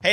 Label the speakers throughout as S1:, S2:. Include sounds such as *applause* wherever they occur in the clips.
S1: Hey,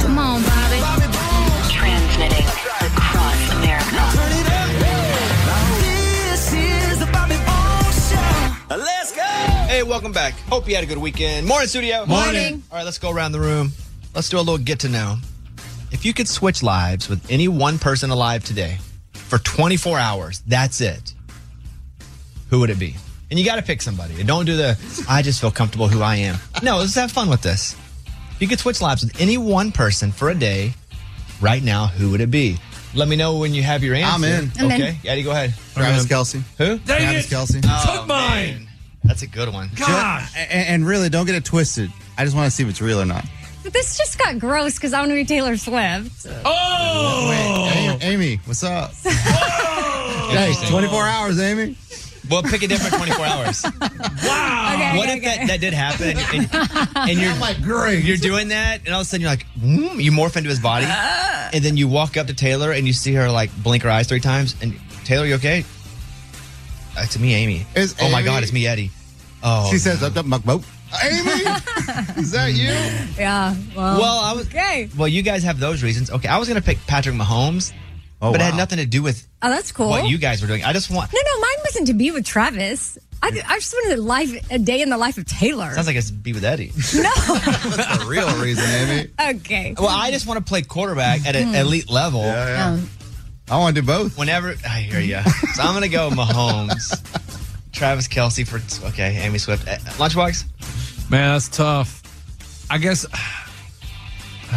S2: Come on, Bobby. Transmitting across America.
S3: This is the Bobby Bones Show.
S1: Let's go. Hey, welcome back. Hope you had a good weekend. Morning, studio.
S4: Morning.
S1: All right, let's go around the room. Let's do a little get to know. If you could switch lives with any one person alive today for 24 hours, that's it. Who would it be? And you got to pick somebody. And don't do the, I just feel comfortable who I am. No, let's have fun with this. If you could switch lives with any one person for a day right now, who would it be? Let me know when you have your answer.
S4: I'm in.
S5: I'm in.
S1: okay. Eddie, go ahead.
S4: Travis Kelsey.
S1: Who? Oh,
S4: Travis Kelsey.
S5: Took mine.
S1: That's a good one.
S4: Gosh. And, and really, don't get it twisted. I just want to see if it's real or not.
S5: But this just got gross because I want to be Taylor Swift.
S1: Oh!
S4: Hey, Amy, what's up? hey, 24 hours, Amy.
S1: Well, pick a
S5: *laughs*
S1: different 24 hours.
S5: okay,
S1: what
S5: okay,
S1: if
S5: okay.
S1: that, that did happen and,
S5: *laughs*
S1: and you're
S4: Like, great.
S1: you're doing that and all of a sudden you're like mm, you morph into his body
S5: Uh.
S1: and then you walk up to taylor and you see her like blink her eyes three times and taylor you okay uh, to me amy
S4: It's
S1: oh my
S4: Amy.
S1: god it's me eddie oh
S4: She says, up, up, muck, boat.
S1: *laughs*
S4: Amy, is that you?
S5: Yeah. Well,
S1: well i was
S5: okay.
S1: well you guys have those reasons okay i was gonna pick patrick mahomes
S4: Oh,
S1: but it had
S4: wow.
S1: nothing to do with
S5: Oh, that's cool.
S1: what you guys were doing i just want
S5: no, no, mine wasn't to be with Travis. I, I just wanted a life, a day in the life of Taylor.
S1: sounds like it's be
S5: *laughs*
S1: with eddie
S4: That's the real reason, Amy.
S5: okay. Hmm.
S1: well i just want to play quarterback at an elite level
S4: Yeah,
S5: Oh.
S4: yeah. I want to do both.
S1: Whenever I hear you, so I'm gonna go
S5: *laughs*
S1: Mahomes, Travis Kelsey for okay, Amy Swift, Uh, Lunchbox.
S6: Man, that's tough. I guess *sighs*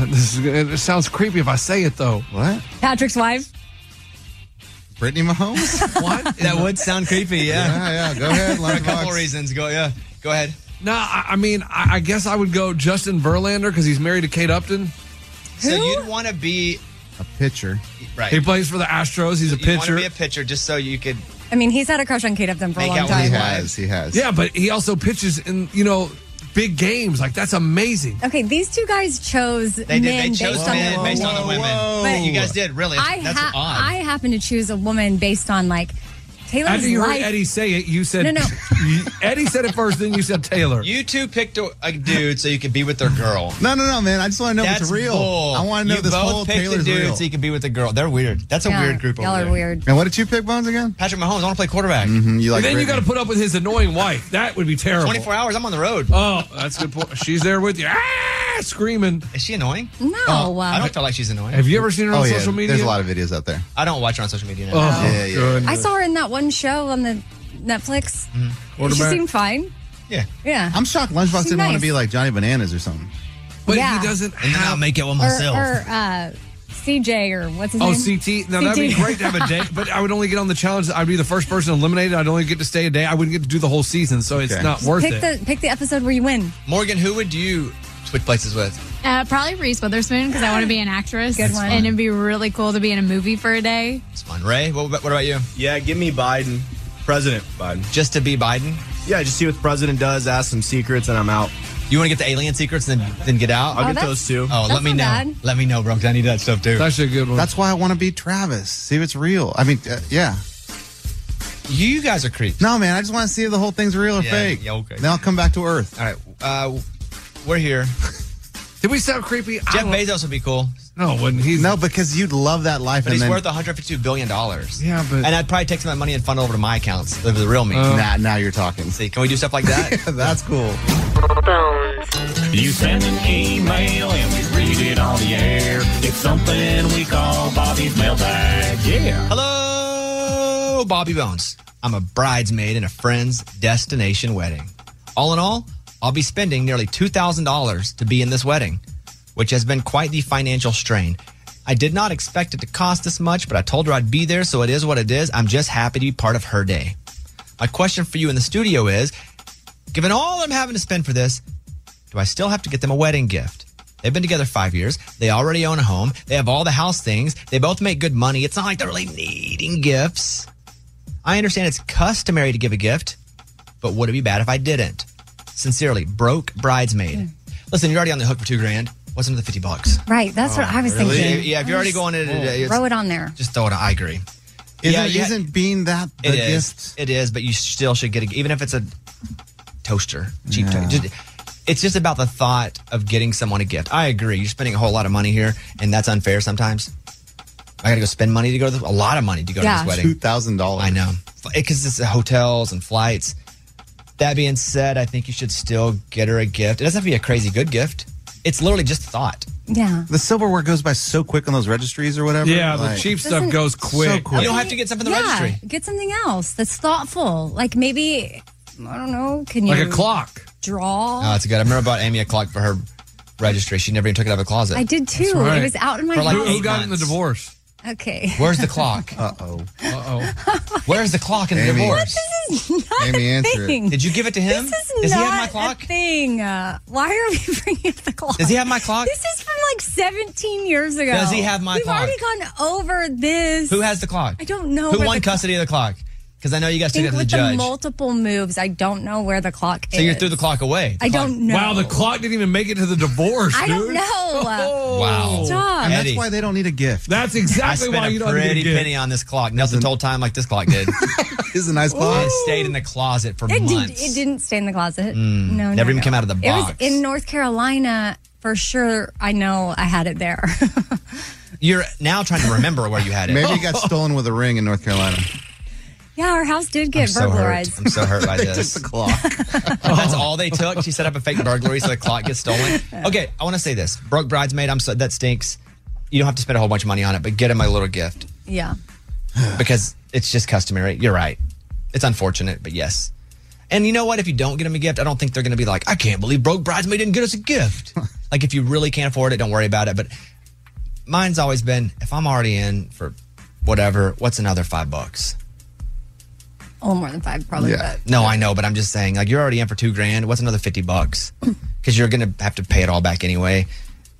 S6: this is, it sounds creepy if I say it though.
S4: What?
S5: Patrick's wife.
S4: Brittany Mahomes?
S6: *laughs* What?
S1: *laughs* That would sound creepy, yeah.
S4: yeah, yeah. Go
S1: *laughs*
S4: ahead,
S1: For a couple
S4: lunchbox.
S1: reasons, go yeah, go ahead.
S6: no, I, I mean, I, I guess I would go Justin Verlander because he's married to Kate Upton.
S1: So you'd want to be
S4: A pitcher.
S1: right.
S6: He plays for the Astros. He's a
S1: You want to
S6: pitcher.
S1: be a pitcher just so you could.
S5: I mean, he's had a crush on Kate Upton for
S1: Make
S5: a long
S1: out with
S4: He
S1: his
S5: time.
S1: wife.
S4: has. He has.
S6: yeah, but he also pitches in you know big games. Like that's amazing.
S5: Okay, these two guys chose
S1: They did.
S5: men
S1: they chose
S5: based
S1: men
S5: on their
S1: based on the
S5: looks.
S1: women.
S4: Whoa.
S1: You guys did really.
S5: I,
S1: That's
S5: ha-
S1: odd.
S5: I happen to choose a woman based on like Taylor's
S6: After you heard
S5: life.
S6: Eddie say it, you said
S5: No, no.
S6: *laughs* You- Eddie said it first, then you said Taylor.
S1: you two picked a, a dude so you could be with their girl.
S4: No, no, no, man. I just want to know if
S1: That's
S4: it's real.
S1: bull.
S4: I want to know
S1: you
S4: this
S1: both
S4: whole
S1: picked
S4: Taylor's
S1: a dude
S4: real.
S1: so you could be with a girl. They're weird. That's a
S5: Yeah,
S1: weird group.
S5: Y'all
S1: over
S5: are
S1: there.
S5: weird.
S4: And what did you pick, Bones, again?
S1: Patrick Mahomes. I want to play quarterback.
S4: Mm, You like
S6: then you got
S4: Brittany.
S6: to put up with his annoying wife. That would be terrible.
S1: 24 hours. I'm on the road.
S6: Oh, that's a good point. She's there with you, ah, screaming.
S1: Is she annoying?
S5: No, uh,
S1: I don't feel like she's annoying.
S6: Have you ever seen her on
S4: Oh, yeah.
S6: social media?
S4: There's a lot of videos out there.
S1: I don't watch her on social media. Now.
S6: Oh,
S4: Yeah, yeah.
S6: goodness.
S5: I saw her in that one show on the Netflix.
S1: Mm-hmm.
S5: She
S6: Quarterback.
S5: seemed fine.
S1: Yeah.
S5: Yeah.
S4: I'm shocked Lunchbox
S5: She's
S4: didn't want
S5: nice.
S4: to be like Johnny Bananas or something.
S6: But
S5: Yeah.
S6: he doesn't
S1: And then I'll
S6: have.
S1: make it with
S5: or,
S1: myself.
S5: or uh, CJ or what's his
S6: Oh,
S5: name?
S6: CT. Now that'd be
S5: CT.
S6: great to
S5: *laughs*
S6: have a day, but I would only get on the challenge. I'd be the first person eliminated. I'd only get to stay a day. I wouldn't get to do the whole season, so it's
S4: Okay.
S6: not worth
S5: pick
S6: it.
S5: the pick the episode where you win.
S1: Morgan, who would you switch places with?
S7: Uh, probably Reese Witherspoon because I want to be an actress.
S5: Good one.
S7: And it'd be really cool to be in a movie for a
S5: *laughs*
S7: day.
S1: It's fun. Ray, what, what about you?
S8: Yeah, give me Biden. President Biden.
S1: Just to be Biden?
S8: Yeah, just see what the president does, ask some secrets, and I'm out.
S1: You want to get the alien secrets and then, then get out?
S5: Oh, get that's- those too.
S1: Oh, let
S5: that's
S1: me
S5: not
S1: know.
S5: bad.
S1: Let me know, bro, because I need that stuff too.
S6: It's actually a good one.
S4: That's why I want to be Travis. See if it's real. I mean, uh, yeah.
S1: you guys are creeps.
S4: No, man, I just want to see if the whole thing's real or
S1: Yeah,
S4: fake.
S1: yeah, okay.
S4: Then I'll come back to Earth.
S1: All right. Uh, we're here.
S6: *laughs* Did we sound creepy? I
S1: Jeff
S6: don't-
S1: Bezos would be cool,
S6: No, wouldn't he?
S4: No, because you'd love that life.
S1: but
S4: and
S1: he's
S4: then,
S1: worth $152 billion.
S6: Yeah, but- Oh.
S1: And I'd probably take some of that money and funnel over to my accounts, the the real me.
S4: Nah, now you're talking.
S1: See, can we do stuff like that?
S4: That's cool.
S2: Bones.
S9: You send an email and we read it on the air. It's something we call Bobby's mailbag. Yeah.
S1: Hello, Bobby Bones. I'm a bridesmaid in a friend's destination wedding. All in all, I'll be spending nearly $2,000 to be in this wedding, which has been quite the financial strain. I did not expect it to cost this much, but I told her I'd be there, so it is what it is. I'm just happy to be part of her day. My question for you in the studio is given all I'm having to spend for this, do I still have to get them a wedding gift? They've been together five years. They already own a home. They have all the house things. They both make good money. It's not like they're really needing gifts. I understand it's customary to give a gift, but would it be bad if I didn't? Sincerely, broke bridesmaid.
S5: Hmm.
S1: Listen, you're already on the hook for two grand. What's another 50 bucks?
S5: Right. That's what I was
S1: Oh, Yeah,
S5: thinking.
S1: yeah, if you're already going
S6: Oh.
S1: in, it,
S5: Throw it on there.
S1: just throw it on. I agree.
S4: Isn't,
S1: yeah.
S4: isn't being that the
S1: It is.
S4: gift?
S1: It is, but you still should get it, even if it's a toaster, cheap
S4: Yeah.
S1: toaster. Just- It's just about the thought of getting someone a gift. I agree. You're spending a whole lot of money here, and that's unfair sometimes. I got to go spend money to go to this, a lot of money to go
S5: Yeah.
S1: to this
S4: Two
S1: wedding.
S4: thousand dollars.
S1: I know because it's hotels and flights. That being said, I think you should still get her a gift. It doesn't have to be a crazy good gift. It's literally just thought.
S5: Yeah.
S4: The silverware goes by so quick on those registries or whatever.
S6: yeah,
S4: Like,
S6: the cheap
S5: Doesn't-
S6: stuff goes quick.
S4: So quick.
S1: You don't have to get something from the
S5: yeah.
S1: registry.
S5: Get something else that's thoughtful. Like maybe, I don't know, can you
S6: Like a clock.
S5: draw?
S1: Oh, that's good. I remember I bought Amy a clock for her registry. She never even took it out of the closet.
S5: I did too.
S6: right.
S5: It was out in my
S1: For like
S6: Who,
S5: house.
S6: who
S1: eight
S6: got in the
S1: months.
S6: divorce?
S5: Okay.
S1: *laughs* Where's the
S5: *laughs*
S1: clock?
S4: *laughs* Uh-oh.
S6: Uh oh.
S1: Where's the clock in the
S4: Amy.
S1: divorce?
S5: This is not
S4: Amy,
S5: a
S4: answer it.
S5: thing.
S1: Did you give it to him?
S5: This is
S1: Does
S5: not
S1: he have my clock?
S5: a thing. Uh, why are we bringing up the clock?
S1: Does he have my clock?
S5: This is from like 17 years ago.
S1: Does he have my
S5: We've
S1: clock?
S5: already gone over this.
S1: Who has the clock?
S5: I don't know
S1: Who
S5: where
S1: won
S5: the clock-
S1: custody of the clock? Because I know you guys took
S5: think
S1: it to the
S5: with the,
S1: judge.
S5: multiple moves, I don't know where the clock is.
S1: so you threw the clock away.
S5: I don't know.
S6: Wow, the clock didn't even make it to the divorce.
S5: I don't
S6: dude.
S5: know.
S6: Oh.
S1: *laughs* Wow.
S5: Stop.
S4: And
S1: Eddie,
S4: that's why they don't need a gift.
S6: That's
S1: I
S6: exactly
S1: spent
S6: why you
S1: a
S6: don't need
S1: pretty
S6: to get.
S1: penny on this clock. Nothing told time like this clock did.
S4: *laughs* is a nice
S1: it
S4: box.
S1: stayed in the closet for
S5: It, did,
S1: months. Hmm.
S5: it didn't stay in the closet. no,
S1: Never
S5: no,
S1: even
S5: no.
S1: came out of the box.
S5: It was in North Carolina for sure. I know I had it there. *laughs*
S1: You're now trying to remember where you had
S6: *laughs*
S1: it.
S4: Maybe it got stolen with a ring in North Carolina.
S5: yeah, our house did get
S1: I'm so hurt.
S5: burglarized.
S1: I'm so
S5: *laughs*
S1: hurt *laughs* by
S4: They
S1: this.
S4: took the clock.
S1: That's all they took. She set up a fake burglary so the clock gets stolen. Okay, I want to say this. Broke bridesmaid. I'm so that stinks. You don't have to spend a whole bunch of money on it, but get him a little *sighs* gift
S5: Yeah.
S1: because it's just customary. You're right. It's unfortunate, but yes. And you know what? If you don't get him a gift, I don't think they're going to be like, I can't believe broke bridesmaid didn't get us a *laughs* gift. like if you really can't afford it, don't worry about it. But mine's always been if I'm already in for whatever, what's another five bucks?
S5: A little more than five, probably.
S4: Yeah.
S1: No, I know, but I'm just saying, like, you're already in for two grand. What's another fifty bucks? Because you're gonna have to pay it all back anyway,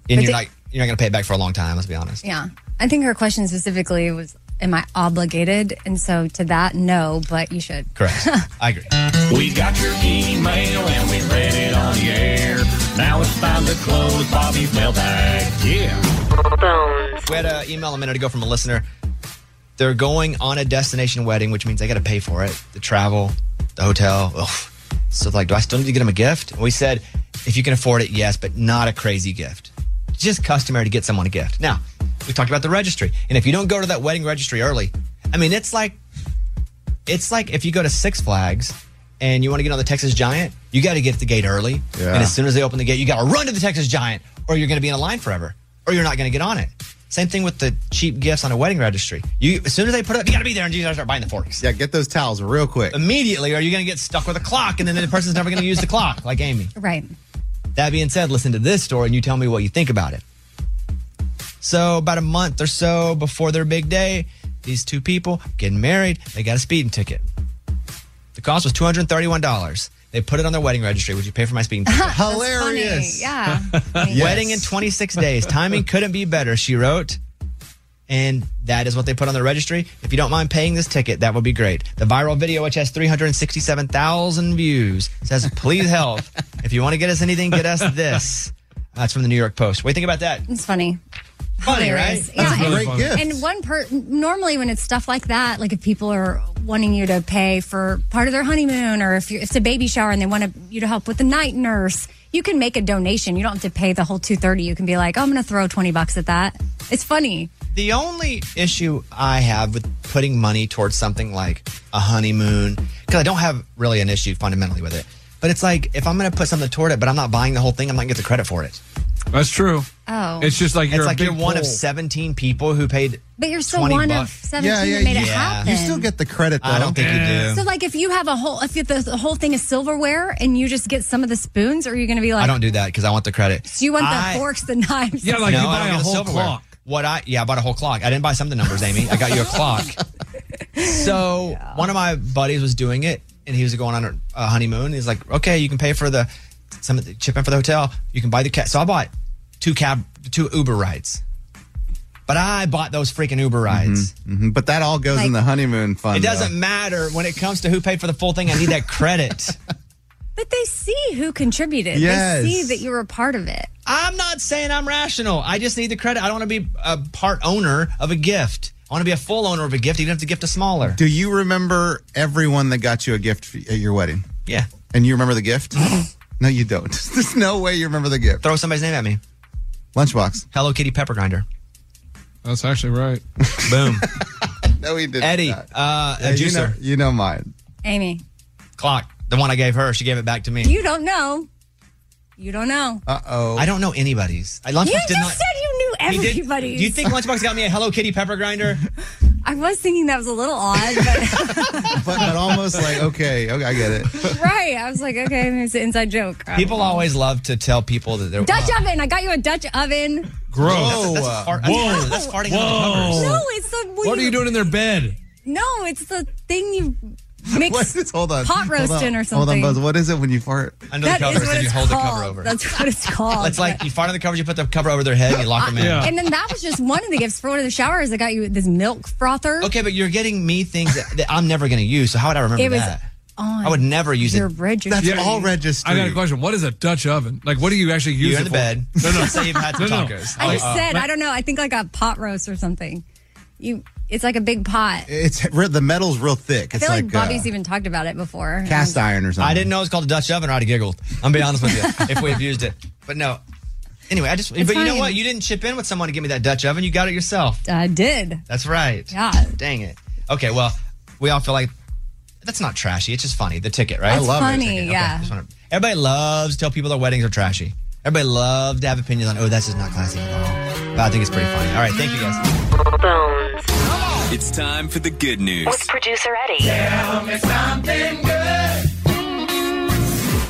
S1: and
S5: the-
S1: you're not you're not gonna pay it back for a long time. Let's be honest.
S5: But yeah. I think her question specifically was, "Am I obligated?" And so to that, no, but you should.
S1: Correct. I agree.
S9: We got your email and we read it on the air. Now it's time to close Bobby's mailbag. Yeah.
S2: Bones.
S1: We had an email a minute ago from a listener. They're going on a destination wedding, which means they got to pay for it, the travel, the hotel. Ugh. So like, do I still need to get them a gift? And we said, if you can afford it, yes, but not a crazy gift. It's just customary to get someone a gift. Now, we talked about the registry, and if you don't go to that wedding registry early, I mean, it's like it's like if you go to Six Flags and you want to get on the Texas Giant, you got to get to the gate early.
S4: Yeah.
S1: And as soon as they open the gate, you got to run to the Texas Giant or you're going to be in a line forever or you're not going to get on it. Same thing with the cheap gifts on a wedding registry. You as soon as they put it up, you got to be there and you got to start buying the forks.
S4: Yeah, get those towels real quick.
S1: Immediately, or you're going to get stuck with a clock and then the person's never going to use the clock like Amy.
S5: Right.
S1: That being said, listen to this story and you tell me what you think about it. So, about a month or so before their big day, these two people getting married, they got a speeding ticket. The cost was $231. They put it on their wedding registry. Would you pay for my speeding ticket?
S5: Funny.
S4: Hilarious.
S5: Yeah. *laughs*
S4: Yes.
S1: Wedding in 26 days. Timing couldn't be better, she wrote. And that is what they put on the registry. If you don't mind paying this ticket, that would be great. The viral video, which has 367,000 views, says, Please help. if you want to get us anything, get us this. That's from the New York Post. What do you think about that?
S5: It's funny.
S1: Funny, right?
S5: Hilarious.
S6: That's
S5: yeah,
S6: really
S5: and,
S6: funny. Great
S4: gift.
S5: and one per normally when it's stuff like that, like if people are wanting you to pay for part of their honeymoon, or if, you if it's a baby shower and they want to, you to help with the night nurse, you can make a donation. You don't have to pay the whole two thirty. You can be like, oh, I'm going to throw twenty bucks at that. It's funny.
S1: The only issue I have with putting money towards something like a honeymoon, because I don't have really an issue fundamentally with it, but it's like if I'm going to put something toward it, but I'm not buying the whole thing, I'm not going to get the credit for it.
S6: That's true.
S5: Oh.
S6: It's just like you're
S1: it's
S6: a
S1: like
S6: big
S1: you're one of
S6: pool.
S1: 17 people who paid.
S5: But you're still
S1: 20
S5: one
S1: bucks.
S5: of seventeen
S4: Yeah, yeah,
S5: that made it
S1: yeah.
S5: happen.
S4: You still get the credit though.
S1: I don't think you do.
S5: So like if you have a whole if you, the, the whole thing is silverware and you just get some of the spoons, or are you going to be like,
S1: I don't do that because I want the credit.
S5: do you want the
S1: I-
S5: forks, the knives?
S6: Yeah, like
S1: no,
S6: you buy
S1: I don't
S6: a
S1: get
S6: whole
S1: silverware.
S6: clock.
S1: What I yeah, I bought a whole clock. I didn't buy some of the numbers, Amy. I got you a clock.
S6: *laughs*
S1: So one of my buddies was doing it, and he was going on a- a honeymoon. He's like, okay, you can pay for the some of the chip in for the hotel. You can buy the cab. So I bought two cab, two Uber rides. But I bought those freaking Uber rides.
S4: Mhm, But that all goes in the honeymoon fund.
S1: It
S4: though.
S1: doesn't matter when it comes to who paid for the full thing. I need
S6: *laughs*
S1: that credit.
S5: But they see who contributed.
S4: Yes.
S5: They see that you were a part of it.
S1: I'm not saying I'm rational. I just need the credit. I don't want to be a part owner of a gift. I want to be a full owner of a gift. Even if the gift is smaller.
S4: Do you remember everyone that got you a gift f- at your wedding?
S1: Yeah.
S4: And you remember the gift? no, you don't. *laughs* There's no way you remember the gift.
S1: Throw somebody's name at me.
S4: Lunchbox.
S1: Hello Kitty Pepper Grinder.
S6: That's actually
S4: *laughs*
S6: right.
S1: *laughs* Boom.
S4: No, he didn't.
S1: Eddie, uh,
S4: That.
S1: a
S4: you,
S1: juicer.
S4: know, you know mine.
S5: Amy,
S1: Clock. The one I gave her. She gave it back to me.
S5: you don't know. You don't know.
S4: Uh oh.
S1: I don't know anybody's. I Lunchbox
S5: you
S1: did
S5: just
S1: not.
S5: said you knew
S1: He did-
S5: everybody's.
S1: Do you think Lunchbox got me a Hello Kitty
S5: *laughs*
S1: Pepper Grinder?
S5: I was thinking that was a little odd, but
S4: But, but almost like okay, okay, I get
S5: *laughs*
S4: it.
S5: right. I was like, okay, maybe it's an inside joke. I don't
S1: People
S5: know.
S1: always love to tell people that they're.
S5: Dutch
S1: Wow.
S5: oven. I got you a Dutch oven.
S6: Gross.
S4: Whoa.
S1: That's,
S4: Whoa.
S1: fart- that's farting- that's farting on the covers.
S5: No, it's the when
S6: What are you doing in their bed?
S5: No, it's the thing you mix.
S4: What is, hold on.
S5: Pot
S4: Hold on.
S5: roasting or
S4: Hold on,
S5: something.
S4: Buzz. What is it when you fart?
S1: Under
S5: That
S1: the
S5: is
S1: covers,
S5: what
S1: and you
S5: it's
S1: hold
S5: called.
S1: the cover over.
S5: That's what it's called.
S1: *laughs* it's like you fart on the covers, you put the cover over their head, and you
S5: *laughs*
S1: lock them in.
S6: Yeah.
S5: And then that was just one of the gifts for one of the showers. I got you this milk frother.
S1: Okay, but you're getting me things that, that I'm never going to use. So how would I remember
S5: It was
S1: that?
S5: on
S1: I would never use
S5: Your
S1: it.
S5: register.
S4: That's all registered.
S6: I got a question. What is a Dutch oven? Like, what do you actually use
S1: You're
S6: it
S1: in the
S6: for?
S1: bed.
S6: *laughs* No, no.
S1: Say you've had some
S6: No, no.
S1: tacos.
S5: I
S1: Like,
S5: just said, I don't know. I think like a pot roast or something. You, it's like a big pot.
S4: It's re- the metal's real thick.
S5: I
S4: It's
S5: feel like,
S4: uh,
S5: Bobby's even talked about it before.
S4: cast iron or something.
S1: I didn't know it was called a Dutch oven. or I'd have giggled. I'm being honest with you.
S4: *laughs*
S1: if we've used it, but no. Anyway, I just. but you know
S5: fine.
S1: what? You didn't chip in with someone to give me that Dutch oven. You got it yourself.
S5: I Uh, did.
S1: That's right.
S5: Yeah.
S1: Dang it. Okay. Well, we all feel like that's not trashy. It's just funny. The ticket, right?
S5: That's I love it. funny,
S1: Ticket.
S5: yeah.
S1: Just wanna- Everybody loves to tell people their weddings are trashy. Everybody loves to have opinions on. Oh, that's just not classy at all. But I think it's pretty funny. All right. Thank you guys.
S2: Bones.
S9: It's time for the good news.
S2: With producer Eddie.
S10: Mm-hmm.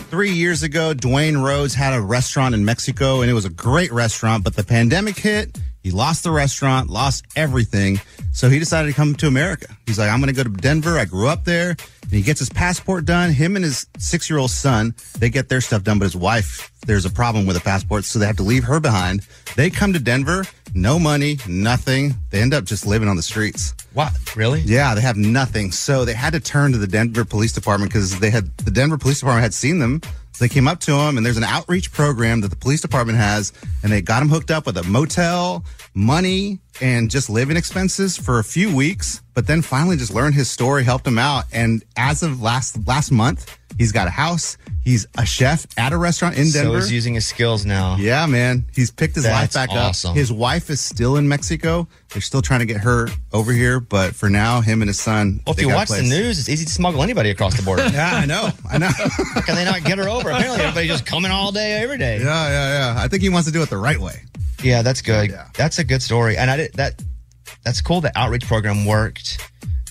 S4: Three years ago, Dwayne Rhodes had a restaurant in Mexico, and it was a great restaurant, but the pandemic hit. He lost the restaurant, lost everything. So he decided to come to America. He's like, I'm going to go to Denver. I grew up there. And he gets his passport done. Him and his six year old son, they get their stuff done, but his wife, there's a problem with a passport, so they have to leave her behind. They come to Denver, no money, nothing. They end up just living on the streets.
S1: What? Really?
S4: Yeah, they have nothing. So they had to turn to the Denver Police Department because they had the Denver Police Department had seen them. So they came up to them, and there's an outreach program that the police department has, and they got them hooked up with a motel, money, and just living expenses for a few weeks. But then finally, just learned his story, helped him out, and as of last last month, he's got a house. He's a chef at a restaurant in
S1: So
S4: Denver.
S1: he's using his skills now.
S4: Yeah, man. He's picked his life
S1: Uh-huh. That's
S4: back
S1: awesome.
S4: up. His wife is still in Mexico. They're still trying to get her over here, but for now, him and his son.
S1: Well, if
S4: they
S1: you
S4: got a
S1: watch the
S4: place.
S1: news, it's easy to smuggle anybody across the border.
S4: *laughs* Yeah, I know. I know.
S1: *laughs* Can they not get her over? Apparently, everybody's just coming all day, every day. Yeah,
S4: yeah, yeah, yeah. I think he wants to do it the right way.
S1: that's good.
S4: Yeah.
S1: That's a good story, and I did, that that's cool. The outreach program worked,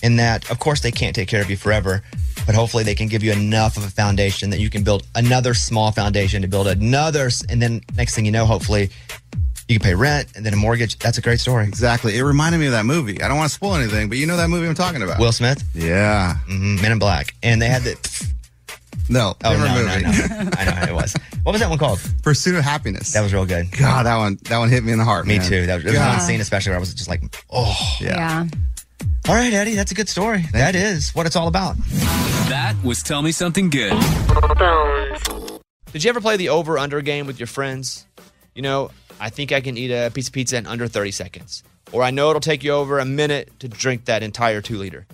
S1: in that, of course, they can't take care of you forever, but hopefully, they can give you enough of a foundation that you can build another small foundation to build another, s- and then next thing you know, hopefully, you can pay rent and then a mortgage. That's a great story.
S4: Exactly. It reminded me of that movie. I don't want to spoil anything, but you know that movie I'm talking about.
S1: Will Smith, Mm-hmm.
S4: yeah.
S1: mm, Men in Black, and they had the.
S4: *laughs* No,
S1: Oh
S4: different
S1: no, no,
S4: movie.
S1: no! I know how it was. What was that one called?
S4: Pursuit of Happiness.
S1: That was real good.
S4: God, that one that one hit me in the heart.
S1: Me
S4: man.
S1: too. That was, there was
S4: God.
S1: one scene especially where I was just like, oh.
S5: Yeah.
S1: All right, Eddie, that's a good story. That is what it's all about.
S11: That was Tell Me Something Good.
S1: Did you ever play the over under game with your friends? You know, I think I can eat a piece of pizza in under 30 seconds. Or I know it'll take you over a minute to drink that entire two liter.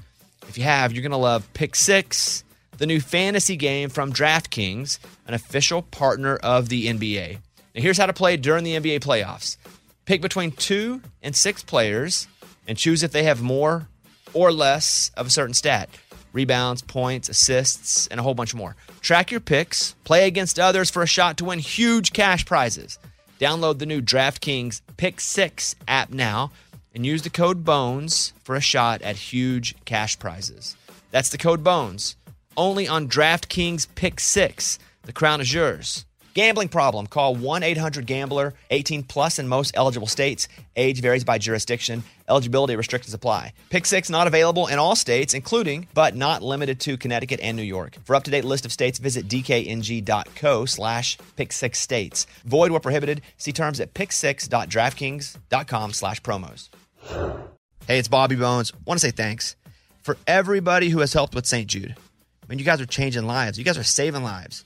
S1: If you have, you're going to love Pick Six, the new fantasy game from DraftKings, an official partner of the NBA. Now, here's how to play during the NBA playoffs pick between two and six players and choose if they have more or less of a certain stat rebounds, points, assists, and a whole bunch more. Track your picks, play against others for a shot to win huge cash prizes. Download the new DraftKings Pick Six app now and use the code BONES for a shot at huge cash prizes. That's the code BONES. Only on DraftKings Pick Six. The crown is yours. Gambling problem? Call 1 800 Gambler, 18 plus in most eligible states. Age varies by jurisdiction. Eligibility restrictions apply. Pick six not available in all states, including but not limited to Connecticut and New York. For up to date list of states, visit dkng.co slash pick six states. Void where prohibited. See terms at picksix.draftkings.com slash promos. Hey, it's Bobby Bones. Want to say thanks for everybody who has helped with St. Jude. I mean, you guys are changing lives. You guys are saving lives.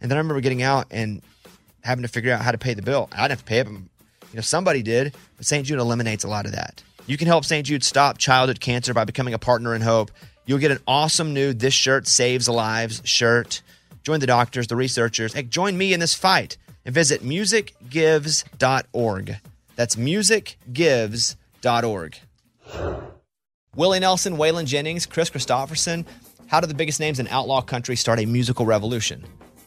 S1: And then I remember getting out and having to figure out how to pay the bill. I didn't have to pay it, but you know, somebody did. But St. Jude eliminates a lot of that. You can help St. Jude stop childhood cancer by becoming a partner in hope. You'll get an awesome new This Shirt Saves Lives shirt. Join the doctors, the researchers. Hey, join me in this fight and visit musicgives.org. That's musicgives.org. Willie Nelson, Waylon Jennings, Chris Christopherson. How did the biggest names in outlaw country start a musical revolution?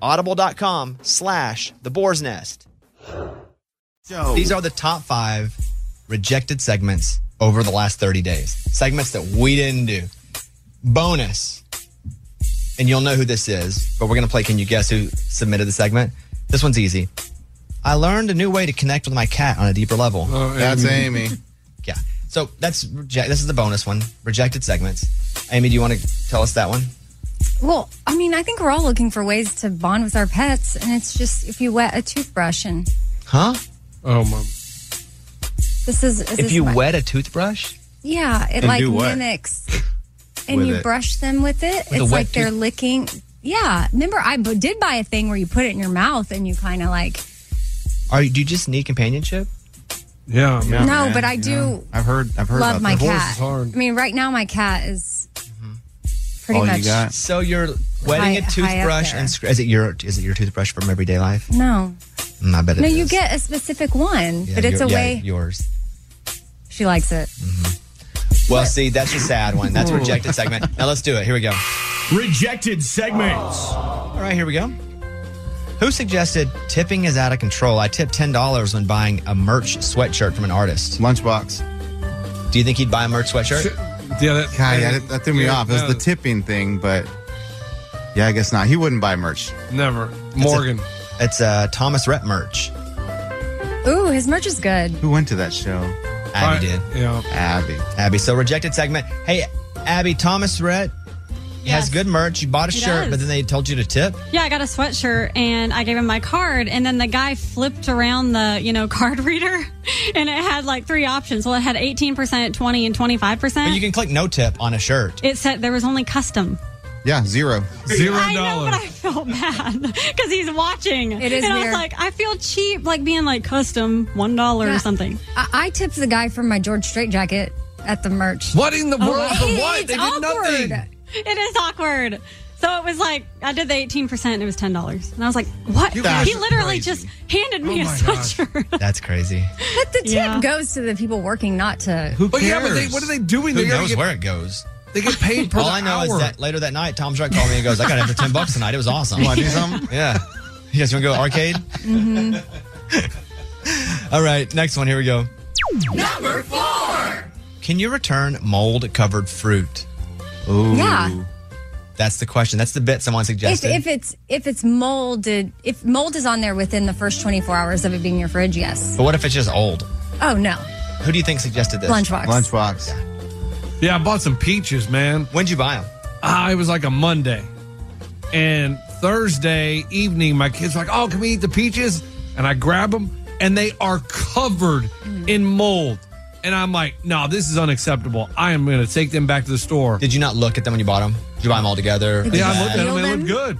S1: audible.com slash the boar's nest. These are the top five rejected segments over the last 30 days. Segments that we didn't do. Bonus. And you'll know who this is, but we're going to play Can You Guess Who Submitted the Segment? This one's easy. I learned a new way to connect with my cat on a deeper level.
S4: That's Amy.
S1: *laughs* Yeah. So that's reje- this is the bonus one, rejected segments. Amy, do you want to tell us that one?
S5: Well, I mean, I think we're all looking for ways to bond with our pets, and it's just if you wet a toothbrush, and
S1: Huh?
S6: Oh my!
S5: this is, is
S1: If
S5: this
S1: you
S5: my-
S1: wet a toothbrush,
S5: yeah, it
S4: And
S5: like
S4: do what?
S5: mimics, and
S4: With
S5: you
S4: it.
S5: brush them with it.
S1: a
S5: it's
S1: wet
S5: like they're
S1: tooth-
S5: licking. Yeah, remember I b- did buy a thing where you put it in your mouth and you kind of like
S1: are you, do you just need companionship?
S6: Yeah, man.
S4: Yeah,
S5: No,
S4: man.
S5: but I do
S4: Yeah. I've heard. I've heard.
S5: love
S4: about
S5: my
S4: that.
S6: Divorce
S5: cat.
S6: is hard.
S5: I mean, right now my cat is pretty
S4: All
S5: much
S4: you got.
S1: So you're wetting a
S5: High- high up
S1: toothbrush
S5: there.
S1: and scr- is it your is it your toothbrush from everyday life?
S5: no,
S1: Mm, I bet it
S5: no. You
S1: is.
S5: get a specific one,
S1: Yeah,
S5: but it's a
S1: your- yeah,
S5: way
S1: yours.
S5: she likes it.
S1: Well, see, that's a sad one. That's a rejected segment. Now let's do it. Here we go.
S11: Rejected segments.
S1: All right, here we go. Who suggested tipping is out of control? I tipped ten dollars when buying a merch sweatshirt from an artist.
S4: Lunchbox.
S1: Do you think he'd buy a merch sweatshirt?
S6: Yeah, that,
S4: God, yeah, that, that threw me
S6: Yeah,
S4: off. It was
S6: no,
S4: the tipping thing, but yeah, I guess not. He wouldn't buy merch.
S1: uh,
S6: Never, Morgan.
S1: It's a Thomas Rhett merch.
S5: Ooh, his merch is good.
S4: Who went to that show?
S1: Abby did.
S6: Yeah.
S4: Abby.
S1: Abby. So rejected segment. Hey, Abby, Thomas Rhett
S12: Yes.
S1: has good merch. You bought a
S12: He
S1: shirt,
S12: does.
S1: but then they told you to tip.
S12: Yeah, I got a sweatshirt and I gave him my card, and then the guy flipped around the you know *laughs* card reader, and it had like three options. Well, it had eighteen percent, twenty, and twenty five
S1: But
S12: percent.
S1: you can click no tip on a shirt.
S12: It said there was only custom.
S4: Yeah, zero.
S6: Zero
S12: I know,
S6: dollars.
S12: but I felt bad *laughs* because he's watching.
S5: It is
S12: and I
S5: weird.
S12: was like, I feel cheap, like being like custom one dollar
S5: Yeah.
S12: or something.
S5: I, I tipped the guy from my George Strait jacket at the merch.
S6: What in the
S12: Oh,
S6: world?
S5: It-
S6: for what?
S5: It's
S6: They did
S5: awkward.
S6: nothing.
S12: It is awkward. So it was like I did the eighteen percent, and it was ten dollars, and I was like, "What?"
S6: You guys
S12: he
S6: are
S12: literally
S6: crazy.
S12: just handed me
S6: Oh
S12: a
S6: my gosh.
S12: sweatshirt.
S1: That's crazy.
S12: *laughs*
S5: But the tip
S12: Yeah.
S5: goes to the people working, not to.
S1: Who
S6: But
S1: cares?
S6: yeah, but they, what are they doing?
S1: Who
S6: they, gotta
S1: knows
S6: get,
S1: where it goes?
S6: they get
S1: *laughs*
S6: paid per
S1: All
S6: the
S1: I know
S6: hour.
S1: is that later that night, Tom Drake called me and goes, "I got in for ten bucks tonight. It was awesome."
S4: Want to do something?
S1: *laughs* Yeah. You guys want to go arcade?
S6: *laughs*
S1: All right, next one. Here we go. Number four. Can you return mold covered fruit?
S4: Ooh.
S5: Yeah.
S1: That's the question. That's the bit someone
S5: If,
S1: suggested.
S5: if it's if it's molded, if mold is on there within the first 24 hours of it being in your fridge, yes.
S1: but what if it's just old?
S5: Oh no,
S1: Who do you think suggested this?
S5: lunchbox.
S4: Lunchbox.
S6: yeah, I bought some peaches, man.
S1: When'd you buy them?
S6: Ah, it was like a Monday. And Thursday evening, my kids were like, oh, can we eat the peaches? And I grab them, and they are covered in mold. And I'm like, no, this is unacceptable. I am going to take them back to the store.
S1: Did you not look at them when you bought them? Did you buy them all together?
S6: yeah, I looked at them. They
S5: Peel
S6: look good.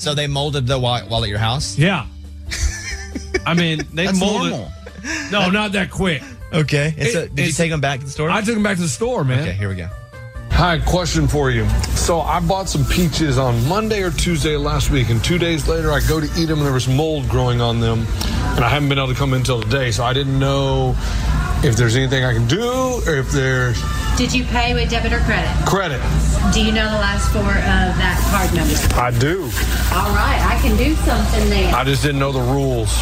S1: So they molded the while, while at your house?
S6: Yeah. I mean, they
S4: That's
S6: molded.
S4: normal.
S6: No, not that quick.
S1: Okay. And so,
S6: It-
S1: did you
S6: it's-
S1: take them back to the store?
S6: I took them back to the store, man.
S1: okay, here we go.
S13: Hi, question for you. So I bought some peaches on Monday or Tuesday last week, and two days later I go to eat them and there was mold growing on them, and I haven't been able to come in until today, so I didn't know if there's anything I can do or if there's
S10: Did you pay with debit or credit?
S13: credit.
S10: Do you know the last four of that card number?
S13: I do.
S10: All right, I can do something then.
S13: I just didn't know the rules.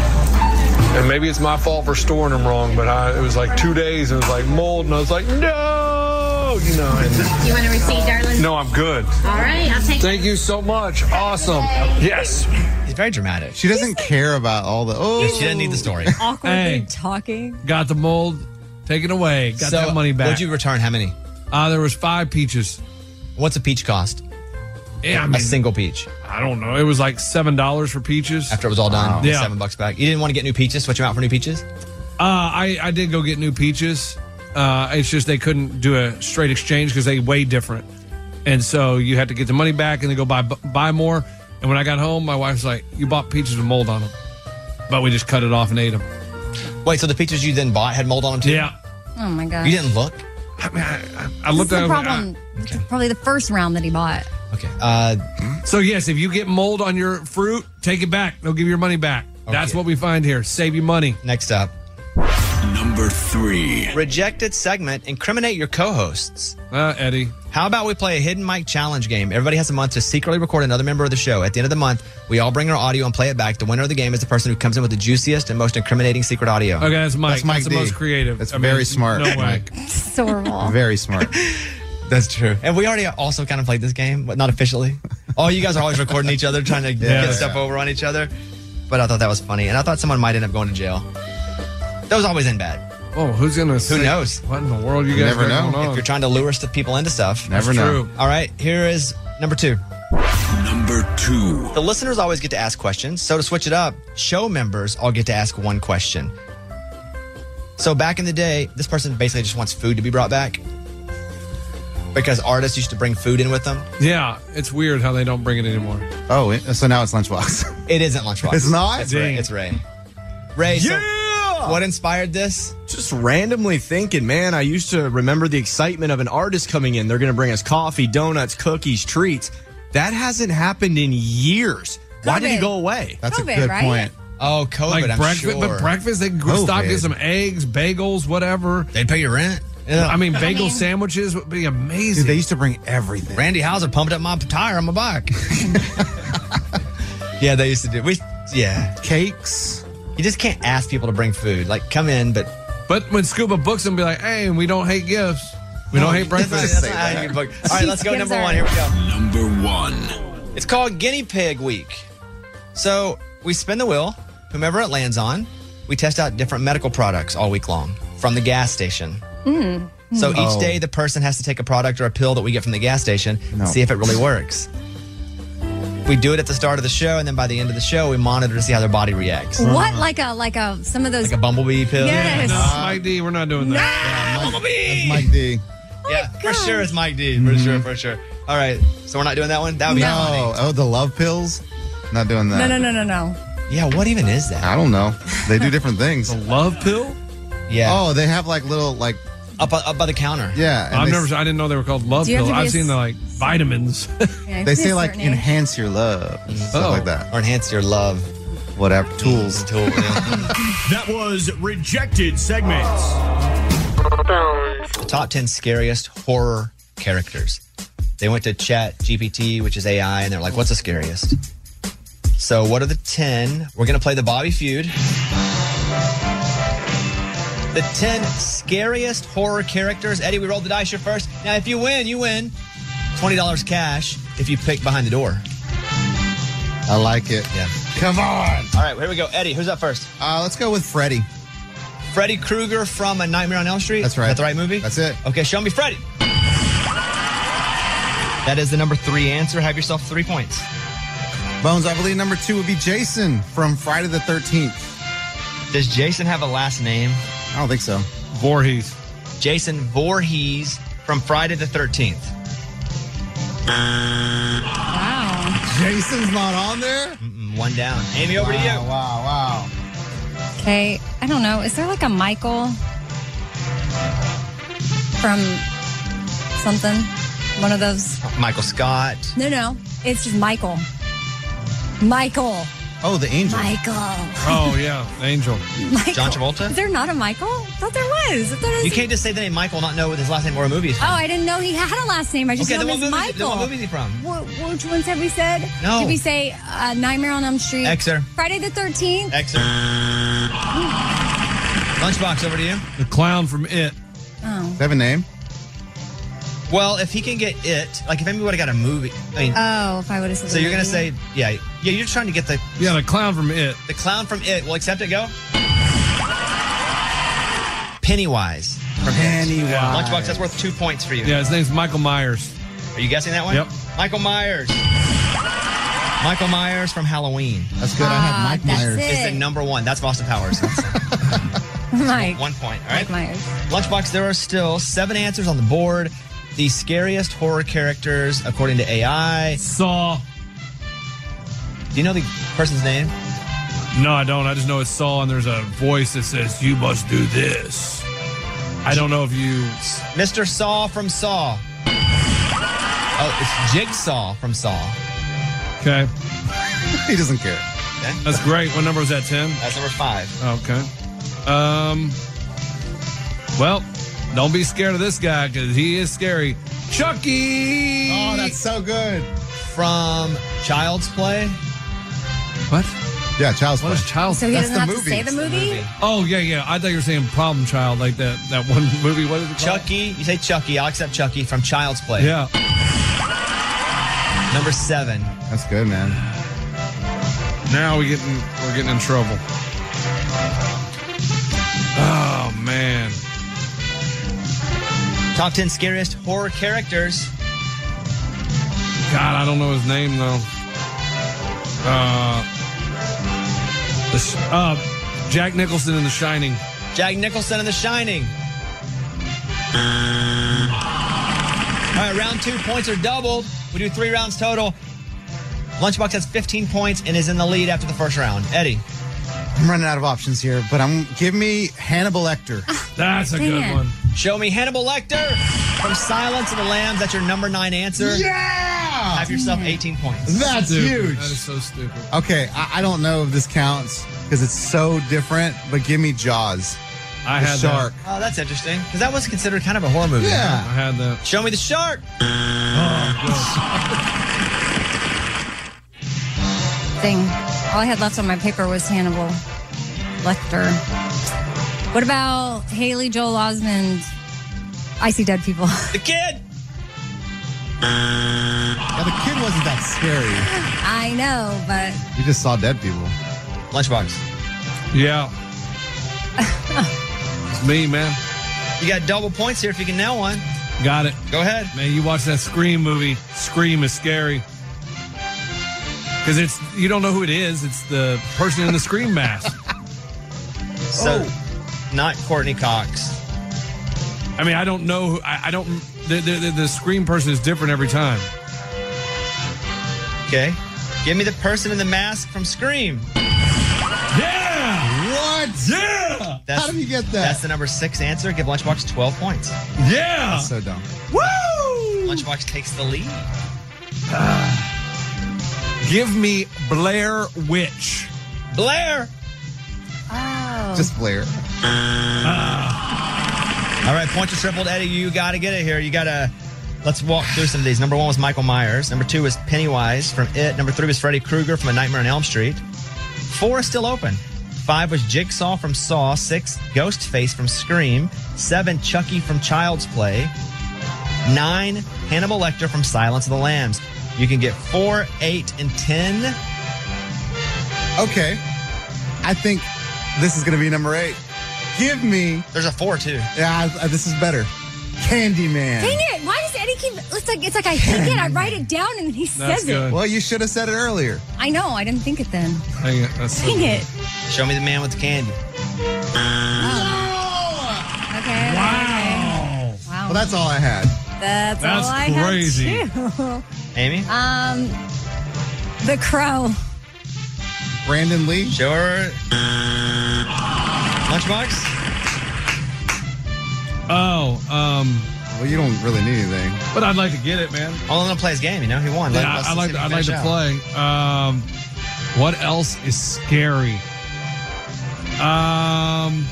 S13: And maybe it's my fault for storing them wrong, but I, it was like two days and it was like mold, and I was like, no, you know. And,
S10: You want to receipt, darling?
S13: no, I'm good.
S10: All right, I'll take
S13: Thank you so much.
S1: Oh.
S13: Awesome. Yes.
S1: He's very dramatic. She,
S4: She doesn't care about all the. Oh.
S1: didn't need the story.
S5: Awkwardly
S6: Hey.
S5: talking.
S6: Got the mold, taken away, got
S1: so,
S6: that money back.
S1: Would you return how many?
S6: uh, there was five peaches.
S1: What's a peach cost?
S6: Yeah, I mean,
S1: a single peach.
S6: I don't know. It was like seven dollars for peaches. Uh,
S1: After it was all done,
S6: Yeah.
S1: seven bucks back. You didn't want to get new peaches, switch them out for new peaches?
S6: Uh, I I did go get new peaches. Uh, it's just they couldn't do a straight exchange because they weigh different, and so you had to get the money back and then go buy buy more. And when I got home, my wife's like, "You bought peaches with mold on them," but we just cut it off and ate them.
S1: Wait, so the peaches you then bought had mold on them too?
S6: Yeah,
S5: Oh my god.
S1: You didn't look?
S6: I mean, I, I, I
S5: This is
S6: looked at
S5: the
S6: it.
S5: problem. Probably the first round that he bought.
S1: Okay. Uh,
S6: So yes, if you get mold on your fruit, take it back. They'll give you your money back. That's
S1: Okay.
S6: what we find here. Save you money.
S1: next up.
S9: Number three.
S1: Rejected segment, incriminate your co hosts.
S6: Uh, Eddie.
S1: How about we play a hidden mic challenge game? Everybody has a month to secretly record another member of the show. At the end of the month, we all bring our audio and play it back. The winner of the game is the person who comes in with the juiciest and most incriminating secret audio.
S6: Okay, that's Mike.
S4: That's Mike
S6: the
S4: D.
S6: most creative.
S4: That's very smart,
S6: No way.
S4: Mike.
S5: So
S4: *laughs*
S5: horrible.
S4: Very smart.
S1: *laughs* That's true. And we already also kind of played this game, but not officially. All you guys are always recording each other, trying to
S4: *laughs* Yeah.
S1: get stuff over on each other. But I thought that was funny, and I thought someone might end up going to jail. That was always in bad.
S6: Oh, who's gonna? say-
S1: knows?
S6: What in the world? You guys
S4: never
S6: got
S4: know.
S6: going
S1: If
S6: on?
S1: you're trying to lure st- people into stuff.
S4: Never
S6: It's
S4: know.
S6: true.
S1: All right, here is number two.
S9: Number two.
S1: The listeners always get to ask questions, so to switch it up, show members all get to ask one question. So back in the day, this person basically just wants food to be brought back because artists used to bring food in with them.
S6: Yeah, it's weird how they don't bring it anymore.
S4: Oh, it- so now it's lunchbox. *laughs*
S1: It isn't lunchbox.
S4: It's not?
S1: It's Ray.
S6: Dang.
S1: It's Ray. Ray. so
S14: Yeah!
S1: what inspired this?
S14: Just randomly thinking, man, I used to remember the excitement of an artist coming in. They're going to bring us coffee, donuts, cookies, treats. That hasn't happened in years. Why did
S5: COVID.
S14: it go away?
S4: That's a
S5: COVID,
S4: good
S5: right?
S4: point.
S1: Oh, COVID.
S6: Like
S1: I'm
S6: breakfast,
S1: sure.
S6: but breakfast they could stop
S4: COVID.
S6: get some eggs, bagels, whatever.
S1: They pay your rent. Yeah.
S6: I mean, bagel
S5: mean-
S6: sandwiches would be amazing.
S4: Dude, they used to bring everything.
S1: Randy Hauser pumped up my tire on my bike. yeah, they used to do. We yeah.
S4: Cakes.
S1: You just can't ask people to bring food. Like come in, but
S6: but when Scuba books them, be like, hey, we don't hate gifts. We don't hate
S1: That's not-
S6: breakfast.
S1: that's not how you book. All right, let's go
S5: Gives
S1: number
S5: her-
S1: one. Here we go.
S9: Number one.
S1: It's called Guinea Pig Week. So we spin the wheel, whomever it lands on. We test out different medical products all week long from the gas station.
S7: Mm.
S5: Hmm.
S1: So
S6: Oh.
S1: each day, the person has to take a product or a pill that we get from the gas station
S7: No.
S1: and see if it really works. We do it at the start of the show, and then by the end of the show, we monitor to see how their body reacts.
S5: What like a like a some of those
S1: Like a bumblebee pill?
S5: Yes.
S6: Uh-huh. No, Mike D, we're not doing that.
S1: Bumblebee!
S4: Mike D.
S1: yeah,
S5: Oh
S1: for sure it's Mike D. For sure,
S6: Mm-hmm.
S1: for sure. All right, so we're not doing that one? That would be
S4: no.
S1: funny.
S4: Oh, the love pills? Not doing that.
S5: no no no no no.
S1: Yeah, what even is that?
S4: I don't know. They do
S6: *laughs*
S4: different things. The
S6: love pill?
S1: Yeah.
S4: Oh, they have like little like
S1: up up by the counter.
S4: Yeah. and
S6: I've
S4: they
S6: never.
S4: s-
S6: I didn't know they were called love
S4: Do you have
S6: pills.
S4: to be
S6: I've
S4: a
S6: seen the like
S4: *laughs*
S6: vitamins.
S4: They say like enhance your love and stuff
S6: Oh.
S4: like that. Or
S1: enhance your love.
S4: Whatever. Tools.
S1: Tools.
S15: That was rejected segments.
S1: The top 10 scariest horror characters. They went to Chat GPT, which is AI, and they're like, what's the scariest? So, what are the 10? We're going to play the Bobby Feud. The 10 scariest horror characters. Eddie, we rolled the dice. You're first. Now, if you win, you win $20 cash if you pick behind the door.
S4: I like it.
S1: Yeah.
S4: Come on.
S1: All right, here we go. Eddie, who's up first?
S4: Uh, let's go with Freddy.
S1: Freddy Krueger from A Nightmare on Elm Street.
S4: That's
S1: Is
S4: right.
S1: that the right movie? That's
S4: it.
S1: Okay, show me Freddy. That is the number three answer. Have yourself three points.
S4: Bones, I believe number two would be Jason from Friday the 13th.
S1: Does Jason have a last name?
S4: I don't think so.
S6: Voorhees.
S1: Jason Voorhees from Friday the 13th.
S5: Wow.
S4: Jason's not on there?
S1: Mm, One down. Amy, over to you.
S4: Wow, wow,
S5: Okay, I don't know. Is there like a Michael from something? One of those?
S1: Michael Scott.
S5: No, no. It's just Michael. Michael.
S4: Oh, the angel.
S5: Michael.
S6: Oh yeah, Angel.
S5: *laughs* Michael.
S1: John
S5: Is
S1: Travolta.
S5: there not a Michael? I thought there was. I thought it
S1: You
S5: was-
S1: can't just say the name Michael, and not know what his last name or a movie is.
S5: oh,
S1: from.
S5: I didn't know he had a last name. I just
S1: okay,
S5: know
S1: then
S5: it
S1: what
S5: was
S1: movie,
S5: Michael.
S1: then what movie is he from?
S5: What, which ones have we said?
S1: No.
S5: Did we say uh, Nightmare on Elm Street?
S1: Xer.
S5: Friday the Oh. 13th?
S1: Xer. Lunchbox, over to you.
S6: The clown from It.
S5: Oh.
S4: have a name?
S1: Well, if he can get it, like if Amy would have got a movie, I mean,
S5: Oh, if I would have said
S1: So you're gonna
S5: movie. *laughs*
S1: say, yeah, yeah. You're trying to get the
S6: yeah, the clown from it.
S1: The clown from it. We'll accept it. Go. Pennywise. From Pennywise. Lunchbox. That's worth two points for you.
S6: Yeah, his name's Michael Myers.
S1: Are you guessing that one?
S6: Yep.
S1: Michael Myers. Michael Myers from Halloween.
S4: That's good. I
S5: Ah,
S4: had Mike
S5: that's
S4: Myers.
S1: Is the
S5: it.
S1: number one. That's Boston Powers.
S5: Mike.
S1: one point. All
S5: Mike
S1: right.
S5: Myers.
S1: Lunchbox, there are still seven answers on the board. The scariest horror characters, according to AI.
S6: Saw.
S1: Do you know the *laughs* person's name?
S6: No, I don't. I just know it's Saul, and there's a voice that says, "You must do this." I don't know if you.
S1: Mr. Saw from Saw. Oh, it's Jigsaw from Saw.
S6: Okay,
S4: he doesn't care.
S6: that's great. What number was that? Ten.
S1: That's number five.
S6: Okay. Um. Well, don't be scared of this guy because he is scary. Chucky.
S4: Oh, that's so good.
S1: From Child's Play.
S6: What?
S4: Yeah, Child's
S6: What
S4: Play.
S6: is Child's
S5: So he
S6: Play?
S5: doesn't have to say the movie?
S6: Oh yeah, yeah. I thought you were saying Problem Child, like that that one *laughs* movie. What is it called?
S1: Chucky. You say Chucky. I'll accept Chucky from Child's Play.
S6: Yeah.
S1: Number seven.
S4: That's good, man.
S6: Now we getting we're getting in trouble. Oh man.
S1: Top 10 scariest horror characters.
S6: God, I don't know his name though. Uh, the, Sh- uh, Jack Nicholson in The Shining.
S1: Jack Nicholson in The Shining. All right, round two points are doubled. We do three rounds total. Lunchbox has 15 points and is in the lead after the first round. Eddie.
S4: I'm running out of options here, but I'm give me Hannibal Lecter.
S5: Ah,
S6: That's a
S4: Dang
S6: good
S4: it.
S6: one.
S1: Show me Hannibal Lecter from Silence of the Lambs. That's your number nine answer.
S4: Yeah!
S1: Have yourself 18 points.
S4: Ah. That's
S6: Stupid.
S4: huge.
S6: That is so stupid.
S4: Okay, I, I don't know if this counts because it's so different, but give me Jaws.
S6: I
S4: the
S6: had that.
S4: shark.
S1: Oh, that's interesting. Because that was considered kind of a horror movie.
S4: Yeah.
S6: I had that. Oh,
S1: Show me the shark.
S5: Thing. All I had left on my paper was Hannibal Lecter. What about Haley Joel Osmond? I see dead people.
S1: The kid.
S4: Yeah, the kid wasn't that scary.
S5: I know, but
S4: You just saw dead people.
S1: *laughs* Lunchbox.
S6: Yeah. It's me, man.
S1: You got double points here if you can nail one.
S6: Got it.
S1: Go ahead.
S6: Man, you watch that Scream movie. Scream is scary. Because it's you don't know who it is. It's the person in the Scream mask.
S1: *laughs*
S6: Oh.
S1: So, not Courtney Cox.
S6: I mean, I don't know. Who, I, I don't. The, the, the, the Scream person is different every time.
S1: Okay. Give me the person in the mask from Scream.
S6: Yeah!
S4: What?
S6: Yeah!
S1: That's,
S4: How did you get that?
S1: That's the number six answer. Give Lunchbox 12 points.
S6: Yeah!
S4: That's so dumb.
S6: Woo!
S1: Lunchbox takes the lead.
S6: Give me Blair Witch.
S1: Blair!
S5: Oh.
S10: *laughs*
S4: Just Blair.
S1: Ah. All right, points are tripled. Eddie, you got to get it here. You got to. Let's walk through some of these. Number one was Michael Myers. Number two was Pennywise from It. Number three was Freddy Krueger from A Nightmare on Elm Street. Four is still open. Five was Jigsaw from Saw. Six, Ghostface from Scream. Seven, Chucky from Child's Play. Nine, Hannibal Lecter from Silence of the Lambs. You can get four, eight, and ten.
S4: Okay. I think this is going to be number eight. Give me.
S1: There's a four too.
S4: Yeah, I- I- this is better. Candyman.
S5: Dang it! Why does Eddie keep? It's like it's like I think it, I write it down, and then he
S6: That's
S5: says
S6: good.
S5: it.
S4: Well, you should have said it earlier.
S5: I know. I didn't think it then.
S6: Dang it. That's
S5: Dang it. Oh,
S1: Show me the man with the candy.
S5: Okay. Wow. Wow.
S4: Well, that's all I had.
S5: That's,
S6: That's
S5: all I
S6: crazy.
S5: Had too. *laughs*
S1: Amy,
S5: um, the crow.
S4: Brandon Lee.
S1: show her. Lunchbox.
S6: Oh, um,
S4: Well, you don't really need anything.
S6: but I'd like to get it, man.
S1: All in to play his game. You know he won. Let-
S6: Yeah,
S1: let's
S6: I, I
S1: see
S6: like
S1: if
S6: to,
S1: he
S6: I'd like
S1: finish
S6: to
S1: out.
S6: play. Um, what else is scary? Um,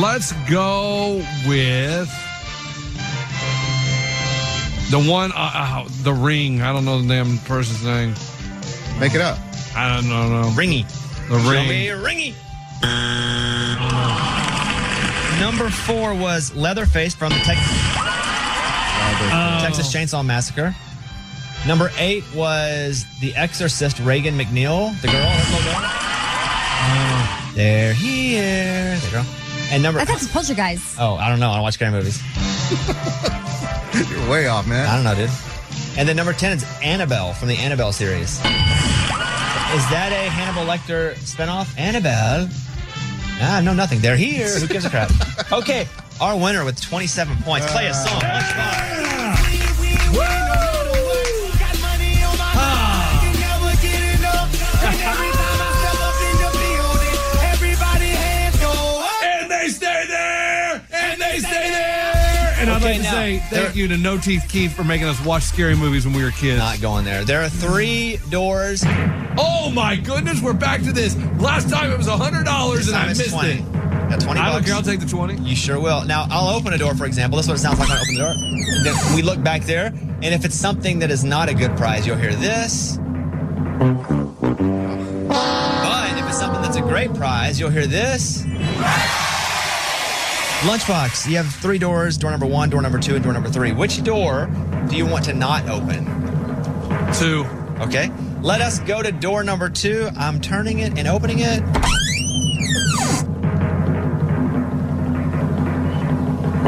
S6: let's go with the one. Uh, uh, the ring. I don't know the damn person's name.
S4: Make it up.
S6: I don't know. no.
S1: Ringy.
S6: The
S1: Show
S6: ring.
S1: me Ringy. Number four was Leatherface from the Tex-
S4: Oh.
S1: Texas Chainsaw Massacre. Number eight was the Exorcist Reagan McNeil, the girl. that little girl.
S4: Oh.
S1: there he is, the girl. And number
S5: I thought it was poltergeist.
S1: oh, I don't know. I don't watch scary movies.
S4: *laughs* You're way off, man.
S1: I don't know, dude. And then number 10 is Annabelle from the Annabelle series. Is that a Hannibal Lecter spinoff? Annabelle? Ah, no, nothing. They're here. Who gives a crap? Okay, our winner with 27 points. Play a song. Let's go.
S6: And they stay there. And they stay there. And I'd
S1: Okay,
S6: like to
S1: now,
S6: say
S1: there-
S6: thank you to No Teeth Keith for making us watch scary movies when we were kids.
S1: Not going there. There are three doors.
S6: Oh my goodness, we're back to this. Last time it was hundred dollars
S1: This
S6: and
S1: time
S6: I
S1: it's
S6: missed
S1: 20.
S6: it.
S1: Got 20
S6: I don't
S1: bucks.
S6: care. I'll take the twenty.
S1: You sure will. Now, I'll open a door, for example. This is what it sounds like when I open the door. Then we look back there, and if it's something that is not a good prize, you'll hear this. But if it's something that's a great prize, you'll hear this. Lunchbox, you have three doors door number one, door number two, and door number three. Which door do you want to not open?
S6: Two.
S1: Okay. Let us go to door number two. I'm turning it and opening it.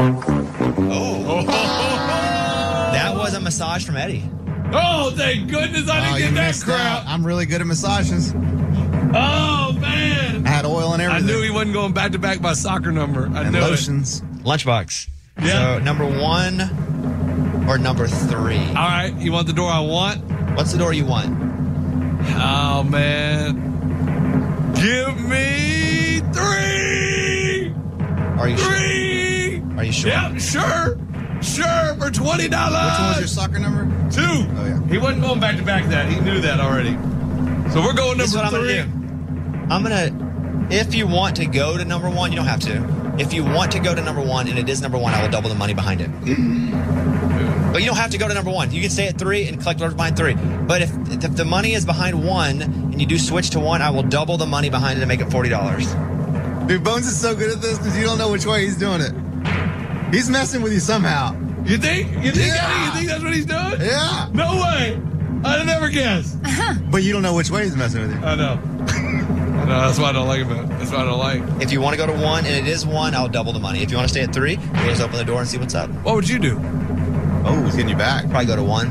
S1: Oh. *laughs* That was a massage from Eddie.
S6: Oh, thank goodness I didn't
S4: Oh, you
S6: get that
S4: missed
S6: crap.
S4: out. I'm really good at massages.
S6: Oh man.
S4: I had oil and
S6: I
S4: everything.
S6: knew he wasn't going back to back by soccer number. I
S4: and
S6: knew it.
S4: lotions.
S1: Lunchbox.
S6: Yeah.
S1: So number one or number three?
S6: All right, you want the door I want?
S1: What's the door you want?
S6: Oh man. Give me three.
S1: Are you sure?
S6: Three.
S1: Are you sure?
S6: Yep, sure. Sure, for twenty dollars.
S4: Which one was your soccer number?
S6: Two.
S4: Oh, yeah.
S6: He wasn't going back to back that. He knew that already. So we're going number
S1: This is what
S6: 3
S1: I'm gonna do. I'm gonna. If you want to go to number one, you don't have to. If you want to go to number one and it is number one, I will double the money
S6: *clears throat*
S1: behind it. but you don't have to go to number one. You can stay at three and collect whatever's behind three. But if, if the money is behind one and you do switch to one, I will double the money behind it and make it forty dollars.
S4: Dude, Bones is so good at this because you don't know which way he's doing it. He's messing with you somehow.
S6: You think? You think?
S4: Yeah.
S6: Eddie, you think that's what he's doing?
S4: Yeah.
S6: No way. I'd never guess.
S4: But you don't know which way he's messing with you.
S6: I know. No, that's what I don't like about it. That's what I don't like.
S1: If you want to go to one and it is one, I'll double the money. If you want to stay at three, we'll just open the door and see what's up.
S6: What would you do?
S1: Oh, he's getting you back. Probably go to one.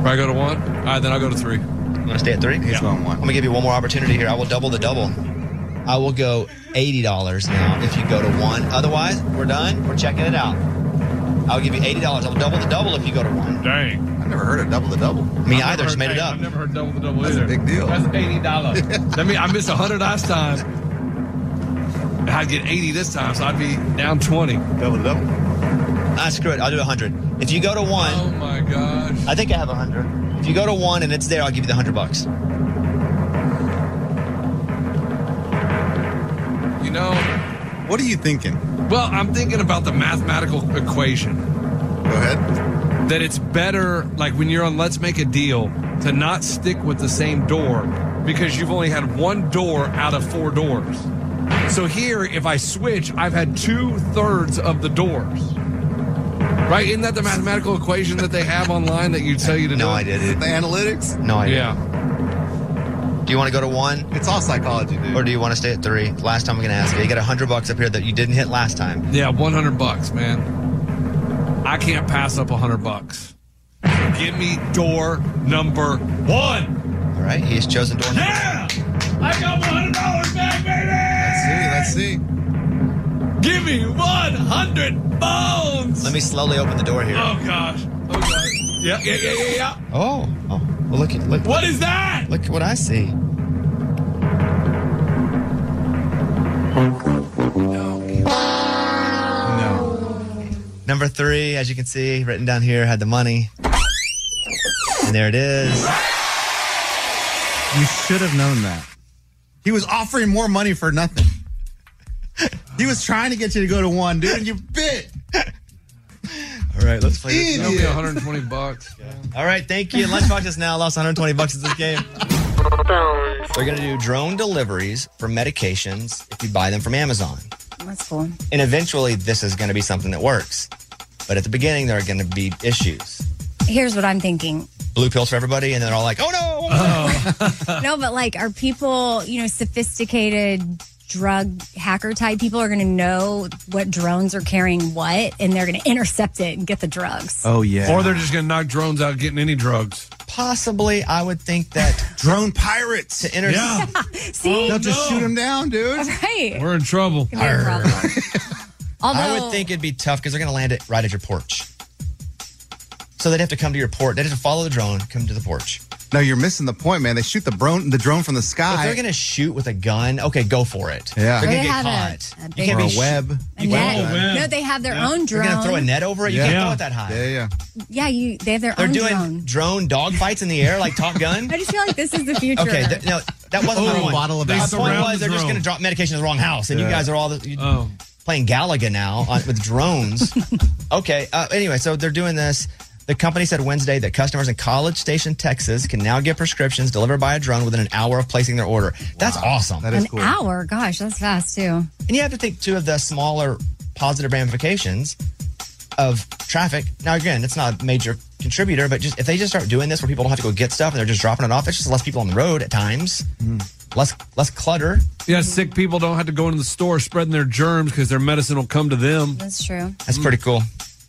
S6: Probably go to one. All right, then I'll go to three.
S1: You want to stay at three? He's
S4: going one.
S1: I'm gonna give you one more opportunity here. I will double the double. I will go eighty dollars now if you go to one. Otherwise, we're done. We're checking it out. I'll give you eighty dollars. I will double the double if you go to one.
S6: Dang.
S4: I've never heard of double the double.
S1: Me either. Just made it up.
S6: I've never heard double the double
S4: That's a
S6: either.
S4: big deal.
S6: That's eighty
S4: *laughs*
S6: dollars. that mean I missed hundred last time. And I'd get eighty this time, so I'd be down twenty.
S4: Double the double.
S1: Ah, screw it. I'll do hundred. If you go to one,
S6: Oh my gosh.
S1: I think I have hundred. If you go to one and it's there, I'll give you the hundred bucks.
S6: You know.
S4: What are you thinking?
S6: Well, I'm thinking about the mathematical equation.
S4: Go ahead.
S6: that it's better, like when you're on Let's Make a Deal, to not stick with the same door because you've only had one door out of four doors. So here, if I switch, I've had two thirds of the doors. Right? Isn't that the mathematical equation that they have online that you tell you to do?
S1: No idea, dude.
S4: The analytics?
S1: No idea.
S6: Yeah.
S1: Do you want to go to one
S4: It's all psychology, dude.
S1: or do you want to stay at three? Last time I'm gonna ask you. You got hundred bucks up here that you didn't hit last time.
S6: Yeah, 100 bucks, man. I can't pass up 100 bucks. Give me door number one.
S1: All right. He has chosen door. number-
S6: Yeah! I got $100 back, baby!
S4: Let's see. Let's see.
S6: Give me 100 bones!
S1: Let me slowly open the door here.
S6: Oh gosh. Oh gosh. Yeah, yeah, yeah, yeah, yeah.
S1: Oh. Oh. Well, look at look.
S6: What is that?
S1: Look what I see.
S7: No.
S1: Number three, as you can see, written down here, had the money. And there it is.
S4: You should have known that. He was offering more money for nothing. he was trying to get you to go to one, dude, and you bit.
S1: All right, let's play
S4: this
S6: That'll be
S4: Yeah.
S6: 120
S1: *laughs*
S6: bucks.
S1: All right, thank you. Lunchbox is now lost 120 bucks at this game. They're going to do drone deliveries for medications if you buy them from Amazon.
S5: That's cool.
S1: And eventually, this is going to be something that works. But at the beginning, there are going to be issues.
S5: Here's what I'm thinking.
S1: Blue pills for everybody, and they're all like, oh no! Oh,
S5: *laughs* no, but like, are people, you know, sophisticated drug hacker type people are going to know what drones are carrying what, and they're going to intercept it and get the drugs.
S4: Oh yeah.
S6: Or they're just gonna knock drones out getting any drugs.
S1: Possibly, I would think that
S4: drone pirates.
S1: to intercept. *laughs*
S5: See,
S4: They'll just shoot him down, dude.
S5: right?
S6: We're in trouble.
S5: Could be a problem. Although
S1: I would think it'd be tough because they're going to land it right at your porch. So they'd have to come to your porch. They'd have to follow the drone, come to the porch.
S4: No, you're missing the point, man. They shoot the drone, the drone from the
S1: If
S4: sky
S1: they're going to shoot with a gun, okay, go for it. They're
S4: Yeah.
S5: They
S1: going to get
S5: have a-
S1: caught.
S5: a
S1: you
S5: big-
S1: can't
S4: or
S1: be
S4: a
S1: sh-
S4: web.
S5: a net. no, they have their own
S1: You're
S5: drone.
S1: going to throw a net over it? You
S4: Yeah.
S1: can't throw it that high.
S4: Yeah, yeah.
S5: Yeah, you. They have their
S1: They're
S5: own
S1: doing
S5: drone.
S1: drone. dogfights in the air like Top Gun?
S5: I just feel like this is the future.
S1: *laughs* okay, th- no, that wasn't my
S4: Oh,
S1: point.
S4: bottle of
S1: my
S4: alcohol.
S1: point was
S6: the
S1: they're just
S6: drone.
S1: going to drop medication in the wrong house, and you
S4: Yeah.
S1: guys are all the, you-
S6: Oh.
S1: playing Galaga now on, with
S4: *laughs*
S1: drones. okay. Uh, anyway, so they're doing this. The company said Wednesday that customers in College Station, Texas, can now get prescriptions delivered by a drone within an hour of placing their order. That's awesome.
S4: That
S5: An
S4: is cool.
S5: hour. Gosh, that's fast too.
S1: and you have to think two of the smaller positive ramifications of traffic. Now, again, it's not a major contributor, but just if they just start doing this where people don't have to go get stuff and they're just dropping it off, it's just less people on the road at times, less less clutter.
S6: Yeah, sick people don't have to go into the store spreading their germs because their medicine will come to them.
S5: That's true.
S1: That's pretty cool.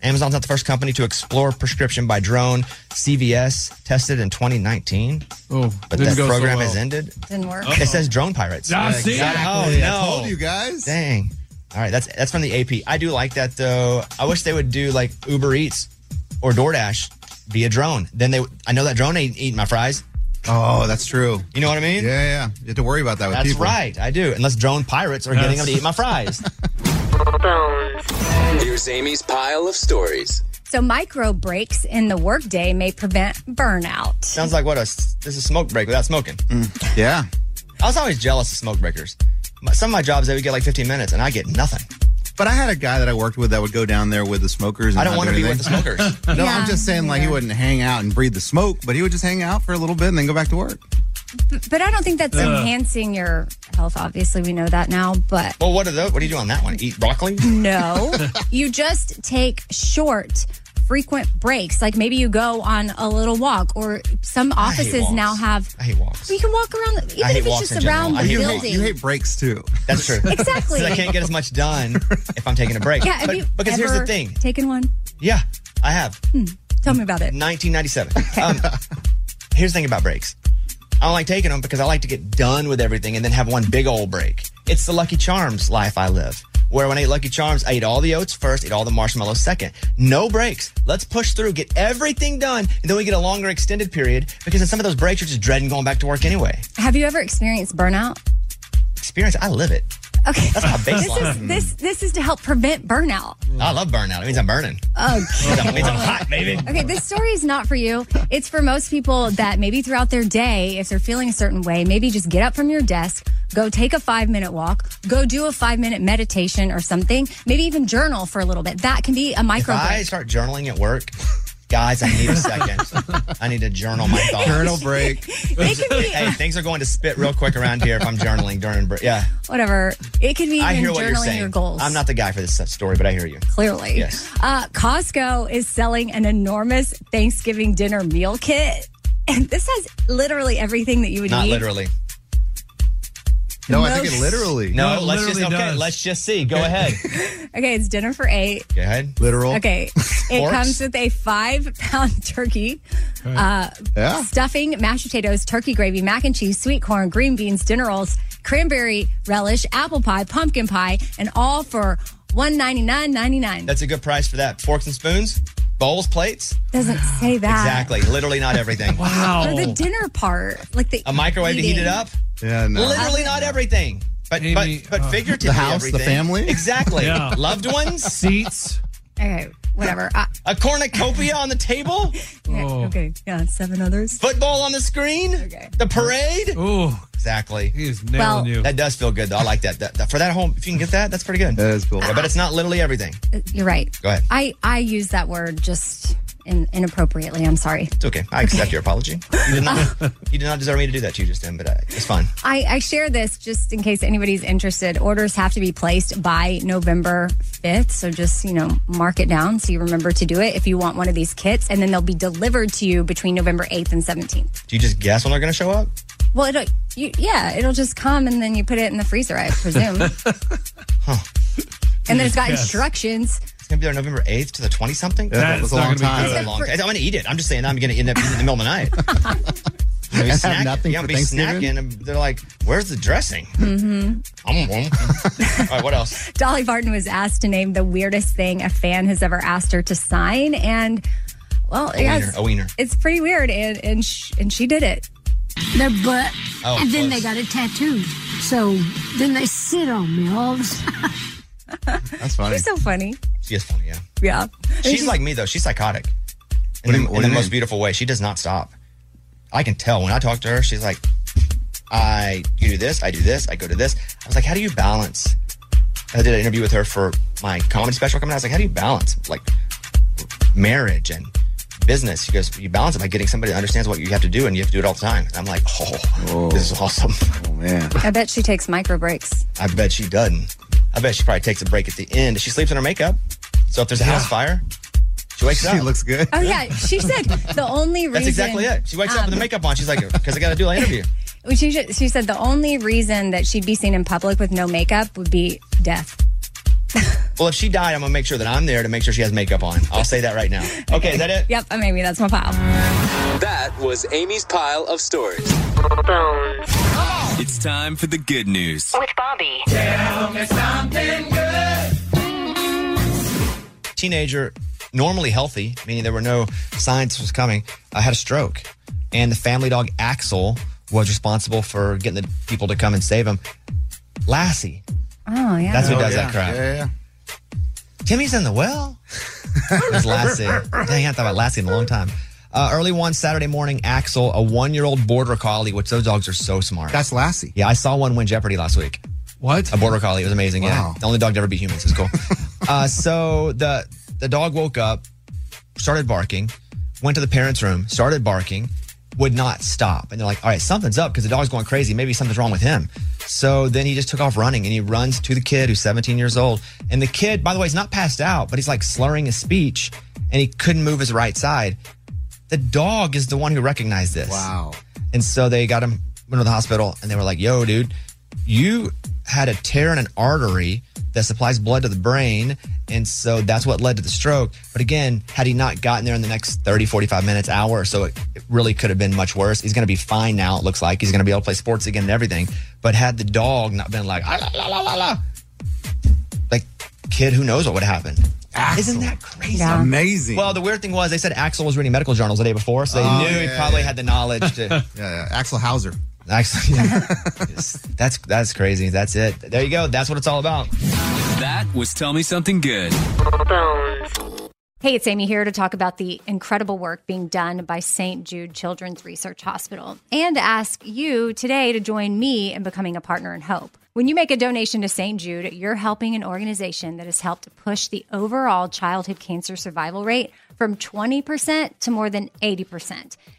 S1: Amazon's not the first company to explore prescription by drone. CVS tested in 2019,
S6: Oh,
S1: but
S6: didn't
S1: that
S6: go so
S1: program
S6: well.
S1: has ended.
S5: Didn't work.
S1: It says drone pirates.
S6: Ah, see?
S1: Oh
S4: Hey,
S1: no!
S4: I told you guys.
S1: Dang. All right, that's that's from the AP. I do like that though. I wish they would do like Uber Eats or DoorDash via drone. Then they, I know that drone ain't eating my fries.
S4: Oh, that's true.
S1: You know what I
S4: Yeah,
S1: mean?
S4: yeah. You have to worry about that with
S1: That's
S4: people.
S1: right, I do. Unless drone pirates are getting them to eat my fries.
S11: Here's Amy's pile of stories.
S5: So micro breaks in the workday may prevent burnout.
S1: Sounds like what a s- this is smoke break without smoking.
S4: Mm, Yeah.
S1: I was always jealous of smoke breakers. My- Some of my jobs they would get like 15 minutes and I get nothing.
S4: But I had a guy that I worked with that would go down there with the smokers. And
S1: I don't want to be with the smokers. *laughs*
S4: smokers. *laughs* No,
S5: Yeah,
S4: I'm just saying, like, he wouldn't hang out and breathe the smoke, but he would just hang out for a little bit and then go back to work.
S5: But I don't think that's enhancing your health. Obviously, we know that now. But
S1: *laughs* well, what are those? What do you do on that one? Eat broccoli?
S5: no, you just take short frequent breaks. Like maybe you go on a little walk, or some offices
S4: walks.
S5: now have.
S4: I hate walks.
S5: You can walk around, the, even if it's just around the
S4: you
S5: building.
S4: Hate, you hate breaks too.
S1: That's true.
S5: Exactly.
S1: *laughs* 'Cause I can't get as much done if I'm taking a break.
S5: Yeah, have
S1: But-
S5: you
S1: because here's the
S5: ever
S1: thing.
S5: Taken one?
S1: Yeah, I have.
S5: Hmm. Tell me about it. *laughs*
S1: 1997. Um, here's the thing about breaks. I don't like taking them because I like to get done with everything and then have one big old break. It's the Lucky Charms life I live, where when I ate Lucky Charms, I ate all the oats first, ate all the marshmallows second. No breaks. Let's push through, get everything done, and then we get a longer extended period because in some of those breaks, you're just dreading going back to work anyway.
S5: Have you ever experienced burnout?
S1: Experience, I live it.
S5: Okay,
S1: That's
S5: *laughs*
S1: my
S5: this is
S4: Mm.
S1: baseline.
S5: this this is to help prevent burnout.
S1: I love burnout. It means I'm burning. It means I'm, it
S5: Okay.
S1: means I'm hot, baby.
S5: Okay, this story is not for you. It's for most people that maybe throughout their day, if they're feeling a certain way, maybe just get up from your desk, go take a five minute walk, go do a five minute meditation or something, maybe even journal for a little bit. That can be a
S1: If
S5: micro
S1: I
S5: break.
S1: start journaling at work, guys, I need a second. I need to journal my thoughts.
S4: Journal break.
S1: hey, things are going to spit real quick around here if I'm journaling during break. Yeah,
S5: Whatever. It could be
S1: I
S5: even
S1: hear what you're
S5: journaling
S1: saying.
S5: your goals.
S1: I'm not the guy for this story, but I hear you.
S5: Clearly.
S1: Yes.
S5: Uh, Costco is selling an enormous Thanksgiving dinner meal kit. *laughs* And this has literally everything that you would
S1: Not
S5: need.
S1: literally.
S5: No, I think it Most- literally-
S1: No,
S5: No, it
S1: let's just
S5: literally
S1: okay.
S5: does.
S1: Let's just see.
S5: *laughs*
S1: Go ahead.
S5: Okay, it's dinner for eight.
S1: Go ahead. Literal. *laughs*
S5: Okay. It
S1: Forks?
S5: comes with a five pound *laughs* turkey, uh,
S1: Yeah.
S5: stuffing, mashed potatoes, turkey gravy, mac and cheese, sweet corn, green beans, dinner rolls, cranberry relish, apple pie, pumpkin pie, and all for one ninety nine ninety nine.
S1: That's a good price for that. Forks and spoons, bowls, plates.
S5: Doesn't say that.
S1: Exactly. Literally not everything.
S5: Or Ah. the dinner part, like the
S1: A microwave to heat it
S5: eating.
S1: up.
S4: Yeah, no.
S1: Literally not everything. But but but figuratively
S4: The house, the
S1: everything.
S4: family?
S1: Exactly.
S4: Yeah.
S1: Loved ones.
S16: Seats.
S5: Okay, whatever. I-
S1: A cornucopia on
S5: *laughs*
S1: the table.
S5: okay, okay, yeah, seven others.
S1: Football on the screen. Okay. The parade.
S16: Ooh.
S1: Exactly. He
S16: is
S5: nailing Well- you.
S1: That does feel good though. I like that. that, that- for that home, if you can get that, that's pretty good. That is cool. I bet it's not literally everything.
S5: Uh, You're right.
S1: Go ahead.
S5: I I use that word just in, inappropriately. I'm sorry.
S1: It's okay. I accept your apology. You
S5: *laughs*
S1: did not. you did not deserve me to do that to you just then, but uh, it's fine.
S5: I, I share this just in case anybody's interested. Orders have to be placed by November 5th. So just, you know, mark it down so you remember to do it if you want one of these kits. And then they'll be delivered to you between November 8th and 17th.
S1: Do you just guess when they're going to show up?
S5: Well, it'll, you, yeah, it'll just come and then you put it in the freezer, I presume.
S1: *laughs*
S5: And then it's got
S1: Yes.
S5: instructions.
S1: It's going to be there November eighth to the twenty something.
S4: Yeah, That that's is a not long gonna be time. good.
S1: That's a long time. I'm going to eat it. I'm just saying I'm going to end up eating it in the middle of the night. You know,
S4: And
S1: you
S4: have
S1: snack-
S4: nothing
S1: you know,
S4: for
S1: be
S4: Thanksgiving?
S1: snacking, and they're like, "Where's the dressing?"
S5: Mm-hmm.
S1: Um, um.
S4: *laughs*
S1: All right, what else?
S5: Dolly Parton was asked to name the weirdest thing a fan has ever asked her to sign. And, well,
S1: A
S5: yes,
S1: wiener. A wiener.
S5: it's pretty weird. And, and, sh- and she did it.
S7: their butt,
S1: Oh,
S7: and then
S1: close.
S7: they got it tattooed. So then they sit on me all of a sudden.
S1: That's funny.
S5: She's so funny.
S1: She is funny. Yeah.
S5: Yeah.
S1: She's like me though. She's psychotic. In the, in the most beautiful way. She does not stop. I can tell when I talk to her, she's like, I you do this, I do this, I go to this. I was like, how do you balance? I did an interview with her for my comedy special coming out. I was like, how do you balance like marriage and business? She goes, you balance it by getting somebody that understands what you have to do and you have to do it all the time. And I'm like, oh, this is awesome. Oh man.
S5: I bet she takes micro
S1: *laughs*
S5: breaks.
S1: I bet she doesn't. I bet she probably takes a break at the end. She sleeps in her makeup. So if there's a house fire, she wakes up. She looks good.
S5: Oh yeah, she said the only reason
S1: *laughs*
S5: Um,
S1: That's exactly it. She wakes up with the makeup on. She's like, because I got to do
S5: *laughs*
S1: an interview.
S5: She sh- she said the only reason that she'd be seen in public with no makeup would be death.
S1: Well, if she died, I'm going to make sure that I'm there to make sure she has makeup on. I'll say that
S5: *laughs*
S1: right now. Okay, is that it?
S5: Yep, I maybe that's my pile.
S17: That was Amy's pile of stories. It's time for the good news.
S18: With Bobby.
S17: Tell
S18: me something good.
S1: Teenager, normally healthy, meaning there were no signs this was coming, uh, had a stroke. And the family dog Axel was responsible for getting the people to come and save him. Lassie,
S5: Oh yeah,
S1: That's who does that crap. Timmy's in the *laughs* well. it was Lassie. Dang, I haven't thought about Lassie in a long time. Uh, early one Saturday morning, Axel, a one-year-old border collie, which those dogs are so smart. That's Lassie. Yeah, I saw one win Jeopardy last week.
S16: What?
S1: A border collie. It was amazing.
S4: Wow.
S1: Yeah, the only dog to ever beat humans. It's cool. uh, so the the dog woke up, started barking, went to the parents' room, started barking, would not stop, and they're like, "All right, something's up because the dog's going crazy. Maybe something's wrong with him." So then he just took off running, and he runs to the kid who's 17 years old, and the kid, by the way, is not passed out, but he's like slurring his speech, and he couldn't move his right side. The dog is the one who recognized this. Wow. And so they got him went to the hospital and they were like, yo, dude, you had a tear in an artery that supplies blood to the brain. And so that's what led to the stroke. But again, had he not gotten there in the next 30, 45 minutes, hour or so, it, it really could have been much worse. He's going to be fine now, it looks like. He's going to be able to play sports again and everything. But had the dog not been like, "Ah, la, la, la, la," like, kid, who knows what would have happened? Isn't that crazy?
S11: Yeah. Amazing.
S1: Well, the weird thing was they said Axel was reading medical journals the day before, so they
S11: Oh,
S1: knew he
S11: yeah,
S1: probably
S11: yeah.
S1: had the knowledge to. *laughs* yeah, Axel Hauser. Axel, *laughs* yeah. Yes. that's that's crazy. That's it. There you go. That's what it's all about.
S19: That was Tell Me Something Good.
S5: Hey, it's Amy here to talk about the incredible work being done by St. Jude Children's Research Hospital and ask you today to join me in becoming a partner in hope. When you make a donation to St. Jude, you're helping an organization that has helped push the overall childhood cancer survival rate from 20% to more than 80%.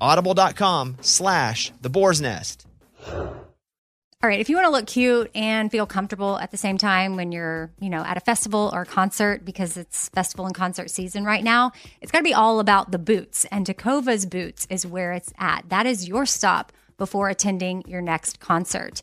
S20: audible.com slash the boar's nest.
S5: All right, if you want to look cute and feel comfortable at the same time when you're, you know, at a festival or a concert because it's festival and concert season right now, it's got to be all about the boots. And Takova's Boots is where it's at. That is your stop before attending your next concert.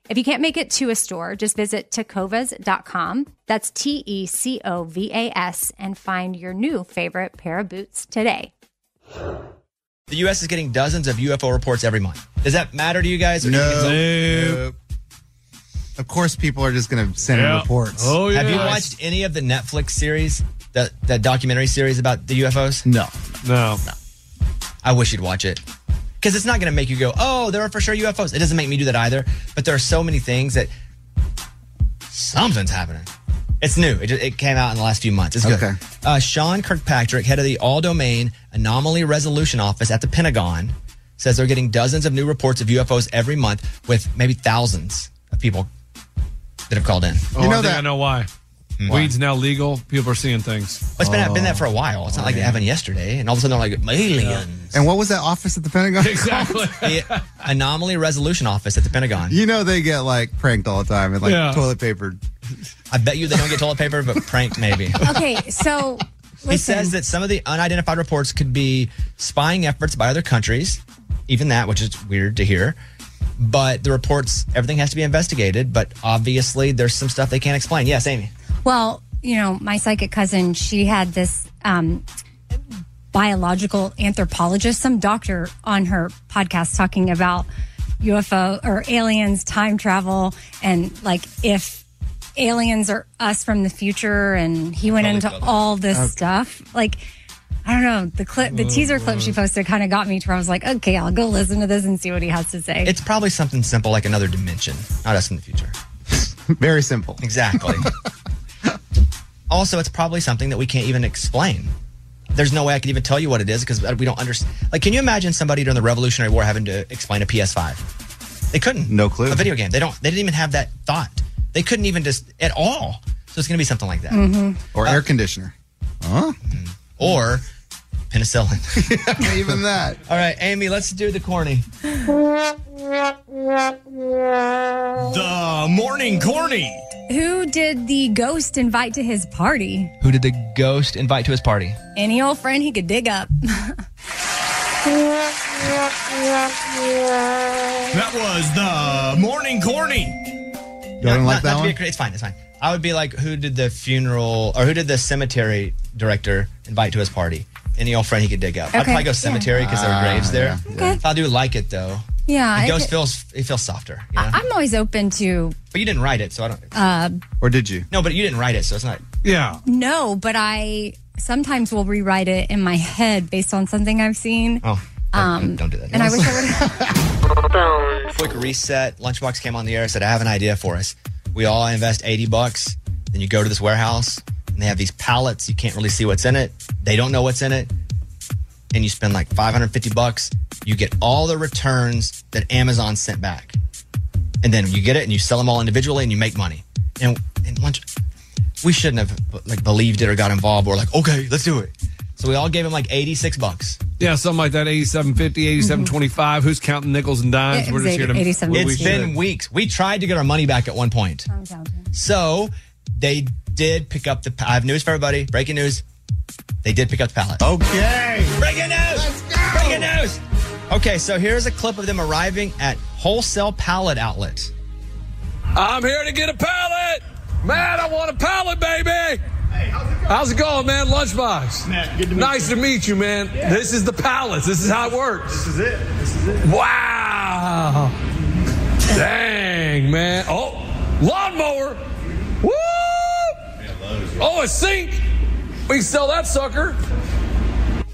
S5: If you can't make it to a store, just visit tecovas.com. That's T E C O V A S and find your new favorite pair of boots today.
S1: The U.S. is getting dozens of UFO reports every month. Does that matter to you guys? Or do you think it's all-
S4: Of course, people are just going to send in
S1: Yeah.
S4: reports.
S1: Have you watched any of the Netflix series, that that documentary series about the UFOs? No,
S6: no.
S1: I wish you'd watch it because it's not going to make you go, "Oh, there are for sure UFOs." It doesn't make me do that either. But there are so many things that something's happening. It's new. It, it came out in the last few months. It's good.
S4: Okay.
S1: Uh, Sean Kirkpatrick, head of the All Domain Anomaly Resolution Office at the Pentagon, says they're getting dozens of new reports of UFOs every month, with maybe thousands of people that have called in.
S6: Oh, I think I know why. Weed's now legal. People are seeing things.
S1: It's been, been that for a while. It's not like it happened yesterday, and all of a sudden they're like aliens.
S4: And what was that office at
S6: *laughs*
S4: the Pentagon?
S1: Exactly. the anomaly resolution office at the Pentagon.
S4: You know they get like pranked all the time and like
S1: Yeah.
S4: toilet papered.
S6: *laughs*
S1: I bet you they don't get toilet paper, but pranked maybe.
S5: Okay, so
S1: He says that some of the unidentified reports could be spying efforts by other countries, even that, which is weird to hear. But the reports, everything has to be investigated. But obviously, there's some stuff they can't explain. Yes, Amy.
S5: Well, you know, my psychic cousin, she had this um, biological anthropologist, some doctor on her podcast talking about UFO or aliens, time travel, and like if aliens are us from the future. And he went into all this
S11: Okay.
S5: stuff. Like, I don't know. The clip, the
S1: Oh,
S5: teaser clip she
S1: Lord.
S5: posted kind of got me to where I was like, okay, I'll go listen to this and see what he has to say.
S1: It's probably something simple like another dimension, not us in the future.
S4: *laughs* Very simple. *laughs*
S1: Exactly. also, it's probably something that we can't even explain. There's no way I could even tell you what it is because we don't understand. Like, can you imagine somebody during the Revolutionary War having to explain a PS5? They couldn't. No clue. A video game. They don't. They didn't even have that thought. They couldn't even just at all. So it's going to be something like that,
S4: Mhm. Or air conditioner.
S1: Huh? Or
S4: *laughs*
S1: penicillin.
S4: even that.
S1: *laughs* All right, Amy. Let's do the corny.
S21: The morning corny.
S5: Who did the ghost invite to his party?
S1: Who did the ghost invite to his party?
S5: Any old friend he could dig up. *laughs*
S21: That was the morning corny.
S1: You don't like that one? it's fine. It's fine. I would be like, who did the funeral or who did the cemetery director invite to his party? Any old friend he could dig up. I'd
S5: Okay,
S1: probably go
S5: yeah.
S1: cemetery because there
S4: Ah,
S1: are graves there.
S4: yeah,
S5: yeah. Okay.
S1: I do like it though.
S5: Yeah,
S1: The
S5: I
S1: ghost
S5: could-
S1: feels it feels softer. You know?
S5: I- I'm always open to
S1: but you didn't write it, so I don't.
S5: uh,
S1: Or did you? No, but you didn't write it, so it's not. Yeah.
S5: no, but I sometimes will rewrite it in my head based on something I've seen.
S1: Oh.
S5: Um,
S1: don't do that.
S5: And I wish I would.
S1: Quick reset. Lunchbox came on the air and said, I have an idea for us. We all invest 80 bucks. Then you go to this warehouse and they have these pallets. You can't really see what's in it. They don't know what's in it. And you spend like 550 bucks. You get all the returns that Amazon sent back. And then you get it and you sell them all individually and you make money. *laughs* And, and lunch, we shouldn't have like believed it or got involved. We're like, okay, let's do it. So we all gave him like 86 bucks.
S6: Yeah, something like that. 8750, 8725. Who's counting nickels and dimes?
S1: It was eighty- 87.
S6: we- we
S1: It's been
S6: should.
S1: weeks. We tried to get our money back at one point. So they did pick up the. I have news for everybody. Breaking news. They did pick up the pallet. Okay. Breaking news. Breaking news. Okay, so here's a clip of them arriving at wholesale pallet outlet.
S9: I'm here to get a pallet. Man, I want a pallet, baby. How's it going, man? Lunchbox. good to meet nice to meet you, man. This is the palace. This is how it works. This is it. This is it. Wow. Dang, man. Oh, lawnmower. Woo! Oh, a sink. We can sell that sucker.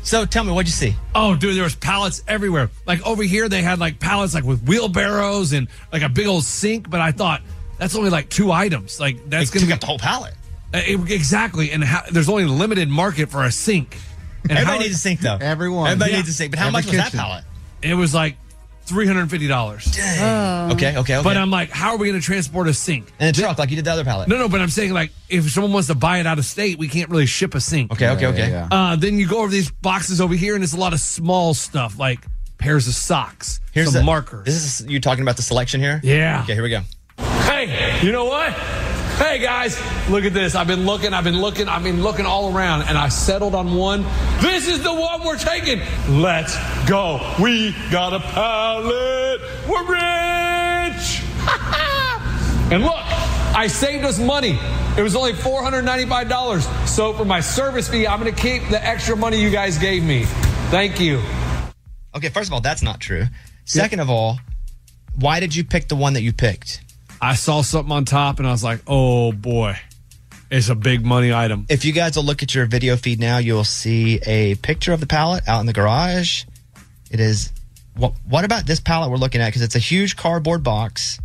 S1: So tell me, what'd you see?
S6: Oh, dude, there was pallets everywhere. Like over here, they had like pallets like with wheelbarrows and like a big old sink. But I thought that's only like two items. Like that's going to get
S1: the whole pallet.
S6: exactly, and how, there's only a limited market for a sink. And
S1: Everybody needs a sink, though. Everyone. Everybody needs a sink, but how Every much was that kitchen. pallet?
S6: It was like three hundred and fifty dollars.
S1: Oh. Okay, okay, okay.
S6: But I'm like, how are we going to transport a sink
S1: In a truck, like you did the other pallet.
S6: No, no, but I'm saying like if someone wants to buy it out of state, we can't really ship a sink.
S1: Okay, okay, Yeah, okay. yeah,
S6: Uh, then you go over these boxes over here, and it's a lot of small stuff like pairs of socks,
S1: Here's
S6: some
S1: the-
S6: markers.
S1: This is you talking about the selection here?
S6: Yeah.
S1: Okay, here we go.
S9: Hey, you know what? Hey guys, look at this. I've been looking, I've been looking, I've been looking all around, and I settled on one. This is the one we're taking. Let's go. We got a pallet. We're rich. and look, I saved us money. It was only $495. So for my service fee, I'm gonna keep the extra money you guys gave me. Thank you.
S1: Okay, first of all, that's not true. Second of all, why did you pick the one that you picked?
S6: I saw something on top, and I was like, oh boy, it's a big money item.
S1: If you guys will look at your video feed now, you'll see a picture of the pallet out in the garage. It is. What, what about this pallet we're looking at? Because it's a huge cardboard box.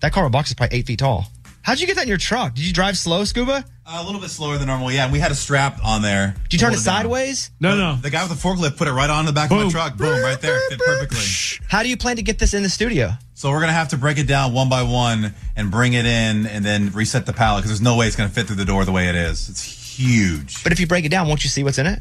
S1: That cardboard box is probably eight feet tall. How'd you get that in your truck? Did you drive slow, Scuba?
S22: Uh, A little bit slower than normal, yeah. And we had a strap on there.
S1: Did you turn
S22: Hold
S1: it
S22: down.
S1: sideways?
S6: No, no.
S22: The guy with the forklift put it right on the back of my truck. Boom, right there. Fit perfectly.
S1: How do you plan to get this in the studio?
S22: So we're gonna have to break it down one by one and bring it in, and then reset the pallet because there's no way it's gonna fit through the door the way it is. It's huge.
S1: But if you break it down, won't you see what's in it?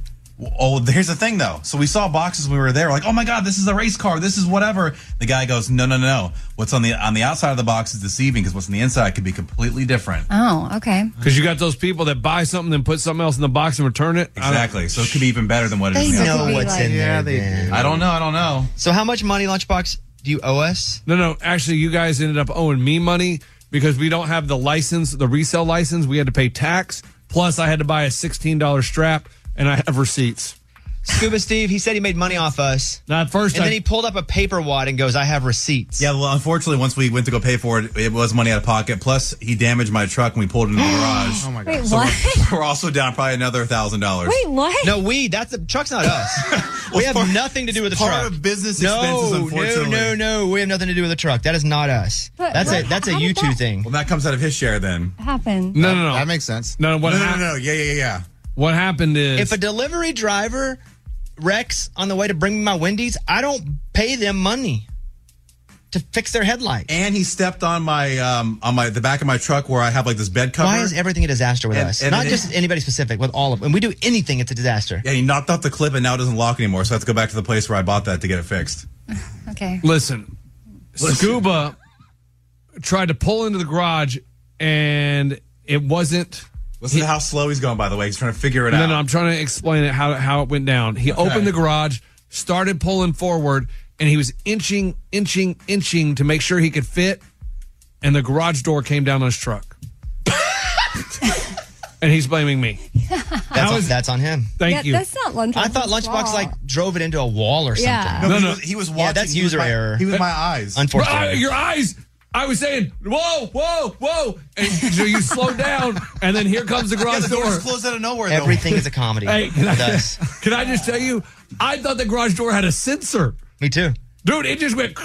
S22: Oh, here's the thing though. So we saw boxes when we were there. Like, oh my god, this is a race car. This is whatever. The guy goes, no, no, no. What's on the on the outside of the box is deceiving because what's on the inside could be completely different.
S5: *laughs* Oh, okay.
S6: Because you got those people that buy something and put something else in the box and return it.
S22: Exactly. So it could be even better than what it
S6: They
S22: is.
S6: know what's in
S1: Yeah,
S6: there,
S1: they
S22: I don't know. I don't know.
S1: So how much money, Lunchbox, do you owe us?
S6: No, no. Actually, you guys ended up owing me money because we don't have the license, the resale license. We had to pay tax. Plus, I had to buy a $16 strap and I have receipts.
S1: Scuba Steve, he said he made money off us.
S6: Not first.
S1: And
S22: I-
S1: then he pulled up a paper wad and goes, I have receipts.
S22: Yeah, well, unfortunately, once we went to go pay for it, it was money out of pocket. Plus, he damaged my truck when we pulled it in
S1: *gasps*
S22: the garage.
S1: Oh my
S5: Wait,
S22: So
S5: what?
S22: *laughs* we're- we're also down probably another thousand dollars.
S5: Wait, what?
S1: No, we. That's the truck's not us. we have nothing to do with the
S22: part
S1: truck.
S22: of business
S1: no,
S22: expenses, unfortunately.
S1: No, no, no. We have nothing to do with the truck. That is not us.
S5: But
S1: that's a
S5: what-
S1: that's a
S5: how did
S1: you two
S5: that-
S1: thing.
S22: Well, that comes out of his share then.
S5: Happened.
S6: No, no, no.
S14: That makes sense.
S6: No, what
S22: no, no,
S6: hap-
S22: no, no. Yeah, yeah, yeah, yeah.
S6: What happened is
S1: If a delivery driver wrecks on the way to bring me my Wendy's, I don't pay them money to fix their headlight.
S22: And he stepped on my um on my the back of my truck where I have like this bed cover.
S1: Why is everything a disaster with
S22: And-
S1: us?
S22: and
S1: Not
S22: it-
S1: just anybody specific, with all of them. When we do anything, it's a disaster.
S22: Yeah, he knocked off the clip and now it doesn't lock anymore. So I have to go back to the place where I bought that to get it fixed.
S5: Okay.
S6: Listen, Scuba tried to pull into the garage and it wasn't.
S22: Listen to how slow he's going. By the way, he's trying to figure it
S6: No,
S22: out.
S6: no, I'm trying to explain it how how it went down. He
S22: Okay.
S6: opened the garage, started pulling forward, and he was inching, inching, inching to make sure he could fit. And the garage door came down on his
S22: *laughs*
S6: truck. and he's blaming me.
S1: That's,
S6: How
S1: on,
S6: is-
S1: that's on him.
S6: Thank you.
S5: That's not lunchbox.
S1: I thought Lunchbox like drove it into a wall or something.
S5: Yeah.
S22: No, no, he was watching.
S1: Yeah, that's
S22: He was
S1: user
S22: my-
S1: error.
S22: He was my eyes.
S1: Unfortunately.
S6: Bro, your eyes. I was saying, whoa, whoa, whoa. And so you slow down, and then here comes the
S22: Yeah,
S6: garage
S22: the door
S6: door.
S22: just closed out of nowhere. though.
S1: Everything is a comedy.
S6: Hey, can
S1: with
S6: I,
S1: us.
S6: *laughs* can I just tell you? I thought the garage door had a sensor.
S1: Me too.
S6: Dude, it just went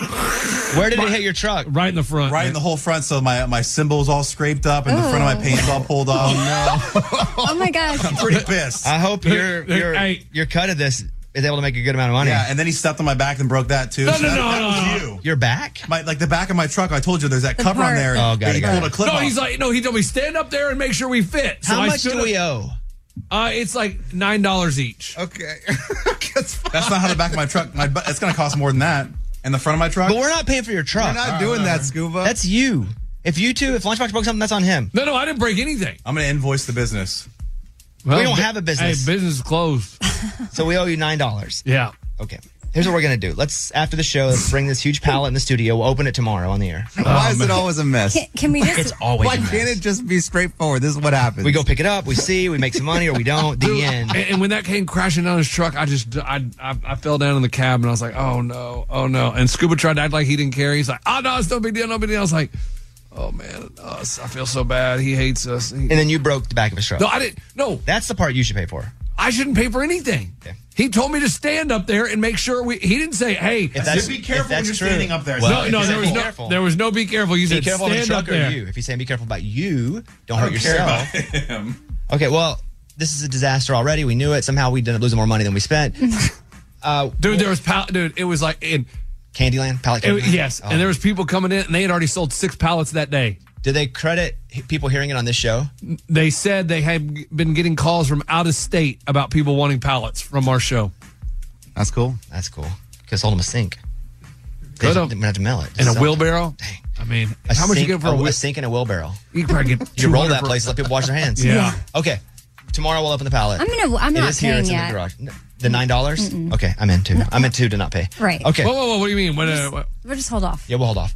S1: Where did it hit your truck?
S6: right in the front.
S22: Right in the whole front, so my my symbol's all scraped up and the front of my
S1: Oh.
S22: paint's all
S5: *laughs*
S22: pulled
S1: *laughs*
S22: off. no,
S5: Oh my gosh.
S22: I'm
S6: *laughs*
S22: pretty pissed.
S1: I hope your your
S6: Hey.
S1: your cut of this is able to make a good amount of money.
S22: yeah, and then he stepped on my back and broke that too.
S6: No,
S22: So
S6: no,
S22: that,
S6: no,
S22: that
S6: no,
S22: was
S6: no.
S22: you.
S1: Your back?
S22: My, like the back of my truck, I told you there's that *laughs* cover on
S5: part.
S22: there.
S1: Oh, got
S22: that
S1: it,
S22: he
S1: got
S22: pulled
S1: it.
S22: a clip
S6: no,
S22: off.
S6: he's like, no, he told me stand up there and make sure we fit. So
S1: How
S6: I
S1: much
S6: stood
S1: do
S6: up-
S1: we owe?
S6: Uh, it's like nine dollars each.
S22: Okay. *laughs* That's not how the back of my truck. My bu- it's going to cost more than that. And the front of my truck.
S1: But we're not paying for your truck.
S22: doing that, Scuba.
S1: that's you. If you two, if Lunchbox broke something, that's on him.
S6: No, no, I didn't break anything.
S22: I'm going to invoice the business.
S6: Well,
S1: don't
S6: bu-
S1: have a business.
S6: Hey, business is closed.
S1: So we owe you nine dollars.
S6: yeah.
S1: Okay. Here's what we're gonna do. Let's after the show, let's bring this huge pallet in the studio. We'll open it tomorrow on the air.
S6: Oh,
S4: Why is it always a mess?
S5: Can, can we just?
S1: It's always
S4: Why
S1: a mess.
S4: can't it just be straightforward? Oh, This is what happens.
S1: We go pick it up, we see, we make some money, or we don't. The end.
S6: And, and when that came crashing down his truck, I just I, I I fell down in the cab and I was like, oh no, oh no. And Scuba tried to act like he didn't care. He's like, oh no, it's no big deal, no big deal. I was like, oh man, us. I feel so bad. He hates us. He-
S1: And then you broke the back of his truck.
S6: no, I didn't. No,
S1: That's the part you should pay for.
S6: I shouldn't pay for anything. He told me to stand up there and make sure we. He didn't say, "Hey,
S1: If that's,
S22: be careful
S1: if that's
S22: when you're
S1: true.
S22: standing up there.
S1: Well,
S6: no, no." There
S1: if you say
S6: was
S1: be
S6: no,
S1: careful.
S6: there was no. Be careful. You
S1: Be
S6: said,
S1: careful about the
S6: "Stand up
S1: truck or
S6: there."
S1: you. If you say be careful about you, don't
S22: I
S1: hurt
S22: don't care about
S1: yourself.
S22: him.
S1: Okay, well, this is a disaster already. We knew it. Somehow we ended up losing more money than
S5: *laughs*
S1: we spent. uh,
S6: dude. There was pal- dude. It was like in
S1: Candyland, Pallet
S6: it,
S1: Candyland.
S6: yes,
S1: Oh.
S6: and there was people coming in, and they had already sold six pallets that day.
S1: Did they credit h- people hearing it on this show?
S6: They said they had g- been getting calls from out of state about people wanting pallets from our show.
S4: That's cool.
S1: That's cool. Because sold them a sink. They
S6: Could've.
S1: didn't we have to mail it.
S6: And a
S1: Sell it.
S6: wheelbarrow. I mean,
S1: A
S6: how much you
S1: sink-
S6: get for a,
S1: a,
S6: wheel-
S1: a sink and a wheelbarrow?
S6: You could probably get
S1: *laughs* You roll
S6: 200
S1: that
S6: for-
S1: place, let people wash their
S6: *laughs*
S1: hands.
S6: Yeah.
S1: Okay. Tomorrow we'll open the pallet.
S5: I'm gonna- I'm
S1: It
S5: not
S1: is here.
S5: paying
S1: It's in
S5: yet.
S1: the garage. N- The nine dollars? Okay, I'm in two. I'm in two to not pay.
S5: Right.
S1: Okay.
S6: Whoa, whoa, whoa! What do you mean? What, uh, what-
S5: We'll just hold off.
S1: Yeah, we'll hold off.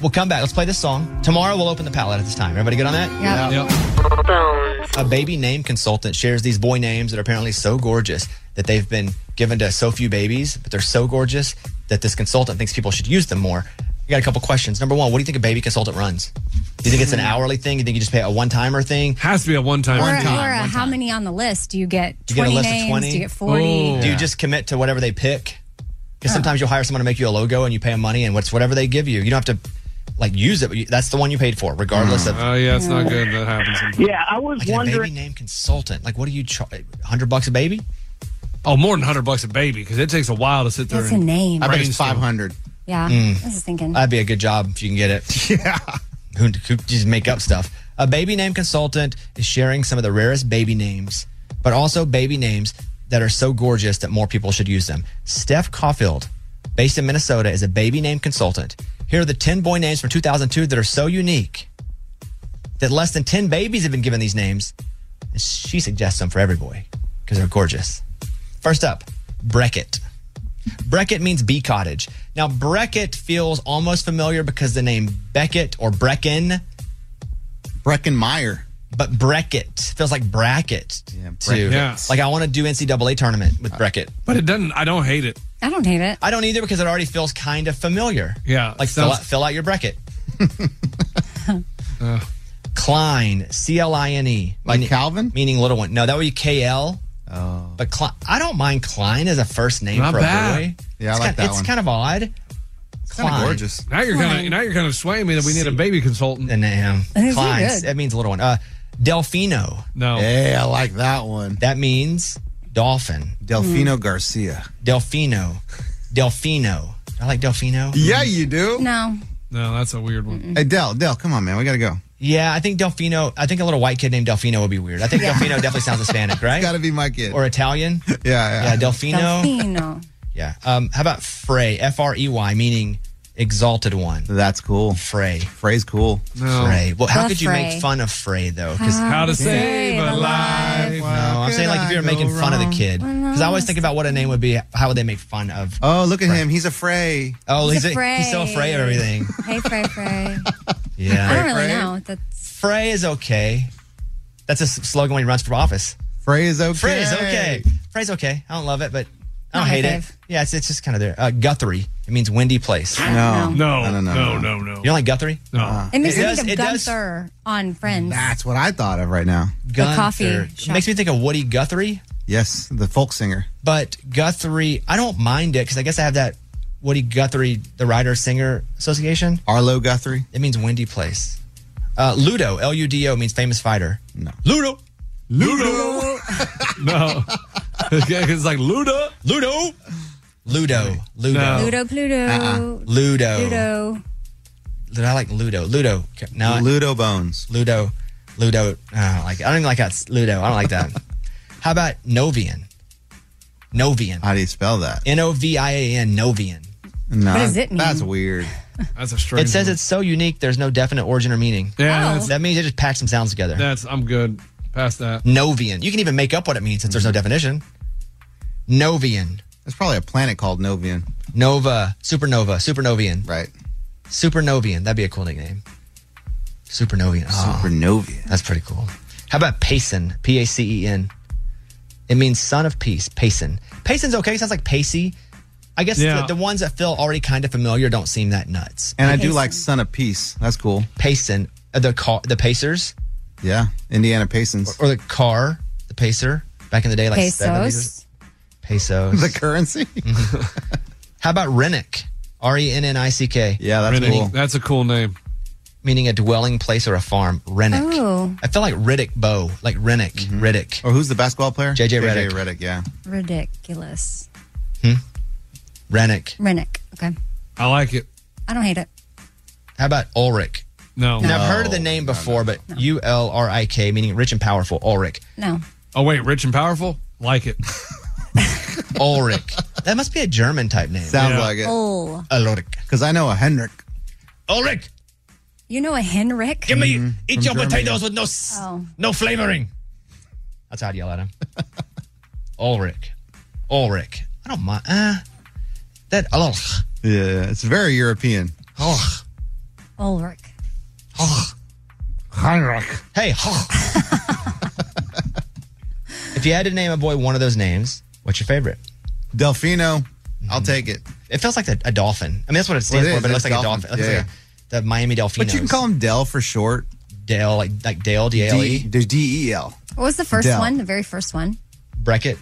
S1: We'll come back. Let's play this song. Tomorrow we'll open the palette at this time. Everybody good on that?
S5: Yeah.
S6: Yep.
S1: A baby name consultant shares these boy names that are apparently so gorgeous that they've been given to so few babies, but they're so gorgeous that this consultant thinks people should use them more. I got a couple questions. Number one, what do you think a baby consultant runs? Do you think it's an hourly thing? You think you just pay a one timer thing?
S6: Has to be a one-time.
S5: Hmm. Or,
S6: one
S5: or
S6: time.
S5: a how many on the list? Do you get
S1: You get a
S5: 20
S1: list of
S5: names?
S1: 20?
S5: Do you get 40?
S6: Oh.
S1: Do you just commit to whatever they pick? Because sometimes you'll hire someone to make you a logo and you pay them money and what's whatever they give you. You don't have to like use it, but you, that's the one you paid for, regardless of
S6: Oh yeah, it's not good. That happens. Sometimes.
S11: Yeah, I was
S1: like a baby
S11: wondering.
S1: name consultant. Like, what do you charge? Hundred bucks a baby?
S6: Oh, more than hundred bucks a baby because it takes a while to sit there.
S5: That's a
S6: and
S5: name.
S4: I bet it's
S6: Brainstorm.
S4: five hundred.
S5: Yeah.
S1: Hmm.
S5: I was just thinking.
S1: That'd be a good job if you can get it. Yeah. Who, who just make up stuff? A baby name consultant is sharing some of the rarest baby names, but also baby names that are so gorgeous that more people should use them. Steph Caulfield, based in Minnesota, is a baby name consultant. Here are the 10 boy names from 2002 that are so unique that less than 10 babies have been given these names. And she suggests them for every boy because they're gorgeous. First up, Breckett. Breckett means bee cottage. Now, Breckett feels almost familiar because the name Beckett or Brecken.
S4: Breckenmeyer.
S1: But Breckett feels like bracket. Yeah,
S6: Breckett. Yeah.
S1: Like I want to do NCAA tournament with Breckett.
S6: But it doesn't, I don't hate it.
S5: I don't hate it.
S1: I don't either because it already feels kind of familiar.
S6: Yeah.
S1: Like fill,
S6: sounds-
S1: out, fill out your bracket. Uh. Klein, C L I N E. Like Calvin? Meaning little one. No, that would be K L. Oh. But Klein, I don't mind Klein as a first name
S6: Not
S1: for
S6: bad.
S1: a boy.
S6: Yeah, I
S1: It's
S6: like
S1: kind-
S6: that
S1: It's
S6: one.
S1: kind of odd.
S6: kinda
S1: Klein.
S6: gorgeous. Now you're kinda- now you're kind of swaying me that we need a baby consultant.
S1: And um,
S6: These are
S1: Klein,
S6: good.
S1: that means little one. Uh, Delfino.
S6: No.
S4: Hey, I like that one.
S1: That means dolphin.
S6: Hmm.
S4: Delfino
S1: Garcia. Delfino. Delfino. I like Delfino.
S4: Yeah, you do.
S5: No.
S6: No, that's a weird one.
S4: Hey, Del, Del, come on, man. We got to go.
S1: Yeah, I think Delfino. I think a little white kid named Delfino would be weird. I think Delfino definitely sounds
S4: *laughs*
S1: Hispanic, right? Got
S4: to be my kid.
S1: Or Italian. Yeah,
S4: *laughs* yeah.
S1: Delfino.
S5: Delfino.
S1: Yeah. Um, how about Frey? F R E Y, meaning exalted one.
S4: That's cool.
S1: Frey.
S4: Frey's cool.
S1: No. Frey. Well, how
S4: The
S1: could you
S4: Frey.
S1: make fun of Frey though?
S4: How How to to
S6: save save a a life. life.
S1: No, I'm
S4: could
S1: saying like if
S4: I
S1: you're
S4: go
S1: making fun of the
S4: wrong?
S1: kid, because I always think about what a name would be. How would they make fun of?
S4: Oh, look at him. He's a Frey.
S1: *laughs* Oh,
S5: He's
S1: he's
S5: a
S1: a- he's so afraid of
S5: Frey.
S1: everything.
S5: Hey, Frey, Frey.
S1: *laughs* Yeah.
S5: I don't really know. That's
S1: Frey is okay. That's a s- slogan when he runs for office.
S4: Frey is okay.
S1: Frey is okay. Frey's okay. I don't love it, but I don't
S6: Not my
S1: hate
S6: fave.
S1: it. Yeah, it's, it's just kind of there. Uh, Guthrie. It means windy place.
S4: No.
S6: No, no, no, no,
S1: You don't like Guthrie?
S6: No.
S5: it makes me
S1: does,
S5: think
S1: it
S5: of
S1: does.
S5: Gunther on Friends.
S4: That's Uh, what I thought of right now.
S1: Gunther.
S5: coffee
S1: It
S5: shop.
S1: makes me think of Woody Guthrie,
S4: Yes, the folk singer.
S1: but Guthrie, I don't mind it because I guess I have that Woody Guthrie, the writer singer association.
S4: Arlo Guthrie.
S1: It means windy place. Uh, Ludo, L U D O, means famous fighter. No. Ludo.
S6: Ludo. *laughs*
S1: *laughs*
S6: no. *laughs* it's like Ludo.
S1: Ludo. Ludo. Ludo. Uh-uh.
S5: Ludo Pluto.
S1: Ludo.
S5: Pluto.
S1: Dude, I like Ludo. Ludo. No,
S4: Ludo Bones.
S1: Ludo. Ludo. I don't like. I don't even like that. s- Ludo. I don't like
S4: *laughs*
S1: that. How about Novian? Novian.
S4: How do you spell that?
S1: N o v i a n. Novian.
S4: No, What does it mean? that's weird.
S6: That's a
S1: It
S6: strange.
S1: says
S6: one.
S1: it's so unique. There's no definite origin or meaning.
S6: Yeah, that's-
S1: That means they just patch some sounds together.
S6: That's I'm good. Past that.
S1: Novian. You can even make up what it means since there's no definition. Novian.
S4: There's probably a planet called Novian.
S1: Nova. Supernova. Supernovian.
S4: Right.
S1: Supernovian. That'd be a cool nickname. Supernovian. Oh,
S4: Supernovian.
S1: That's pretty cool. How about Payson? P A C E N. It means son of peace. Payson. Payson's okay. Sounds like Pacey. I guess
S4: Yeah.
S1: the, the ones that feel already kind of familiar don't seem that nuts.
S4: And I do like Son of Peace. That's cool.
S1: Payson. Uh, The car, the Pacers.
S4: Yeah, Indiana Pacers.
S1: Or, the car, the Pacer. Back in the day, like
S5: Pesos.
S1: 70s. Pesos.
S4: *laughs* The currency.
S1: *laughs* How about Rennick? R E N N I C K.
S4: Yeah, that's
S6: Rennick. That's a cool name.
S1: Meaning a dwelling place or a farm. Rennick.
S5: Oh,
S1: I feel like Riddick Bow, like Rennick, Riddick.
S4: Or Mm-hmm. Oh, who's the basketball player?
S1: JJ
S4: JJ
S1: Reddick.
S4: Reddick, yeah.
S5: ridiculous.
S1: Rennick.
S5: Rennick. Okay.
S6: I like it.
S5: I don't hate it.
S1: How about Ulrich?
S6: No.
S1: Now, I've heard of the name before, but U L R I K, meaning rich and powerful. Ulrich.
S5: No.
S6: Oh wait, rich and powerful. Like it.
S1: *laughs* Ulrich. That must be a German type name.
S4: Sounds Yeah. like it.
S5: Oh.
S1: Ulrich.
S4: Because I know a Henrik.
S1: Ulrich,
S5: You know a Henrik?
S1: Oh, give me eat
S4: From
S1: your
S4: Germany.
S1: potatoes with no s-
S5: Oh.
S1: no flavoring. That's how I'd yell at him. Ulrich. Ulrich. I don't mind. Uh, that Ulrich.
S4: Yeah, it's very European.
S1: Oh,
S5: Ulrich.
S4: Henrik.
S1: Hey,
S6: *laughs*
S1: if you had to name a boy one of those names, what's your favorite? Mm-hmm.
S4: Delfino. I'll take it.
S1: It feels like a, a dolphin. I mean, that's what it stands
S4: Well, it
S1: for, but it
S4: is.
S1: looks like a
S4: Dolphin.
S1: dolphin. It looks
S4: Yeah,
S1: like a, the Miami Dolphins.
S4: But you can call him Del for short.
S1: Dale, like like Dale, D A L E.
S4: D- D E L.
S5: What was the first
S1: Dell.
S5: one? The very first one?
S1: Breckett.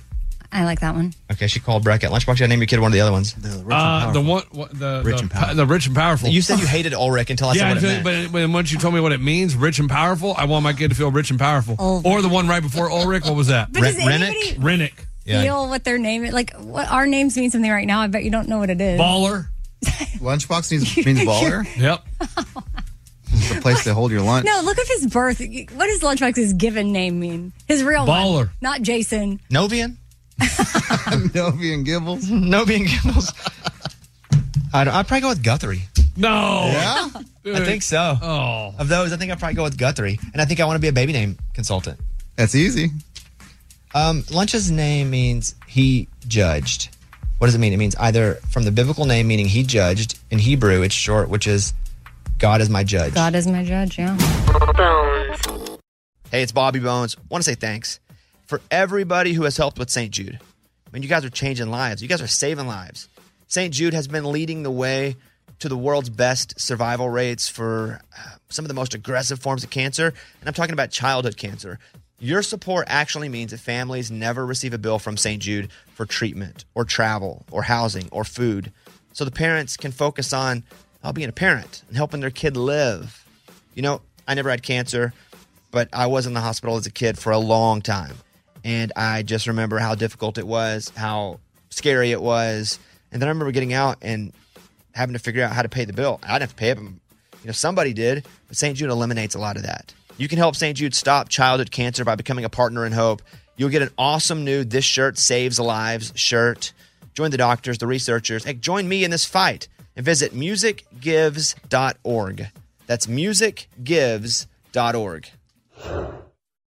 S5: I like that one.
S1: Okay, she called Breckett. Lunchbox, you gotta name your kid one of the other ones.
S6: Uh, the one, what, the rich the, and powerful. the rich and powerful.
S1: You said you hated Ulrich until I
S6: yeah,
S1: said what it
S6: until-
S1: meant.
S6: but but once you told me what it means, rich and powerful, I want my kid to feel rich and powerful. Or the one right before Ulrich, what was that?
S5: Oh, But does anybody-
S6: Rennick.
S5: Feel what their name is. Like, what our names mean something right now. I bet you don't know what it is.
S6: Baller.
S4: Lunchbox needs, means baller.
S6: yep.
S4: It's the place to hold your lunch.
S5: No, look up his birth. What does Lunchbox's given name mean? His real one.
S4: Baller.
S5: Not Jason.
S4: *laughs*
S1: Novian?
S4: Novi
S7: *laughs*
S4: and Gibbles.
S7: Novi and Gibbles. I don't, I'd probably go with Guthrie.
S6: No.
S7: Yeah? I think so.
S6: Oh.
S7: Of those, I think I'd probably go with Guthrie. And I think I want to be a baby name consultant.
S4: That's easy.
S7: Um, Lunch's name means he judged. What does it mean? It means either from the biblical name, meaning he judged. In Hebrew, it's short, which is God is my judge.
S5: God is my judge, yeah.
S1: Hey, it's Bobby Bones. Want to say thanks for everybody who has helped with St. Jude. I mean, you guys are changing lives. You guys are saving lives. St. Jude has been leading the way to the world's best survival rates for uh, some of the most aggressive forms of cancer, and I'm talking about childhood cancer. Your support actually means that families never receive a bill from St. Jude for treatment or travel or housing or food. So the parents can focus on oh, being a parent and helping their kid live. You know, I never had cancer but I was in the hospital as a kid for a long time. And I just remember how difficult it was, how scary it was. And then I remember getting out and having to figure out how to pay the bill. I didn't have to pay it, but you know, somebody did. But St. Jude eliminates a lot of that. You can help St. Jude stop childhood cancer by becoming a partner in hope. You'll get an awesome new This Shirt Saves Lives shirt. Join the doctors, the researchers. Hey, join me in this fight and visit musicgives.org. That's musicgives.org.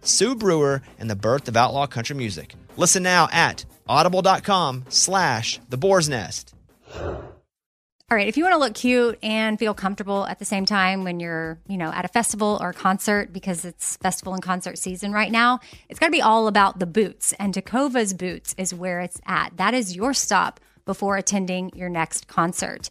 S1: Sue Brewer, and the birth of outlaw country music. Listen now at audible.com slash the boar's nest.
S5: All right, if you want to look cute and feel comfortable at the same time when you're, you know, at a festival or a concert because it's festival and concert season right now, it's got to be all about the boots. And Takova's Boots is where it's at. That is your stop before attending your next concert.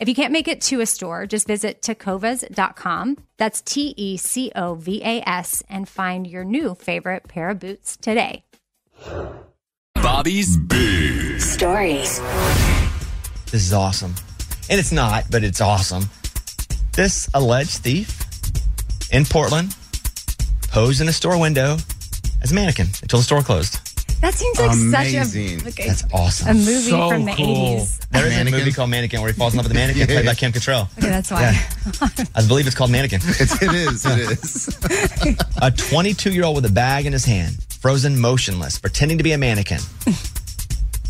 S5: If you can't make it to a store, just visit tacovas.com. That's T E C O V A S and find your new favorite pair of boots today.
S23: Bobby's Big
S24: Stories.
S7: This is awesome. And it's not, but it's awesome. This alleged thief in Portland posed in a store window as a mannequin until the store closed.
S5: That seems like
S7: Amazing.
S5: such a, like a-
S7: That's awesome.
S5: a movie from the 80s.
S7: There is a movie called Mannequin where he falls in love with a mannequin played by Kim Cattrall.
S5: Okay, that's why.
S7: I believe it's called Mannequin.
S4: *laughs* It's, it is. It is.
S7: a 22 year old with a bag in his hand, frozen motionless, pretending to be a mannequin.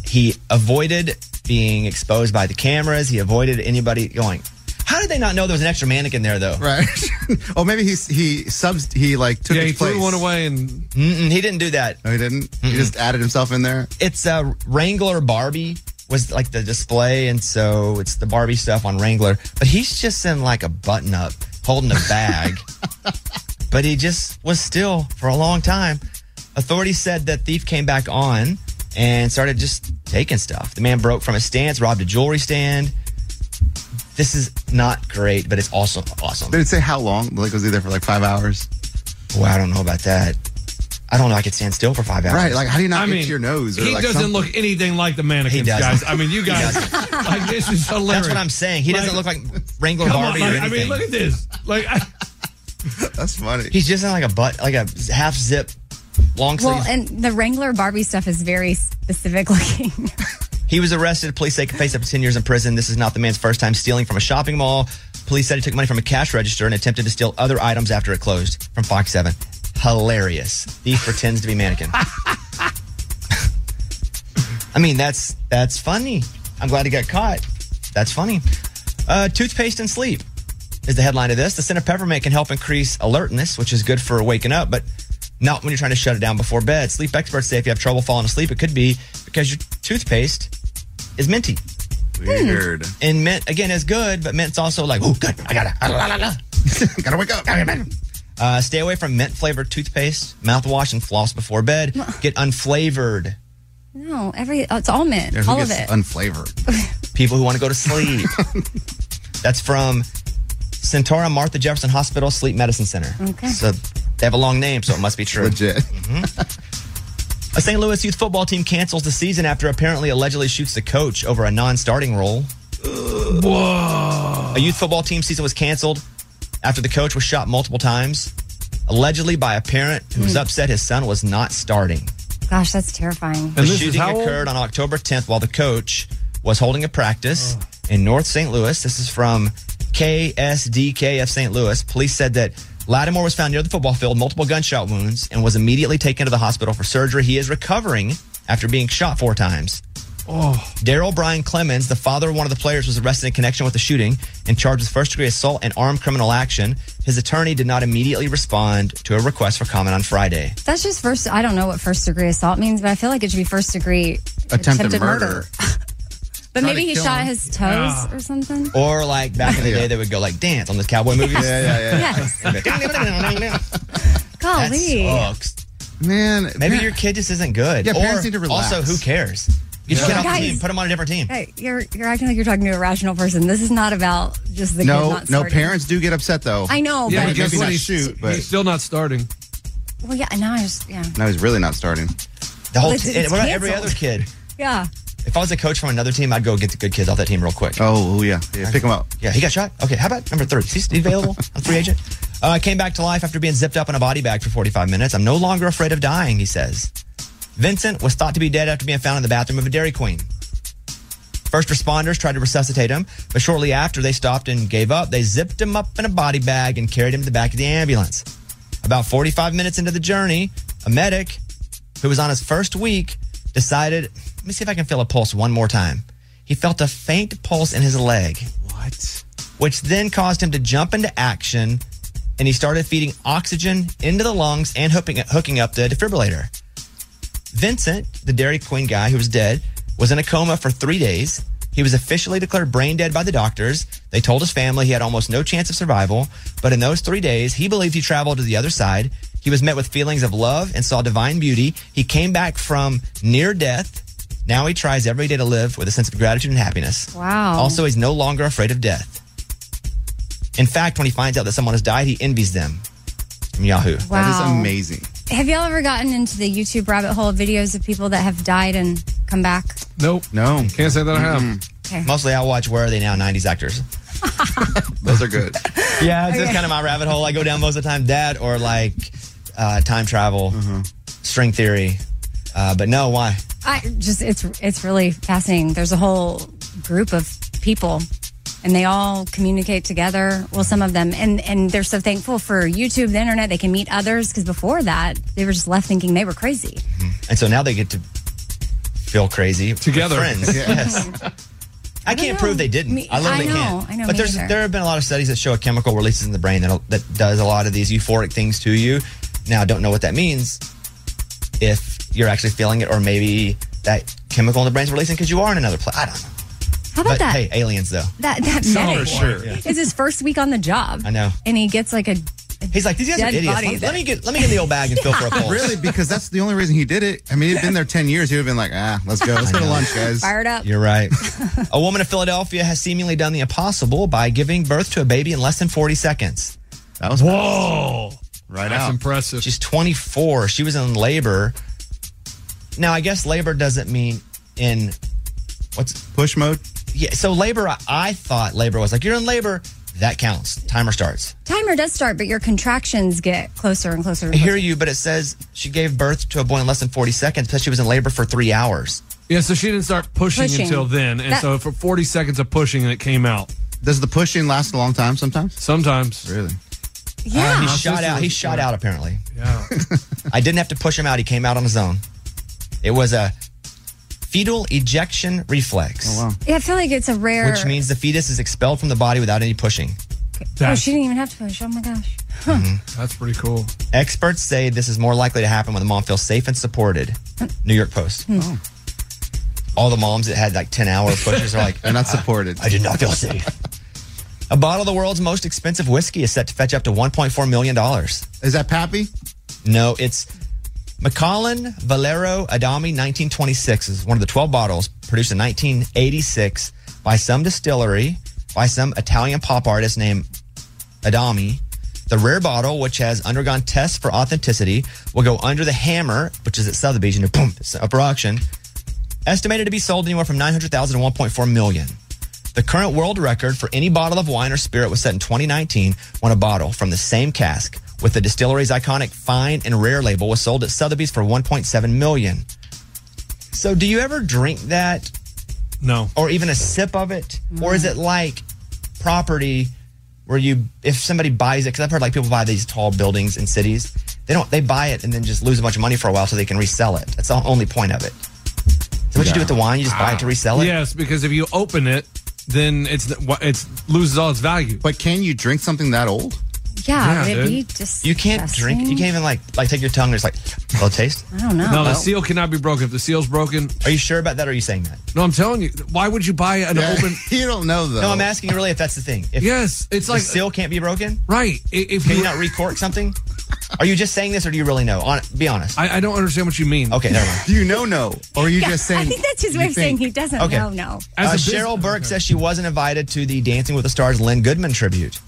S7: he avoided being exposed by the cameras. He avoided anybody going, How did they not know there was an extra mannequin there, though?
S4: Right. *laughs* oh, maybe he he subs he like took
S7: Yeah,
S4: his
S7: he threw
S4: place.
S7: one
S6: away and
S7: Mm-mm, he didn't do that.
S4: No, he didn't. He just added himself in there.
S7: It's a Wrangler Barbie was like the display, and so it's the Barbie stuff on Wrangler. But he's just in like a button up, holding a
S4: *laughs*
S7: bag. but he just was still for a long time. Authorities said that thief came back on and started just taking stuff. The man broke from his stance, robbed a jewelry stand. This is not great, but it's also awesome.
S4: Did it say how long? Like was he there for like five hours?
S7: Well, I don't know about that.
S1: I don't know. I could stand still for five hours.
S4: Right, like, *laughs* how do you not
S6: I
S4: itch
S6: mean,
S4: your nose? or,
S6: he
S4: like,
S6: doesn't
S4: something?
S6: look anything like the mannequins,
S4: doesn't.
S6: guys. I mean, you
S4: He
S6: guys,
S4: doesn't.
S6: *laughs* like this is hilarious.
S1: That's what I'm saying. He doesn't look like Wrangler
S6: come
S1: Barbie
S6: on,
S1: or
S6: like, I mean,
S1: anything.
S6: look at this. Like, I,
S4: That's funny.
S1: He's just in like a butt, like a half zip, long sleeve.
S5: Well, and the Wrangler Barbie stuff is very specific *laughs* looking.
S1: He was arrested. Police say he could face up to 10 years in prison. This is not the man's first time stealing from a shopping mall. Police said he took money from a cash register and attempted to steal other items after it closed from Fox 7. Hilarious. Thief pretends to be
S4: *laughs*
S1: mannequin. I mean, that's that's funny. I'm glad he got caught. That's funny. Uh, toothpaste and sleep is the headline of this. The scent of peppermint can help increase alertness, which is good for waking up, but not when you're trying to shut it down before bed. Sleep experts say if you have trouble falling asleep, it could be because your toothpaste is minty. Hmm.
S4: Weird.
S1: And mint again is good, but mint's also like, oh, good. I gotta, ah, la, la, la.
S4: *laughs* gotta wake up.
S1: Uh, stay away from mint flavored toothpaste, mouthwash, and floss before bed. Get unflavored.
S5: no, every oh, it's all mint,
S1: Yeah, who
S5: all of
S1: gets
S5: it.
S4: Unflavored.
S1: people who want to go
S5: *laughs*
S1: to sleep. That's from Centaura Martha Jefferson Hospital Sleep Medicine Center.
S5: Okay.
S1: So they have a long name, so it must be true.
S4: Legit.
S1: A St. Louis youth football team cancels the season after apparently allegedly shoots the coach over a non-starting role. Whoa. A youth football team season was canceled after the coach was shot multiple times, allegedly by a parent who
S5: Hmm.
S1: was upset his son was not starting.
S5: Gosh, that's terrifying.
S1: the shooting occurred on October 10th while the coach was holding a practice in North St. Louis. This is from KSDKF St. Louis. Police said that Lattimore was found near the football field, multiple gunshot wounds, and was immediately taken to the hospital for surgery. He is recovering after being shot four times.
S6: oh,
S1: Daryl Bryan Clemens, the father of one of the players, was arrested in connection with the shooting and charged with first degree assault and armed criminal action. His attorney did not immediately respond to a request for comment on Friday.
S5: That's just first. I don't know what first degree assault means, but I feel like it should be first degree But
S1: Trying
S5: maybe
S1: to
S5: he
S1: kill
S5: shot
S1: him.
S5: his toes
S1: Yeah.
S5: or something.
S1: Or like back
S4: *laughs*
S1: in the day, they would go like dance on those cowboy movies. *laughs*
S5: Yes. Golly.
S1: That sucks.
S4: Man,
S1: maybe your kid just isn't good.
S5: Yeah,
S1: or
S5: parents need to relax.
S1: Also, who cares? Get your
S5: Yeah.
S1: kid off
S5: Guys-
S1: the team. Put him on a different team.
S5: Hey, you're you're acting like you're talking to a rational person. This is not about just the kid
S4: no,
S5: not
S4: no.
S5: starting.
S4: Parents do get upset though.
S5: I know, Yeah, but- but
S4: Maybe
S5: guess what?
S4: not
S5: He's-
S4: shoot, but
S6: he's still not starting.
S5: Well, yeah. Now I just yeah.
S4: No, he's really not starting.
S1: The whole
S5: Well, it's-
S1: team.
S5: it's
S1: What about every
S5: canceled.
S1: other kid?
S5: Yeah.
S1: If I was a coach from another team, I'd go get the good kids off that team real quick.
S4: Oh yeah, yeah. Pick him up.
S1: Yeah, he got shot. Okay, how about number three? Is he still
S4: *laughs*
S1: available? I'm free agent. Uh, came back to life after being zipped up in a body bag for 45 minutes. I'm no longer afraid of dying, he says. Vincent was thought to be dead after being found in the bathroom of a Dairy Queen. First responders tried to resuscitate him, but shortly after they stopped and gave up, they zipped him up in a body bag and carried him to the back of the ambulance. About 45 minutes into the journey, a medic who was on his first week decided, let me see if I can feel a pulse one more time. He felt a faint pulse in his leg. What? Which then caused him to jump into action and he started feeding oxygen into the lungs and hooking, hooking up the defibrillator. Vincent, the Dairy Queen guy who was dead, was in a coma for three days. He was officially declared brain dead by the doctors. They told his family he had almost no chance of survival, but in those three days, he believed he traveled to the other side. He was met with feelings of love and saw divine beauty. He came back from near death. Now he tries every day to live with a sense of gratitude and happiness.
S5: Wow.
S1: Also, he's no longer afraid of death. In fact, when he finds out that someone has died, he envies them. From Yahoo.
S5: That is Wow.
S4: amazing.
S5: Have y'all ever gotten into the YouTube rabbit hole of videos of people that have died and come back?
S6: Nope.
S4: No.
S6: Can't say that I have.
S5: Okay.
S1: Mostly I watch Where Are They Now 90s actors.
S4: Those are good.
S1: Yeah, it's just kind of my rabbit hole. I go down most of the time that or like uh, time travel,
S6: Uh-huh.
S1: string theory. Uh, but no, why?
S5: I just it's it's really fascinating. There's a whole group of people and they all communicate together. Well, some of them and and they're so thankful for YouTube, the internet, they can meet others because before that, they were just left thinking they were crazy.
S1: And so now they get to feel crazy with
S6: Together.
S1: friends.
S6: *laughs* Yeah.
S1: yes. I can't prove they didn't.
S5: Me-
S1: I literally
S5: I know,
S1: can't.
S5: I know,
S1: but
S5: me
S1: there's
S5: neither.
S1: there have been a lot of studies that show a chemical releases in the brain that that does a lot of these euphoric things to you. Now I don't know what that means if you're actually feeling it or maybe that chemical in the brain's releasing because you are in another place. I don't know.
S5: How about
S1: but
S5: that?
S1: hey, aliens though.
S5: That that
S1: Some are
S5: medic
S1: sure.
S5: is his first week on the job.
S1: I know.
S5: And he gets like a, a
S1: He's like, these guys are
S5: dead
S1: idiots.
S5: body
S1: Let-
S5: that-
S1: let me get- *laughs* let me get in the old bag and feel
S4: *laughs*
S1: for a pulse.
S4: Really, because that's the only reason he did it. I mean, he'd been there ten years. He would have been like, ah, let's go, let's go to lunch, guys.
S5: Fired up.
S1: You're
S5: *laughs*
S1: right. a woman in Philadelphia has seemingly done the impossible by giving birth to a baby in less than 40 seconds.
S4: That was
S6: whoa.
S4: Right
S6: That's
S4: out.
S6: impressive.
S1: She's 24. She was in labor. Now, I guess labor doesn't mean in what's
S4: push mode?
S1: Yeah. So, labor, I, I thought labor was like, you're in labor. That counts. Timer starts.
S5: Timer does start, but your contractions get closer and closer.
S1: I hear you, but it says she gave birth to a boy in less than 40 seconds because she was in labor for three hours.
S6: Yeah, so she didn't start pushing,
S5: Pushing.
S6: until then. And
S5: That-
S6: so for 40 seconds of pushing, and it came out.
S4: Does the pushing last a long time sometimes?
S6: Sometimes.
S4: Really?
S5: Yeah.
S1: Um, he shot out. He shot out, apparently.
S6: Yeah.
S1: I didn't have to push him out. He came out on his own. It was a fetal ejection reflex.
S6: Oh,
S5: Yeah, I feel like it's a rare.
S1: Which means the fetus is expelled from the body without any pushing. Mm-hmm.
S5: oh, she didn't even have to push. Oh my gosh.
S6: That's pretty cool.
S1: Experts say this is more likely to happen when the mom feels safe and supported. New York Post.
S5: Hmm.
S1: All the moms that had like 10 hour pushes are like,
S4: *laughs* They're not supported.
S1: I did not feel safe. A bottle of the world's most expensive whiskey is set to fetch up to $1.4 million. Is
S4: that Pappy?
S1: No, it's Macallan Valero Adami 1926 is one of the 12 bottles produced in 1986 by some distillery by some Italian pop artist named Adami. The rare bottle, which has undergone tests for authenticity, will go under the hammer, which is at Sotheby's, you know, boom, it's up for auction. Estimated to be sold anywhere from 900,000 to 1.4 million. The current world record for any bottle of wine or spirit was set in 2019 when a bottle from the same cask with the distillery's iconic fine and rare label was sold at Sotheby's for 1.7 million. So do you ever drink that?
S6: No.
S1: Or even a sip of it? Or is it like property where you if somebody buys it cuz I've heard like people buy these tall buildings in cities, they don't they buy it and then just lose a bunch of money for a while so they can resell it. That's the only point of it. So what you do with the wine, you just buy it to resell it?
S6: Yes, because if you open it, then it's it's loses all its value.
S4: But can you drink something that old?
S5: Yeah,
S6: Yeah,
S5: it'd
S6: dude.
S5: be just.
S1: You can't drink. You can't even like like take your tongue. and It's like well, taste.
S5: I don't know.
S6: No, the seal cannot be broken. If the seal's broken,
S1: are you sure about that? Or are you saying that?
S6: No, I'm telling you. Why would you buy an
S1: Yeah,
S6: open?
S4: *laughs* you don't know though.
S1: No, I'm asking you really if that's the thing. If
S6: yes, it's
S1: the
S6: like-
S1: seal can't be broken.
S6: Right. i- If
S1: Can you not recork something? Are you just saying this, or do you really know? On, be honest.
S6: I, I don't understand what you mean.
S1: Okay, never mind.
S4: Do *laughs* you know no, or are you just
S5: I
S4: saying?
S5: think that's his way of saying he doesn't
S1: Okay.
S5: know. No.
S1: uh, Cheryl Burke says she wasn't invited to the Dancing with the Stars Lynn Goodman tribute.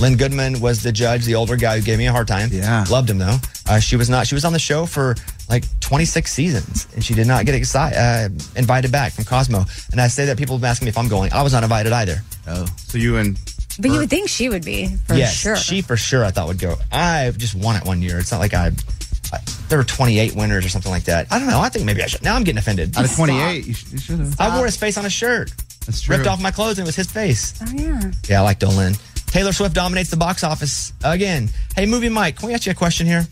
S1: Lynn Goodman was the judge, the older guy who gave me a hard time. Yeah, loved him though. Uh, she was not. She was on the show for like 26 seasons, and she did not get excited, uh, invited back from Cosmo. And I say that people have been asking me if I'm going. I was not invited either.
S4: Oh, so you and
S5: But you would think she would be for
S1: yes,
S5: sure.
S1: she for sure I thought would go. I just won it one year. It's not like I, I there were 28 winners or something like that. I don't know. I think maybe I should. Now I'm getting offended.
S4: out of 28, you, sh- you should have.
S1: I wore his face on a shirt.
S4: That's true.
S1: Ripped off my clothes and it was his face.
S5: Oh yeah.
S1: Yeah, I like Dolan. Taylor Swift dominates the box office again. Hey, movie Mike, can we ask you a question here?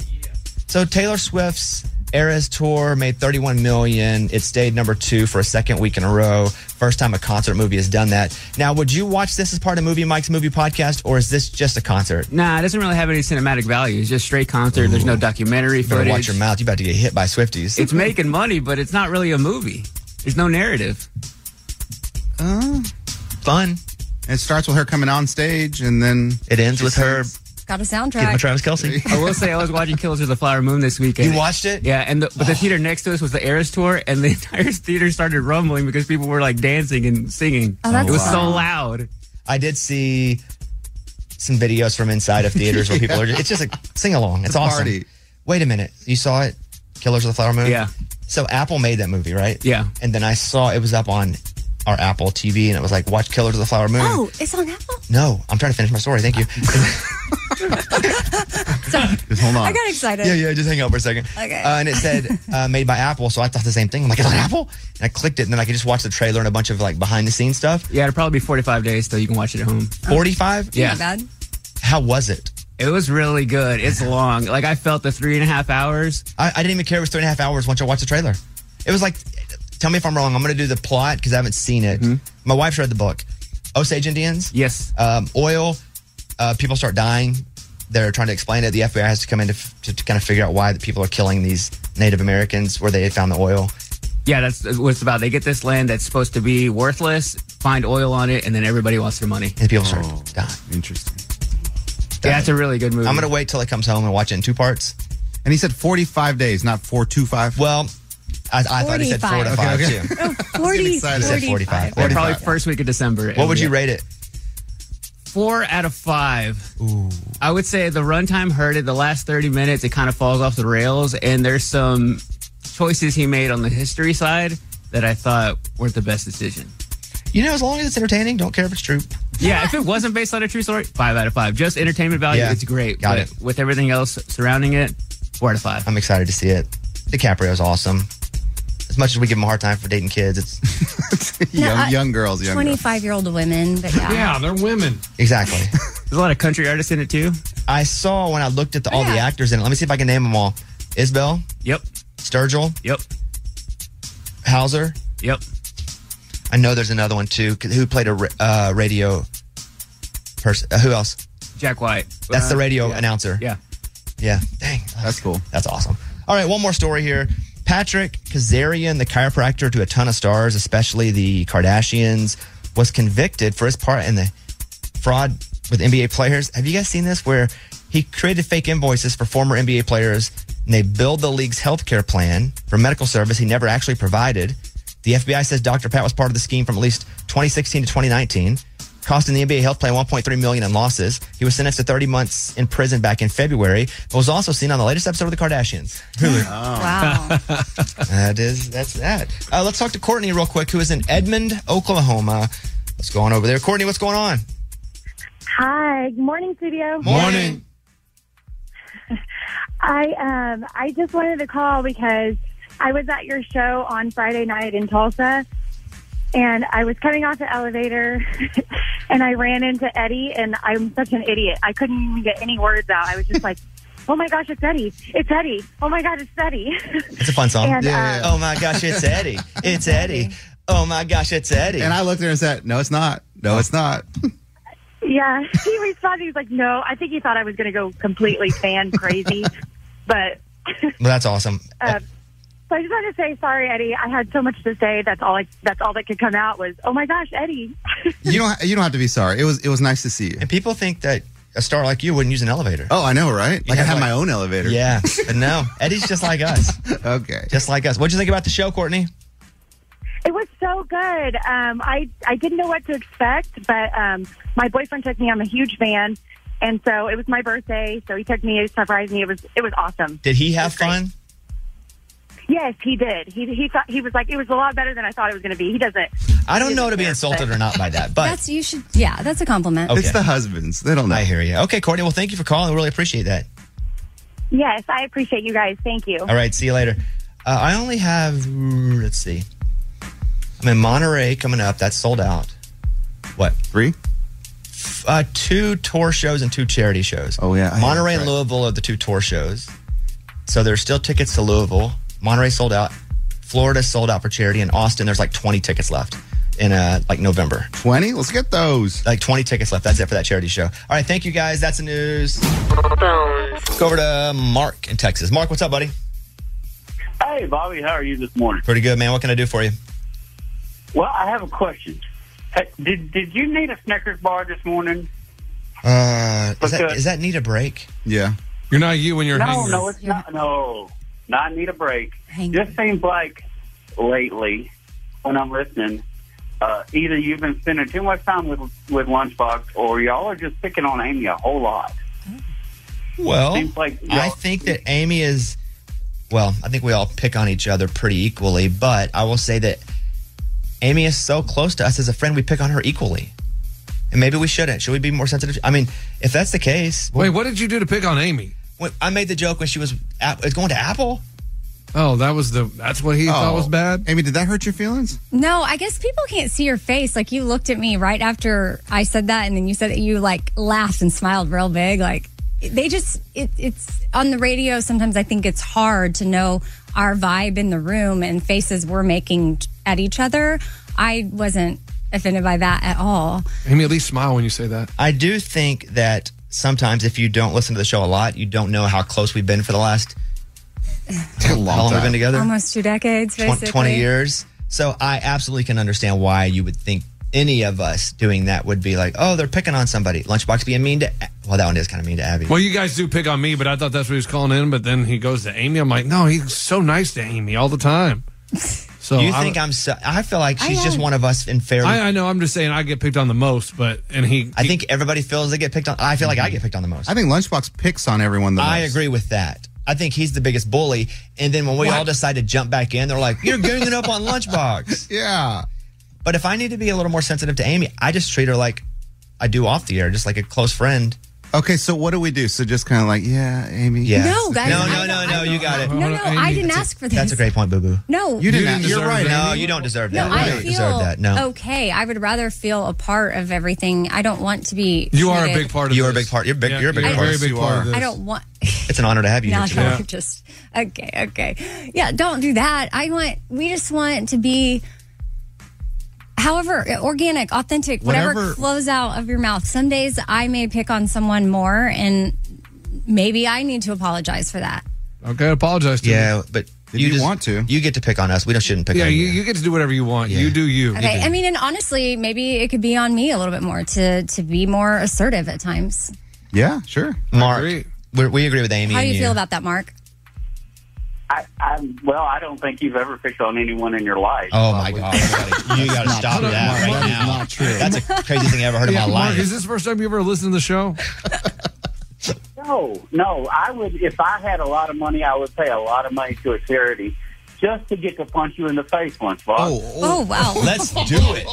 S1: So Taylor Swift's Eras tour made 31 million. It stayed number two for a second week in a row. First time a concert movie has done that. Now, would you watch this as part of Movie Mike's movie podcast, or is this just a concert?
S11: Nah, it doesn't really have any cinematic value. It's just straight concert. There's no documentary
S1: Better
S11: footage.
S1: watch your mouth. You about to get hit by Swifties.
S11: It's making money, but it's not really a movie. There's no narrative.
S4: Oh.
S1: Fun.
S4: It starts with her coming on stage, and then
S1: it ends
S4: with her.
S5: Got a soundtrack.
S1: Kelsey.
S11: I will say I was watching Killers of the Flower Moon this weekend.
S1: You watched it?
S11: Yeah, and the, but the theater next to us was the Eras tour, and the *laughs* entire theater started rumbling because people were like dancing and singing.
S1: Oh, that's
S11: it was so
S1: fun.
S11: loud.
S1: I did see some videos from inside of theaters where
S11: *laughs*
S1: people are just, it's just a sing along. It's,
S11: a
S1: awesome.
S11: party.
S1: Wait a minute. You saw it? Killers of the Flower Moon?
S11: Yeah.
S1: So Apple made that movie, right?
S11: Yeah.
S1: And then I saw it was up on our Apple TV and it was like, watch Killers of the Flower Moon.
S5: Oh, it's on Apple.
S1: No, I'm trying to finish my story. Thank
S5: *laughs*
S11: *laughs*
S1: you. just hold
S5: I got excited.
S1: Yeah, yeah, just hang out for a second.
S5: Okay.
S1: Uh, and it said uh, made by Apple, so I thought the same thing. I'm like, is it Apple? And I clicked it, and then I could just watch the trailer and a bunch of like behind the scenes stuff.
S11: Yeah, it'll probably be 45 days, so you can watch it at home.
S1: Oh. 45?
S11: Yeah.
S5: Not bad.
S1: How was it?
S11: It was really good. It's long. Like I felt the three and a half hours.
S1: I, I didn't even care it was three and a half hours once I watched the trailer. It was like, tell me if I'm wrong. I'm going to do the plot because I haven't seen it. My wife's read the book. Osage Indians.
S11: Mm-hmm. Yes.
S1: Um, oil. Uh, people start dying. They're trying to explain it. The FBI has to come in to, f- to, kind of figure out why the people are killing these Native Americans where they had found the oil.
S11: Yeah, that's what it's about. They get this land that's supposed to be worthless, find oil on it, and then everybody wants their money. Oh.
S1: And people start dying.
S4: Interesting.
S11: Yeah, it's a really good movie.
S1: I'm going to wait till it comes home and watch it in two parts.
S4: And he said 45 days, not 425.
S1: Well, I, oh I thought he said four to five, *laughs* too.
S5: Forty.
S1: excited. He said 45.
S11: Probably first week of December.
S1: What would you rate it?
S11: four out of five. I would say the runtime hurt it. The last 30 minutes, it kind of falls off the rails, and there's some choices he made on the history side that I thought weren't the best decision.
S1: You know, as long as it's entertaining, don't care if it's true.
S11: Yeah, if it wasn't based on a true story, five out of five. Just entertainment value,
S1: Yeah.
S11: it's great.
S1: Got
S11: but
S1: it.
S11: With everything else surrounding it, four out of five.
S1: I'm excited to see it. DiCaprio's awesome. As much as we give him a hard time for dating kids, it's
S5: No, I-
S1: girls,
S5: 25 year old women, but yeah.
S1: they're women. Exactly.
S11: *laughs* There's a lot of country artists in it too.
S1: I saw when I looked at the, all the actors in it. Let me see if I can name them all. Isbell.
S11: Yep.
S1: Sturgill.
S11: Yep.
S1: Hauser.
S11: Yep.
S1: I know there's another one too. 'cause Who played a ra- uh, radio person? Uh, who else?
S11: Jack White.
S1: That's the
S11: Uh,
S1: radio
S11: yeah.
S1: announcer.
S11: Yeah.
S1: Yeah. Dang. That's cool. That's awesome. All right, one more story here. Patrick Kazarian, the chiropractor to a ton of stars, especially the Kardashians, was convicted for his part in the fraud with NBA players. Have you guys seen this where he created fake invoices for former NBA players and they billed the league's healthcare plan for medical service he never actually provided? The FBI says Dr. Pat was part of the scheme from at least 2016 to 2019, costing the NBA health plan 1.3 million in losses. He was sentenced to 30 months in prison back in February, but was also seen on the latest episode of The Kardashians. *laughs* Really?
S5: Wow.
S1: that is that's that. Uh, let's talk to Courtney real quick, who is in Edmond, Oklahoma. What's going on over there, Courtney? What's going on?
S7: Hi. Good morning, studio. Morning. *laughs* I um I just wanted to call because I was at your show on Friday night in Tulsa and I was coming off the elevator *laughs* and I ran into Eddie and I'm such an idiot. I couldn't even get any words out. I was just like, *laughs* Oh my gosh, it's Eddie. It's Eddie. Oh my god, it's Eddie.
S1: It's a fun
S7: *laughs*
S1: song.
S7: And, Yeah, um,
S1: Oh my gosh, it's Eddie.
S7: *laughs*
S1: It's Eddie. Oh my gosh, it's Eddie.
S4: And I looked there and said, "No, it's not. No, it's not."
S7: Yeah, he responded. He was like, "No, I think he thought I was going to go completely fan crazy." *laughs* but
S1: Well, that's awesome.
S7: uh, so I just wanted to say, sorry, Eddie. I had so much to say. That's all. I, that's all that could come out was, "Oh my gosh, Eddie."
S4: You don't. You don't have to be sorry. It was. It was nice to see you.
S1: And people think that a star like you wouldn't use an elevator.
S4: Oh, I know, right? Like I have my own elevator.
S1: Yeah, but no, Eddie's just like *laughs* us.
S4: okay,
S1: just like us. What'd you think about the show, Courtney?
S7: It was so good. Um, I I didn't know what to expect, but um, my boyfriend took me. I'm a huge fan, and so it was my birthday. So he took me. He surprised me. It was it was awesome.
S1: Did he have fun?
S7: Yes, he did. He he thought he was like it was a lot better than I thought it was going to be. He doesn't.
S1: I don't know to be insulted or not
S7: *laughs*
S1: by that, but
S5: That's, you should, yeah, that's a compliment.
S1: husbands. They don't know. I hear you. Okay, Courtney. Well, thank you for calling. We really appreciate that.
S7: Yes, I appreciate you guys. Thank you.
S1: All right. See you later. Uh, I only have, mm, let's see. I'm in Monterey coming up. That's sold out. What?
S4: Three?
S1: Uh, two tour shows and two charity shows. Oh, yeah.
S4: I-
S1: Monterey and
S4: right.
S1: Louisville are the two tour shows. So there's still tickets to Louisville. Monterey sold out. Florida sold out for charity. In Austin, there's like 20 tickets left in uh, like November.
S4: 20? Let's get those.
S1: Like 20 tickets left. That's it for that charity show. All right. Thank you guys. That's the news. Let's go over to Mark in Texas. Mark, what's up, buddy?
S25: Hey, Bobby, how are you this morning?
S1: Pretty good, man. What can I do for you?
S25: Well, I have a question. Hey, Did did you need a Snickers bar this morning?
S1: Uh, is, that,
S25: Because-
S1: is that need a break?
S4: Yeah.
S6: You're not you when you're
S25: no,
S6: hangry.
S25: no, it's not. No, not need a break. Just seems like lately, when I'm listening, uh, either you've been spending too much time with with Lunchbox, or y'all are just picking on Amy a whole lot.
S1: Well,
S25: seems like y'all-
S1: I think that Amy is. Well, I think we all pick on each other pretty equally, but I will say that Amy is so close to us as a friend, we pick on her equally. And maybe we shouldn't. Should we be more sensitive? I mean, if that's the case.
S6: Wait, what did you do to pick on Amy?
S1: When, I made the joke when she was at, was going to Apple. Oh.
S6: Oh, that was the. That's what he thought was bad.
S4: Amy, did that hurt your feelings?
S5: No, I guess people can't see your face. Like you looked at me right after I said that, and then you said that you like laughed and smiled real big. Like they just it, it's on the radio. Sometimes I think it's hard to know our vibe in the room and faces we're making at each other. I wasn't offended by that at all.
S6: Amy, at least smile when you say that.
S1: I do think that sometimes if you don't listen to the show a lot, you don't know how close we've been for
S6: *laughs*
S1: the last. how long we've been together?
S5: Almost two decades,
S1: twen-
S5: basically.
S1: 20 years. So I absolutely can understand why you would think any of us doing that would be like, oh, they're picking on somebody. Lunchbox being mean to, A- well, that one is kind of mean to Abby.
S6: Well, you guys do pick on me, but I
S1: *laughs*
S6: thought that's what he was calling in. But then he goes to Amy. I'm like, no, he's so nice to Amy all the time. So
S1: you
S6: I
S1: think
S6: don't-
S1: I'm? So, I feel like
S6: I
S1: she's just
S6: am.
S1: one of us in fair.
S6: I, I know. I'm just saying I get picked on the most, but and he.
S1: I think everybody feels they get picked on. I feel like I get picked on the most.
S4: I think Lunchbox picks on everyone the
S1: I
S4: most.
S1: agree with that. I think he's the biggest bully. And then when we
S4: What?
S1: all decide to jump back in, they're like, "You're ganging up on Lunchbox."
S4: *laughs* yeah.
S1: But if I need to be a little more sensitive to Amy, I just treat her like I do off the air, just like a close friend.
S4: Okay, so what do we do? So just kind of like, yeah, Amy.
S1: Yeah.
S5: No, guys,
S1: No,
S5: I
S1: no,
S5: don't-
S1: no,
S5: I
S1: no.
S5: don't-
S1: You got it.
S5: No, no, I didn't ask for this.
S1: That's a great point, Boo Boo.
S5: No,
S1: You didn't ask-
S4: You're right.
S1: No,
S4: Amy.
S1: you don't deserve
S5: No,
S1: that.
S5: I
S1: you don't
S5: feel
S1: deserve that. No.
S5: okay. I would rather feel a part of everything. I don't want to be. treated-
S1: part of You are a big part. You're big. you're a big
S5: you're a
S1: part.
S5: very
S6: big part of
S5: I don't want.
S1: It's an honor to have you
S5: No,
S1: here today.
S5: I'm just okay. Okay, yeah. Don't do that. I want. We just want to be, however, organic, authentic, whatever,
S26: Whatever-
S5: flows out of your mouth. Some days I may pick on someone more, and maybe I need to apologize for that.
S6: Okay, I apologize to
S1: Yeah, but you, just, want
S4: to.
S1: You get to pick on us. We don't shouldn't pick
S6: yeah,
S1: on
S6: you, you get to do whatever you want. You do you.
S5: Okay. I mean, and honestly, maybe it could be on me a little bit more to to be more assertive at times.
S4: Yeah, sure.
S1: Mark, we we agree with Amy.
S5: How do
S1: and
S5: you feel about that, Mark?
S25: I, I, Um, well, I don't think you've ever picked on anyone in your life.
S1: Oh my God! You got to stop that right now. That's a crazy thing I ever heard in my
S6: *laughs* Yeah, Mark,
S1: life.
S6: is this the first time you ever listened to the show?
S25: No, no. I would if I had a lot of money, I would pay a lot of money to a charity just to get to punch you in the face once, boss. Oh,
S5: Oh
S9: *laughs*
S5: wow!
S1: Let's do it.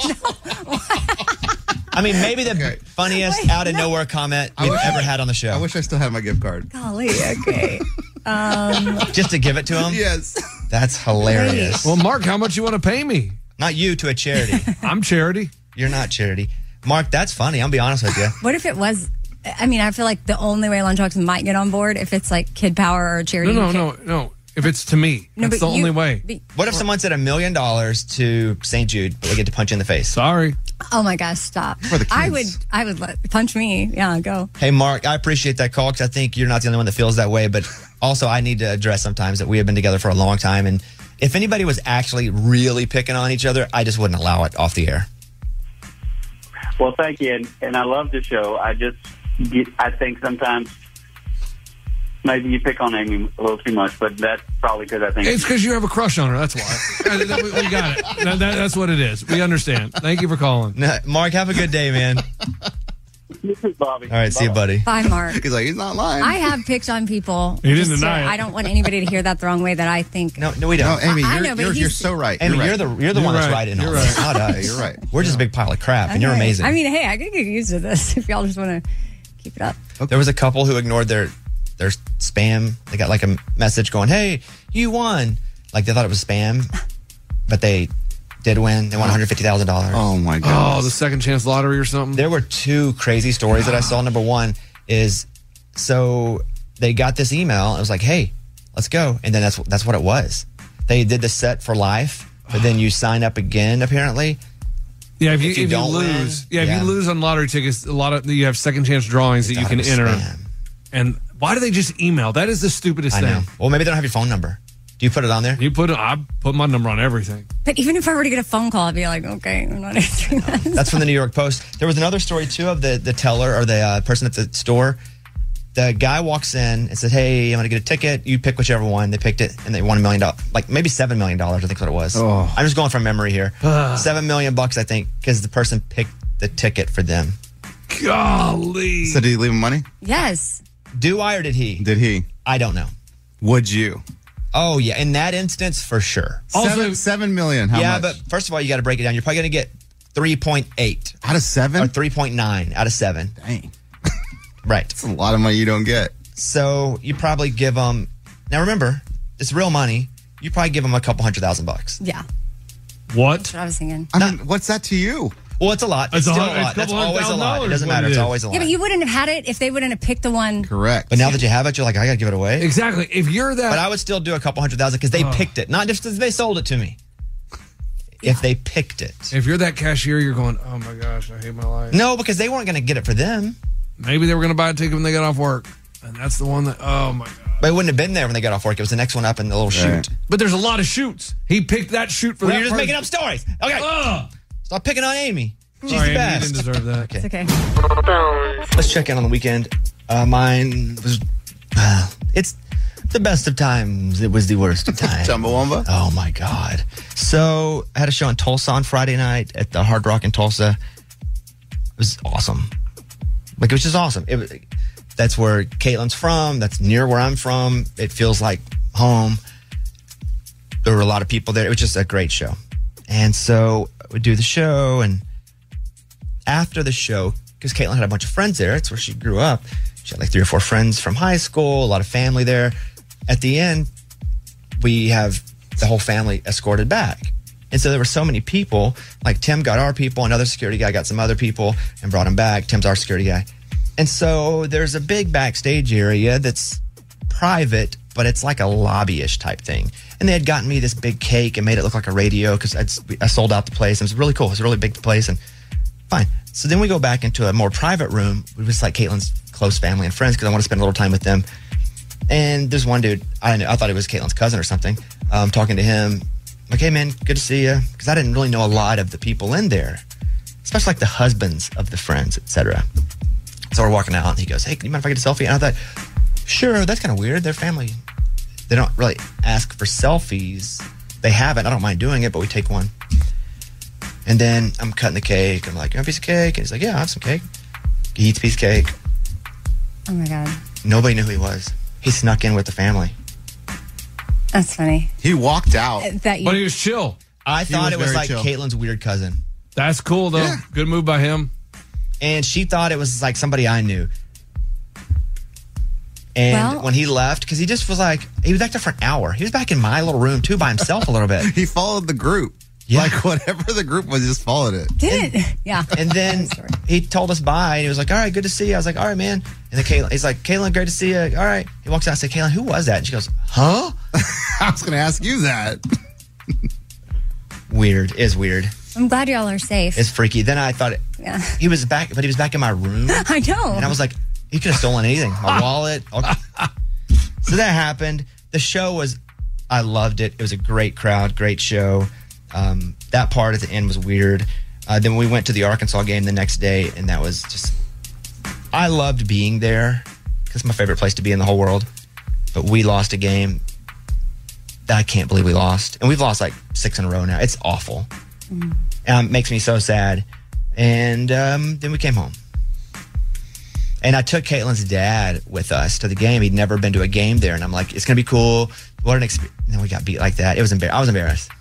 S1: I mean, maybe the funniest out of nowhere comment we've ever had on the show. I
S4: wish I still had my gift card.
S5: Golly, *laughs* okay. Um,
S1: Just to give it to him?
S4: Yes.
S1: That's hilarious.
S6: Well, Mark, how much you want to pay me?
S1: Not you to a charity.
S6: *laughs* I'm charity.
S1: You're not charity. Mark, that's funny. I'll be honest with you.
S5: what if it was? I mean, I feel like the only way Lunchbox might get on board if it's like Kid Power or
S6: No,
S5: charity.
S6: no, no, no. If it's to me,
S5: No,
S6: that's
S5: but
S6: the
S5: you-
S6: only way.
S5: but-
S1: What if someone said a million dollars to St. Jude, but we get to punch you in the face?
S6: Sorry.
S5: Oh my gosh, stop!
S1: For the
S5: I would,
S1: kids.
S5: I would let, punch me. Yeah, go.
S1: Hey, Mark, I appreciate that call because I think you're not the only one that feels that way. But also, I need to address sometimes that we have been together for a long time. And if anybody was actually really picking on each other, I just wouldn't allow it off the air.
S25: Well, thank you, and, and I love the show. I just get, I think sometimes maybe you pick on Amy a little too much, but that's probably because I think
S6: It's because you have a crush on her. That's why. we, we got it. That- that- that's what it is. We understand. Thank you for calling.
S1: Mark, have a good day, man. Oh,
S25: Bobby.
S1: All right, see you, buddy.
S5: Bye, Mark.
S4: He's like, he's not lying.
S5: I have picked on
S1: *laughs*
S5: people.
S1: He didn't
S5: just to-
S1: deny it.
S5: I don't want anybody to hear that the wrong way that I think.
S1: No, no, we don't.
S4: No, Amy,
S5: I- I
S4: you're,
S5: know, but
S4: you're,
S5: he's-
S4: you're so right.
S1: Amy,
S4: You're
S1: you're
S4: right.
S1: the you're the one that's right in all this, not us.
S4: *laughs* You're right.
S1: We're just a big pile of crap, and you're
S5: Okay.
S1: amazing.
S5: I mean, hey, I could get used to this *laughs* if y'all just want to keep it up.
S1: There was a couple who ignored their their spam. They got like a message going, "Hey, you won!" Like they thought it was
S6: *laughs*
S1: spam, but they did win. They won one hundred fifty thousand dollars. Oh
S4: my
S6: Oh, the second chance lottery or something.
S1: There were two crazy stories that I saw. Number one is so they got this email. It was like, "Hey, let's go," and then that's that's what it was. They did the set for life, but then you sign up again apparently.
S6: Yeah, if you,
S1: If
S6: if
S1: you
S6: you,
S1: don't win,
S6: lose, yeah, if
S1: yeah.
S6: you lose on lottery tickets, a lot of you have second chance drawings that you
S1: thought
S6: can
S1: it was
S6: enter.
S1: spam.
S6: And why do they just email? That is the stupidest
S1: I
S6: thing.
S1: know. Well, maybe they don't have your phone number. Do you put it on there?
S6: You put it. I put my number on everything.
S5: But even if I were to get a phone call, I'd be like, okay, I'm not answering that.
S1: That's from the New York Post. There was another story too of the the teller or the uh, person at the store. The guy walks in and says, "Hey, I'm going to get a ticket. You pick whichever one." They picked it and they won a million dollars, like maybe seven million dollars. I think is what it was.
S4: Oh.
S1: I'm just going from memory here.
S4: Ugh.
S1: seven million bucks, I think, because the person picked the ticket for them.
S6: Golly.
S4: So did you leave him money?
S5: Yes.
S1: Do I or did he?
S4: Did he?
S1: I don't know.
S4: Would you?
S1: Oh yeah, in that instance, for sure.
S4: seven, seven million. How
S1: yeah,
S4: much?
S1: but first of all, you got to break it down. You're probably going to get 3.8
S4: out of seven
S1: or 3.9 out of seven.
S4: Dang.
S1: right.
S4: It's a lot of money you don't get.
S1: So you probably give them. Now remember, it's real money. You probably give them a couple hundred thousand bucks.
S5: Yeah.
S6: What?
S5: What I was thinking.
S4: I mean, what's that to you?
S1: Well, it's a lot. It's,
S4: It's a
S1: still a
S4: hun- it's
S1: lot. That's
S4: couple hundred
S1: always a
S4: thousand
S1: lot. It
S4: dollars
S1: doesn't
S4: what
S1: matter.
S4: it
S1: It's
S4: is.
S1: always a lot.
S5: Yeah, but you wouldn't have had it if they wouldn't have picked the one.
S4: Correct.
S1: But now that you have it, you're like, I got to give it away.
S6: Exactly. If you're that, Oh.
S1: but I would still do a couple hundred thousand because they picked it, not just 'cause they sold it to me. If they picked it,
S6: If you're that cashier, you're going, oh my gosh, I hate my life.
S1: no,
S6: *laughs*
S1: because they weren't going to get it for them.
S6: Maybe they were going to buy a ticket when they got off work, and that's the one that. Oh my. God.
S1: But it wouldn't have been there when they got off work. It was the next one up in the little
S6: Right.
S1: shoot.
S6: But there's a lot of shoots. He picked that shoot for
S1: Well,
S6: that.
S1: you're just
S6: person.
S1: making up stories. Okay, stop picking on Amy. She's
S6: Sorry, Amy,
S1: the
S6: you
S1: best.
S6: didn't deserve that.
S1: Okay.
S5: okay.
S1: Let's check in on the weekend. Uh, mine was.
S6: *laughs*
S1: *sighs* Uh, it's the best of times. It was the worst of times. Chumbawamba. Oh my God. So I had a show in Tulsa on Friday night at the Hard Rock in Tulsa. It was awesome. Like it was just awesome. It was, that's where Caitlin's from. That's near where I'm from. It feels like home. There were a lot of people there. It was just a great show. And so we do the show, and after the show, because Caitlin had a bunch of friends there. It's where she grew up. She had like three or four friends from high school, a lot of family there. At the end, we have the whole family escorted back. And so there were so many people. Like Tim got our people, another security guy got some other people and brought them back. Tim's our security guy. And so there's a big backstage area that's private, but it's like a lobby ish type thing. And they had gotten me this big cake and made it look like a radio because I sold out the place. It was really cool. It's a really big place. And fine. So then we go back into a more private room with just like Caitlin's close family and friends because I want to spend a little time with them. And there's one dude, I don't know, I thought it was Caitlin's cousin or something. Um, talking to him, like, hey man, good to see you. Because I didn't really know a lot of the people in there, especially like the husbands of the friends, etc. So we're walking out and he goes, hey, can you mind if I get a selfie? And I thought, sure, that's kind of weird. Their family, they don't really ask for selfies. They haven't. I don't mind doing it, but we take one. And then I'm cutting the cake. I'm like, you want a piece of cake? And he's like, yeah, I have some cake. He eats a piece of cake.
S5: Oh my God.
S1: Nobody knew who he was. He snuck in with the family.
S5: That's funny.
S4: He walked out.
S5: Uh, that you- But he was
S6: chill.
S1: I
S5: He
S1: thought
S5: was
S1: it was
S5: very
S1: like
S5: chill.
S1: Caitlin's weird cousin.
S6: That's cool though. Good move by him.
S1: And she thought it was like somebody I knew. And
S5: Well-
S1: when he left, because he just was like, he was back there for an hour. He was back in my little room too by himself a little bit.
S4: *laughs* he followed the group.
S1: Yeah.
S4: Like whatever the group was, he just followed it.
S5: Did it? *laughs* Yeah.
S1: And then he told us bye, and he was like, "All right, good to see you." I was like, "All right, man." And then Caitlin, he's like, "Caitlin, great to see you." All right. He walks out. I said, "Caitlin, who was that?" And she goes, "Huh?"
S4: *laughs* I was going to ask you that.
S1: weird is weird.
S5: I'm glad y'all are safe.
S1: It's freaky. Then I thought it,
S5: yeah. *laughs*
S1: he was back, but he was back in my room,
S5: I know.
S1: and I was like, "He could have stolen anything, my wallet." all- so that happened. The show was, I loved it. It was a great crowd, great show. Um, that part at the end was weird. Uh, then we went to the Arkansas game the next day, and that was just I loved being there because it's my favorite place to be in the whole world. But we lost a game that I can't believe we lost. And we've lost like six in a row now. It's awful.
S12: Ừ.
S3: Mm.
S1: Um, it makes me so sad. And um, then we came home. And I took Caitlin's dad with us to the game. He'd never been to a game there. And I'm like, it's going to be cool. What an experience. And then we got beat like that. It was embar- I was embarrassed.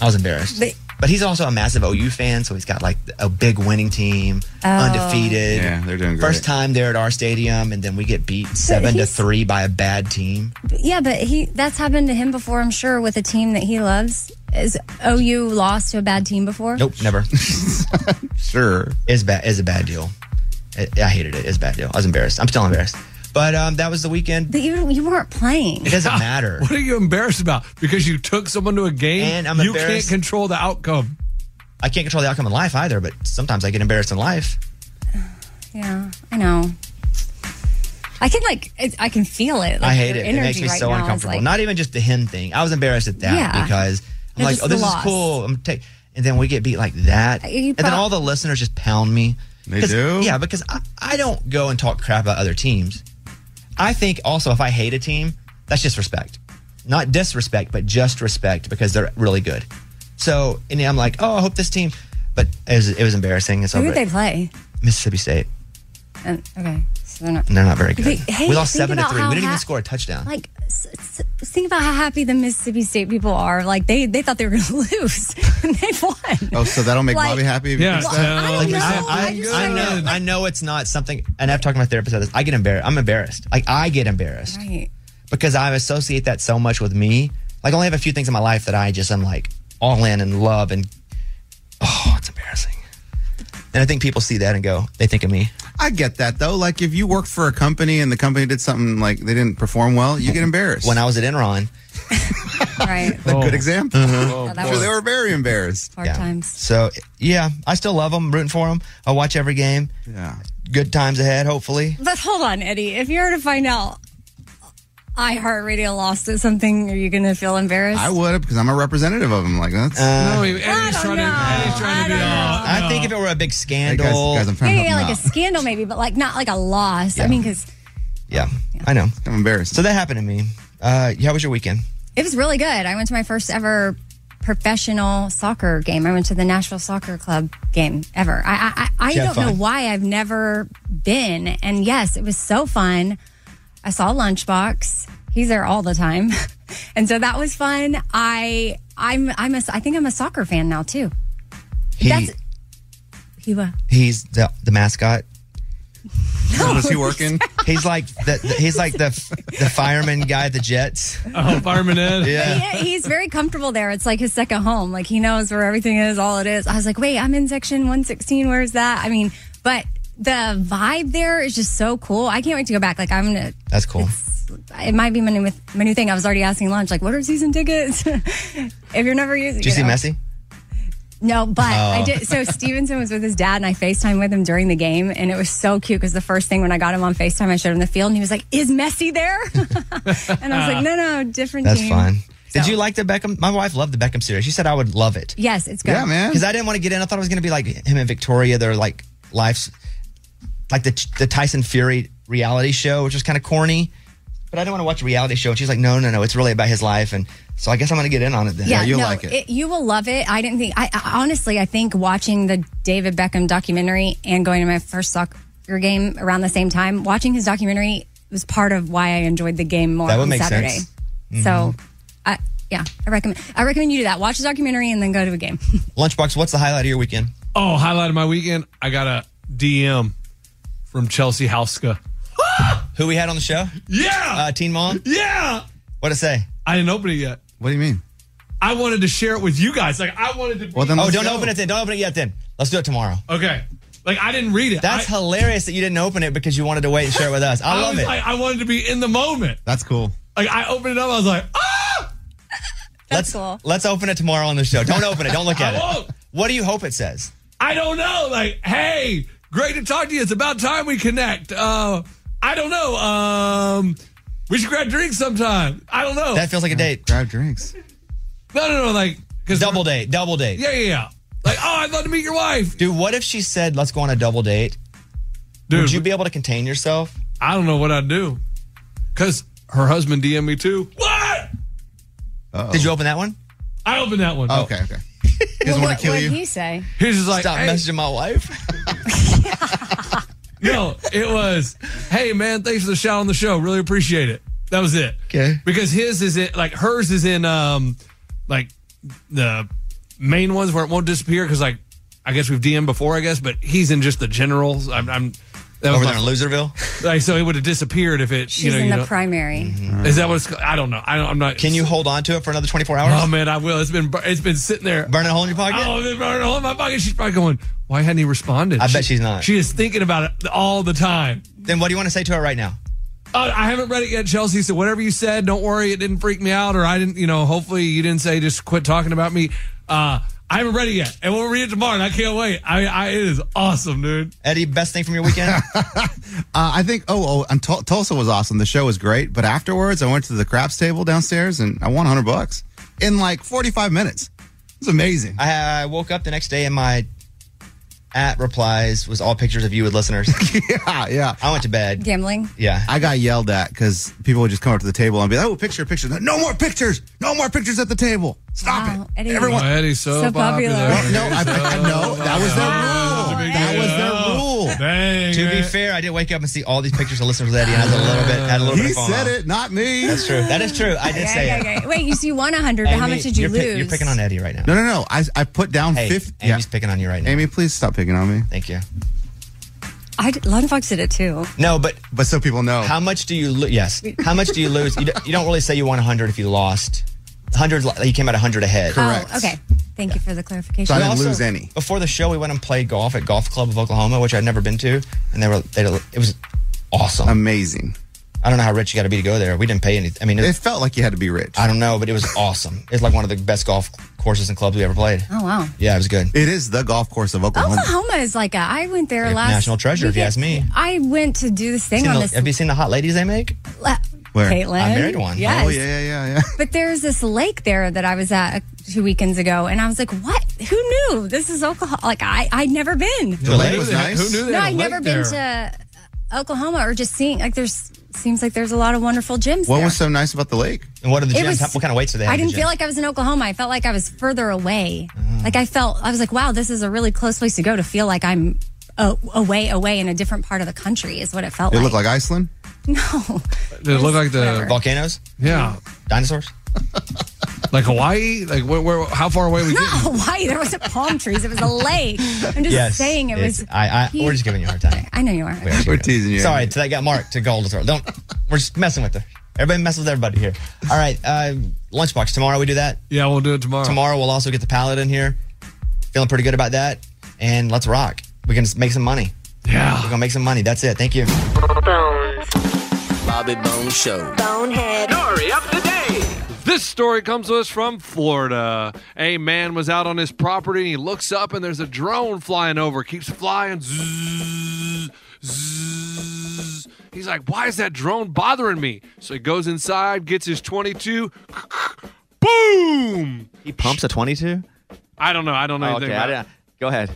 S1: I was embarrassed.
S5: But-
S1: But, he's also a massive OU fan. So he's got like a big winning team,
S5: Oh.
S1: undefeated.
S4: Yeah, they're doing
S1: First
S4: great.
S1: time there at our stadium. And then we get beat seven to
S5: he's-
S1: three by a bad team.
S5: Yeah, but he that's happened to him before, I'm sure, with a team that he loves. Is OU lost to a bad team before?
S1: Nope,
S6: *laughs*
S1: never. sure, is bad is a bad deal. I, I hated it. It's a bad deal. I was embarrassed. I'm still embarrassed. But um, that was the weekend.
S5: But you you weren't playing.
S1: It
S6: *laughs*
S1: doesn't matter.
S6: What are you embarrassed about? Because you took someone to a game.
S1: And um, I'm
S6: you can't
S1: embarrassed.
S6: control the outcome.
S1: I can't control the outcome in life either. But sometimes I get embarrassed in life.
S5: Yeah, I know. I can like it, I can feel it. Like,
S1: I hate
S5: your
S1: it. It makes
S5: energy
S1: me
S5: right
S1: so
S5: now is
S1: uncomfortable.
S5: like-
S1: Not even just the him thing. I was embarrassed at that
S5: Yeah.
S1: because
S5: It's
S1: I'm like,
S5: just
S1: oh,
S5: the
S1: this
S5: loss.
S1: is cool. I'm take. And then we get beat like that.
S5: Uh, you
S1: and then
S5: prob-
S1: all the listeners just pound me.
S4: They
S1: 'Cause-
S4: do?
S1: Yeah, because I, I don't go and talk crap about other teams. I think also if I hate a team, that's just respect. Not disrespect, but just respect because they're really good. So, and I'm like, oh, I hope this team. But it was, it was embarrassing. It's
S5: Who
S1: over.
S5: would they play?
S1: Mississippi State.
S5: Um, okay, so they're not.
S1: And they're not very
S5: But,
S1: good.
S5: hey,
S1: we lost
S5: think
S1: seven to
S5: about
S1: three. We
S5: how
S1: didn't
S5: ha-
S1: even score a touchdown.
S5: Like, s- s- think about how happy the Mississippi State people are. Like they they thought they were going to *laughs* lose, and they won.
S4: Oh, so that'll make
S5: Like-
S4: Bobby happy? if
S5: Yeah,
S4: he gets
S5: so-
S4: that?
S5: I
S1: Like,
S5: know,
S1: I,
S5: I just
S1: I, I know, I know it's not something, and I've talked to my therapist about this. I get embarrassed. I'm embarrassed. Like I get embarrassed
S5: Right.
S1: because I associate that so much with me. Like I only have a few things in my life that I just am like all in and love, and oh, it's embarrassing. And I think people see that and go, they think of me.
S4: I get that though. Like if you work for a company and the company did something like they didn't perform well, you get embarrassed. When
S1: I was at Enron,
S5: right?
S4: a
S1: Oh.
S4: good example.
S5: Yeah, that
S4: I'm sure
S5: was-
S4: they were very embarrassed.
S5: Oh, Hard times.
S1: So yeah, I still love them, rooting for them. I watch every game.
S4: Yeah,
S1: good times ahead, hopefully.
S5: But hold on, Eddie. If you were to find out iHeartRadio lost at something, are you going to feel embarrassed?
S4: I would have because I'm a representative of them. Like that's
S1: No,
S6: he- trying
S4: I
S6: to- Eddie's trying to be uh, all-
S1: Uh, I think if it were a big scandal,
S4: guys, I'm trying to
S5: Yeah, yeah,
S4: help them
S5: like a
S4: out.
S5: scandal maybe, but like not like a loss. I mean, because
S1: yeah, I know.
S4: I'm embarrassed.
S1: So that happened to me. Uh, how was your weekend?
S5: It was really good. I went to my first ever professional soccer game. I went to the Nashville Soccer Club game ever. I I, I, I
S7: Did you
S5: don't
S7: have
S5: know
S7: fun?
S5: why I've never been. And yes, it was so fun. I saw Lunchbox. He's there all the time, *laughs* and so that was fun. I I'm I'm a I think I'm a soccer fan now too.
S1: He,
S5: He was.
S1: he's the, the mascot.
S5: No.
S4: Is he working?
S1: He's like the, the- he's like the the fireman guy at the Jets.
S6: Oh, fireman Ed.
S1: yeah.
S5: Yeah, he's very comfortable there. It's like his second home. Like he knows where everything is, all it is. I was like, wait, I'm in section 116. Where's that? I mean, but the vibe there is just so cool. I can't wait to go back. Like I'm gonna.
S1: That's cool.
S5: It might be my new, my new thing. I was already asking lunch. Like, what are season tickets? *laughs* if you're never using,
S1: Did you see
S5: know.
S1: Messi?
S5: No, but I
S1: Oh.
S5: did.
S1: *laughs*
S5: So Stevenson was with his dad, and I Facetime with him during the game, and it was so cute because the first thing when I got him on Facetime, I showed him the field, and he was like, "Is Messi there?" *laughs* and I was
S1: *laughs*
S5: like, "No, no, different
S1: That's
S5: team."
S1: fun. Did you like the Beckham? My wife loved the Beckham series. She said I would love it.
S5: Yes, it's good.
S1: Because I didn't want to get in. I thought it was going to be like him and Victoria. Their like lives, like the the Tyson Fury reality show, which was kind of corny. But I didn't want to watch a reality show. And she's like, no, no, no. It's really about his life. And so I guess I'm going to get in on it then.
S5: no, You will love it. I didn't think. I, I honestly, I think watching the David Beckham documentary and going to my first soccer game around the same time, watching his documentary was part of why I enjoyed the game more
S1: That would
S5: on
S1: make
S5: Saturday.
S1: sense. Mm-hmm.
S5: So, I yeah, I recommend. I recommend you do that. Watch the documentary and then go to a
S1: *laughs*
S5: game.
S1: Lunchbox, what's the highlight of your weekend?
S6: Oh, highlight of my weekend. I got a DM from Chelsea Hauska.
S1: Who we had on the show?
S6: Yeah.
S1: Uh, Teen Mom?
S6: Yeah.
S1: What'd it say?
S6: I didn't open it yet.
S4: What do you mean?
S6: I wanted to share it with you guys. Like, I wanted to.
S1: oh, don't open it then. Don't open it yet then. Let's do it tomorrow.
S6: Okay. Like, I didn't read it.
S1: That's hilarious that you didn't open it because you wanted to wait and share it with us. I, love
S6: was
S1: it.
S6: Like, I wanted to be in the moment.
S4: That's cool.
S6: Like, I opened it up. I was like, ah!
S1: That's let's, cool. Let's open it tomorrow on the show. Don't open it. Don't look
S6: I
S1: at it.
S6: won't.
S1: What do you hope it says?
S6: I don't know. Like, hey, great to talk to you. It's about time we connect. Uh, I don't know. Um, we should grab drinks sometime. I don't know.
S1: That feels like a date.
S4: Grab drinks.
S6: No, no, no. Like, because
S1: double date, double date.
S6: yeah, yeah, yeah. Like, oh, I'd love to meet your wife.
S1: Dude, what if she said, let's go on a double date?
S6: Dude,
S1: Would you be able to contain yourself?
S6: I don't know what I'd do. Because her husband DM'd me too. What?
S1: Did
S4: Oh.
S1: you open that one?
S6: I opened that one.
S4: okay, okay.
S6: doesn't
S5: what
S6: wanna kill
S5: what'd
S6: you?
S5: he say?
S6: He's just like,
S1: Stop
S6: hey.
S1: messaging my wife.
S6: *laughs* No, it was, hey man, thanks for the shout on the show. Really appreciate it. That was it.
S1: Okay.
S6: Because his is in like hers is in um like the main ones where it won't disappear because like I guess we've DM'd before, I guess, but he's in just the generals. I'm, I'm that
S1: Over
S6: my-
S1: there in Loserville?
S6: Like, so it would have disappeared if it.
S5: She's
S6: you know,
S5: in
S6: you
S5: the
S6: know,
S5: primary.
S1: Mm-hmm.
S6: Is that what it's? ca- I don't know. I don't, I'm not.
S1: Can you hold on to it for another 24 hours?
S6: Oh man, I will. It's been bur- it's been sitting there.
S1: Burn a hole in your pocket?
S6: Oh, they burned a hole in my pocket. She's probably going, why hadn't he responded?
S1: I bet she's not.
S6: She is thinking about it all the time.
S1: Then what do you want to say to her right now?
S6: Uh, I haven't read it yet, Chelsea. So whatever you said, don't worry. It didn't freak me out, or I didn't. You know, hopefully you didn't say just quit talking about me. Uh, I haven't read it yet, and we'll read it tomorrow. And I can't wait. I, I it is awesome, dude.
S1: Eddie, best thing from
S6: *laughs*
S1: your weekend?
S4: Uh, I think. Oh, oh, and Tul- Tulsa was awesome. The show was great, but afterwards, I went to the craps table downstairs and I won hundred bucks in like forty-five minutes. *laughs* It was amazing.
S1: I, I woke up the next day and my at replies was all pictures of you with listeners.
S4: yeah, yeah.
S1: I went to bed.
S5: Gambling.
S1: Yeah.
S4: I got yelled at because people would just come up to the table and be like, "Oh, picture, picture! No more pictures! No more pictures at the table! Stop
S5: Wow, Eddie.
S4: it, everyone!"
S6: Oh, Eddie's so,
S5: So popular.
S4: Well, no, I, I, no,
S1: Oh,
S4: that was their rule. *laughs* That was their rule.
S6: Dang.
S1: To be
S6: it.
S1: fair, I did wake up and see all these pictures of listeners with Eddie, and I was a little bit, had a little bit
S4: He
S1: of FOMO.
S4: said it, not me.
S1: That's true. That is true. I did say
S5: Okay,
S1: it.
S5: okay. Wait, you see one hundred. How
S1: Amy,
S5: much did you
S1: you're
S5: lose?
S1: pick- you're picking on Eddie right now.
S4: No, no, no. I, I put down
S1: Hey,
S4: 50.
S1: Amy's picking on you right now.
S4: Amy, please stop picking on me.
S1: Thank you.
S5: I did, Lunchbox did it too.
S1: No, but
S4: But so people know.
S1: how much do you lose? Yes. How much do you lose? You, don't- you don't really say you won 100 if you lost. 100, li- you came out 100 ahead.
S5: Oh, okay. Thank you for the clarification.
S4: So I
S1: We
S4: didn't
S1: also-
S4: lose any.
S1: Before the show, we went and played golf at Golf Club of Oklahoma, which I'd never been to, and they were they, it was awesome.
S4: Amazing.
S1: I don't know how rich you got to be to go there. We didn't pay anything. I mean, it,
S4: It felt like you had to be rich.
S1: I don't know, but it was awesome. It's like one of the best golf courses and clubs we ever played.
S5: Oh wow.
S1: Yeah, it was good.
S4: It is the golf course of Oklahoma.
S5: Oklahoma is like a. I went there
S1: Yeah,
S5: last.
S1: national treasure, if you
S5: weekend.
S1: ask me.
S5: I went to do this thing
S1: Seen
S5: on
S1: the-
S5: this.
S1: have you seen the hot ladies they make?
S5: la-
S4: Where?
S5: Caitlin.
S1: I married one.
S5: Yes.
S4: Oh, yeah, *laughs* yeah, yeah, yeah.
S5: But there's this lake there that I was at uh, two weekends ago, and I was like, "What? Who knew? This is Oklahoma. Like I, I'd never been.
S4: The lake was
S6: Who knew they
S4: nice.
S6: had- Who knew they
S5: no,
S6: had a
S5: I'd
S6: lake
S5: never
S6: there?
S5: been to uh, Oklahoma or just seeing like there's Seems like there's a lot of wonderful gyms.
S4: What
S5: there.
S4: was so nice about the lake?
S27: And what are the
S5: It
S27: gyms?
S5: was-
S27: How- what kind of weights are they?
S5: I
S27: have in
S5: didn't
S27: the
S5: feel
S27: gym? Mm-hmm.
S5: like I was in Oklahoma. I felt like I was further away. Like I felt, I was like, wow, this is a really close place to go to feel like I'm uh, away, away in a different part of the country is what it felt
S4: It
S5: like.
S4: looked like Iceland.
S5: No.
S6: Did it look like the
S1: *laughs*
S27: volcanoes?
S6: Yeah,
S27: dinosaurs.
S6: like Hawaii? Like where? where how far away we
S5: Not
S6: get?
S5: *laughs* Hawaii. There wasn't palm trees. It was
S27: *laughs*
S5: a lake. I'm just
S27: Yes,
S5: saying it was.
S27: it's- uh, I, I, we're just giving you a hard
S5: *laughs*
S27: time.
S5: I know you are.
S27: We're, teasing you. Sorry, to that got Mark to Goldosaur. Don't. We're just messing with her. Everybody messes with everybody here. All right, uh, lunchbox tomorrow. We do that.
S6: Yeah, we'll do it tomorrow.
S27: Tomorrow we'll also get the palette in here. Feeling pretty good about that. And let's rock. We can make some money.
S6: Yeah, we're
S27: gonna make some money. That's it. Thank you.
S7: Bobby Bone Show.
S6: Bonehead. Story of the day. This story comes to us from Florida. A man was out on his property and he looks up and there's a drone flying over. Keeps flying. Zzz, zzz. He's like, why is that drone bothering me? So he goes inside, gets his 22. Boom!
S1: He pumps a 22?
S6: I don't know. I don't know anything
S1: Oh, okay,
S6: about
S1: I
S6: it.
S1: didn't- Go ahead.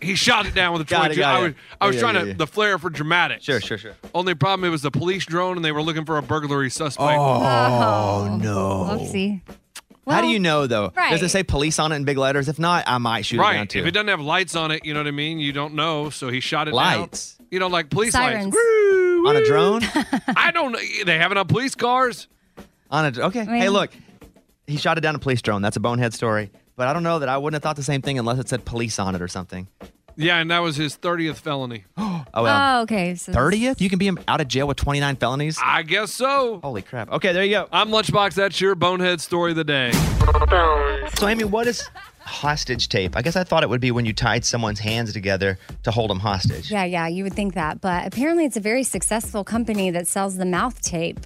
S6: He shot it down with a
S1: Got it,
S6: 22.
S1: got
S6: I
S1: it.
S6: was, I was
S1: Yeah,
S6: trying
S1: yeah,
S6: to,
S1: yeah.
S6: the flare for dramatics.
S1: Sure, sure, sure.
S6: Only problem, it was the police drone and they were looking for a burglary suspect.
S1: Oh, no.
S5: Oopsie.
S1: How do you know, though? Does it
S6: right.
S1: say police on it in big letters? If not, I might shoot it down,
S6: right.
S1: too.
S6: If it doesn't have lights on it, you know what I mean? You don't know. So he shot it
S1: Lights.
S6: down. You know, like police
S5: Sirens.
S6: lights.
S1: on a drone?
S6: *laughs* I don't know. They have it on police cars.
S1: on a, okay.
S6: mean-
S1: hey, look. He shot it down a police drone. That's a bonehead story. But I don't know that I wouldn't have thought the same thing unless it said police on it or something.
S6: Yeah, and that was his 30th
S1: *gasps*
S6: felony.
S1: Oh, well.
S5: Oh, okay. So
S1: 30th? You can be out of jail with 29 felonies?
S6: I guess so.
S1: Holy crap. Okay, there you go.
S6: I'm Lunchbox. That's your bonehead story of the day.
S1: So, Amy, what is hostage tape? I guess I thought it would be when you tied someone's hands together to hold them hostage.
S5: Yeah, yeah, you would think that. But apparently, it's a very successful company that sells the mouth tape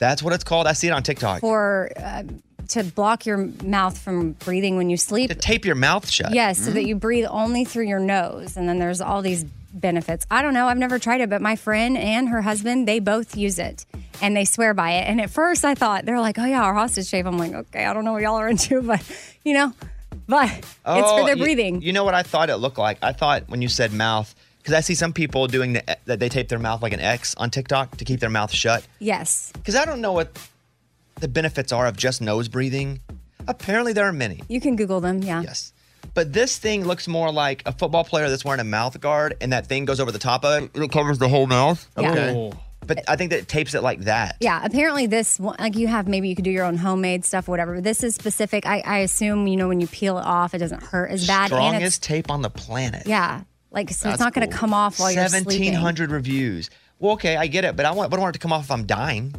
S1: That's what it's called. I see it on TikTok.
S5: for uh, to block your mouth from breathing when you sleep. To
S1: tape your mouth shut. Hmm?
S5: Yes, so that you breathe only through your nose. And then there's all these benefits. I don't know. I've never tried it, but my friend and her husband, they both use it and they swear by it. And at first, I thought they're like, oh, yeah, our hostage tape. I'm like, okay, I don't know what y'all are into, *laughs* but you know, but it's for
S1: Oh,
S5: their
S1: you-
S5: breathing.
S1: You, know what I thought it looked like? I thought when you said mouth, because I see some people doing the, that they tape their mouth like an X on TikTok to keep their mouth shut.
S5: Yes.
S1: Because I don't know what the benefits are of just nose breathing. Apparently, there are many.
S5: You can Google them. Yeah.
S1: Yes. But this thing looks more like a football player that's wearing a mouth guard and that thing goes over the top of it. It covers the whole mouth.
S5: Yeah.
S1: Okay. But I think that it tapes it like that.
S5: Yeah, apparently this one, like you have maybe you could do your own homemade stuff, whatever. But this is specific. I, I assume you know when you peel it off, it doesn't hurt as bad. and it's
S1: Strongest tape on the planet.
S5: yeah, like so
S1: That's
S5: it's not going to
S1: cool.
S5: come off while you're sleeping.
S1: 1700 reviews. Well, okay, I get it, but I want, I don't want it to come off if I'm *laughs* dying.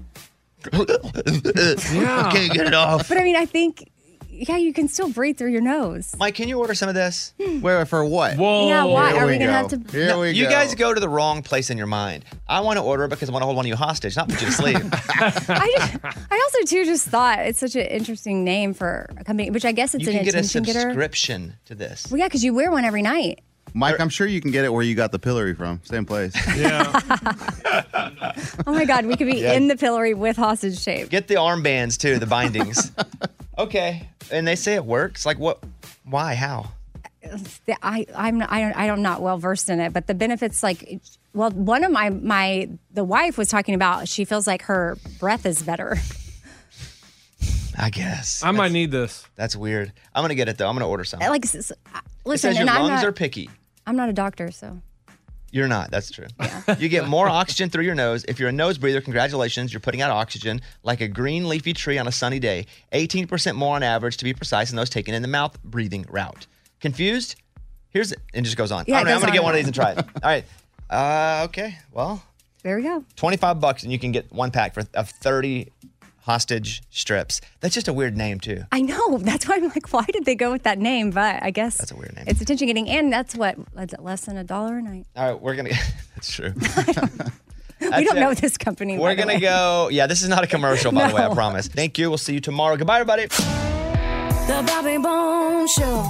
S1: I can't get it off.
S5: But I mean, I think yeah, you can still breathe through your nose.
S1: Mike, can you order some of this? Where for what?
S6: Whoa.
S5: Yeah, why? Oh, Here Are we we gonna go. have to- Here
S1: No,
S5: we
S1: you
S5: go.
S1: guys go to the wrong place in your mind. I want to order because I want to hold one of you hostage, not put you to
S5: *laughs*
S1: sleep.
S5: I also too just thought it's such an interesting name for a company, which I guess it's
S1: you
S5: an
S1: can get a
S5: attention getter.
S1: subscription to this.
S5: Well, yeah, because you wear one every night.
S4: Mike, I'm sure you can get it where you got the pillory from.
S1: *laughs*
S4: Same place.
S5: Oh my God, we could be
S1: *laughs* Yeah.
S5: in the pillory with hostage tape.
S1: Get the armbands too, the bindings. okay, and they say it works. Like what? Why? How?
S5: the- I I'm not- I don't I don't not well versed in it, but the benefits like well one of my my the wife was talking about she feels like her breath is better.
S1: I guess.
S6: I might need this.
S1: That's weird. I'm gonna get it though. I'm gonna order some.
S5: Like s- s-
S1: It
S5: listen,
S1: says your
S5: and I'm
S1: lungs
S5: not
S1: are picky.
S5: I'm not a doctor, so
S1: You're not. That's true. you get more oxygen through your nose. If you're a nose breather, congratulations. You're putting out oxygen like a green leafy tree on a sunny day. 18% more on average, to be precise, than those taken in the mouth breathing route. Confused? Here's it. And just goes on.
S5: Yeah,
S1: I don't
S5: it
S1: know. I'm
S5: goes
S1: going to
S5: on
S1: get one
S5: and
S1: of these and try it. All right. Uh, okay. Well,
S5: there we go.
S1: 25 bucks and you can get one pack for, of 30 hostage strips. That's just a weird name, too.
S5: I know that's why I'm like, why did they go with that name? But I guess that's a
S1: weird name.
S5: It's attention getting, and that's what that's less than a dollar a night. *laughs*
S1: All right. We're going to. *laughs* That's true.
S5: we
S1: That's
S5: don't
S1: it.
S5: know this company. by
S1: We're
S5: the
S1: going to
S5: way.
S1: go. Yeah, this is not a commercial, by the way.
S5: *laughs*
S1: I
S5: No.
S1: promise. Thank you. We'll see you tomorrow. Goodbye, everybody.
S28: The Bobby Bone Show.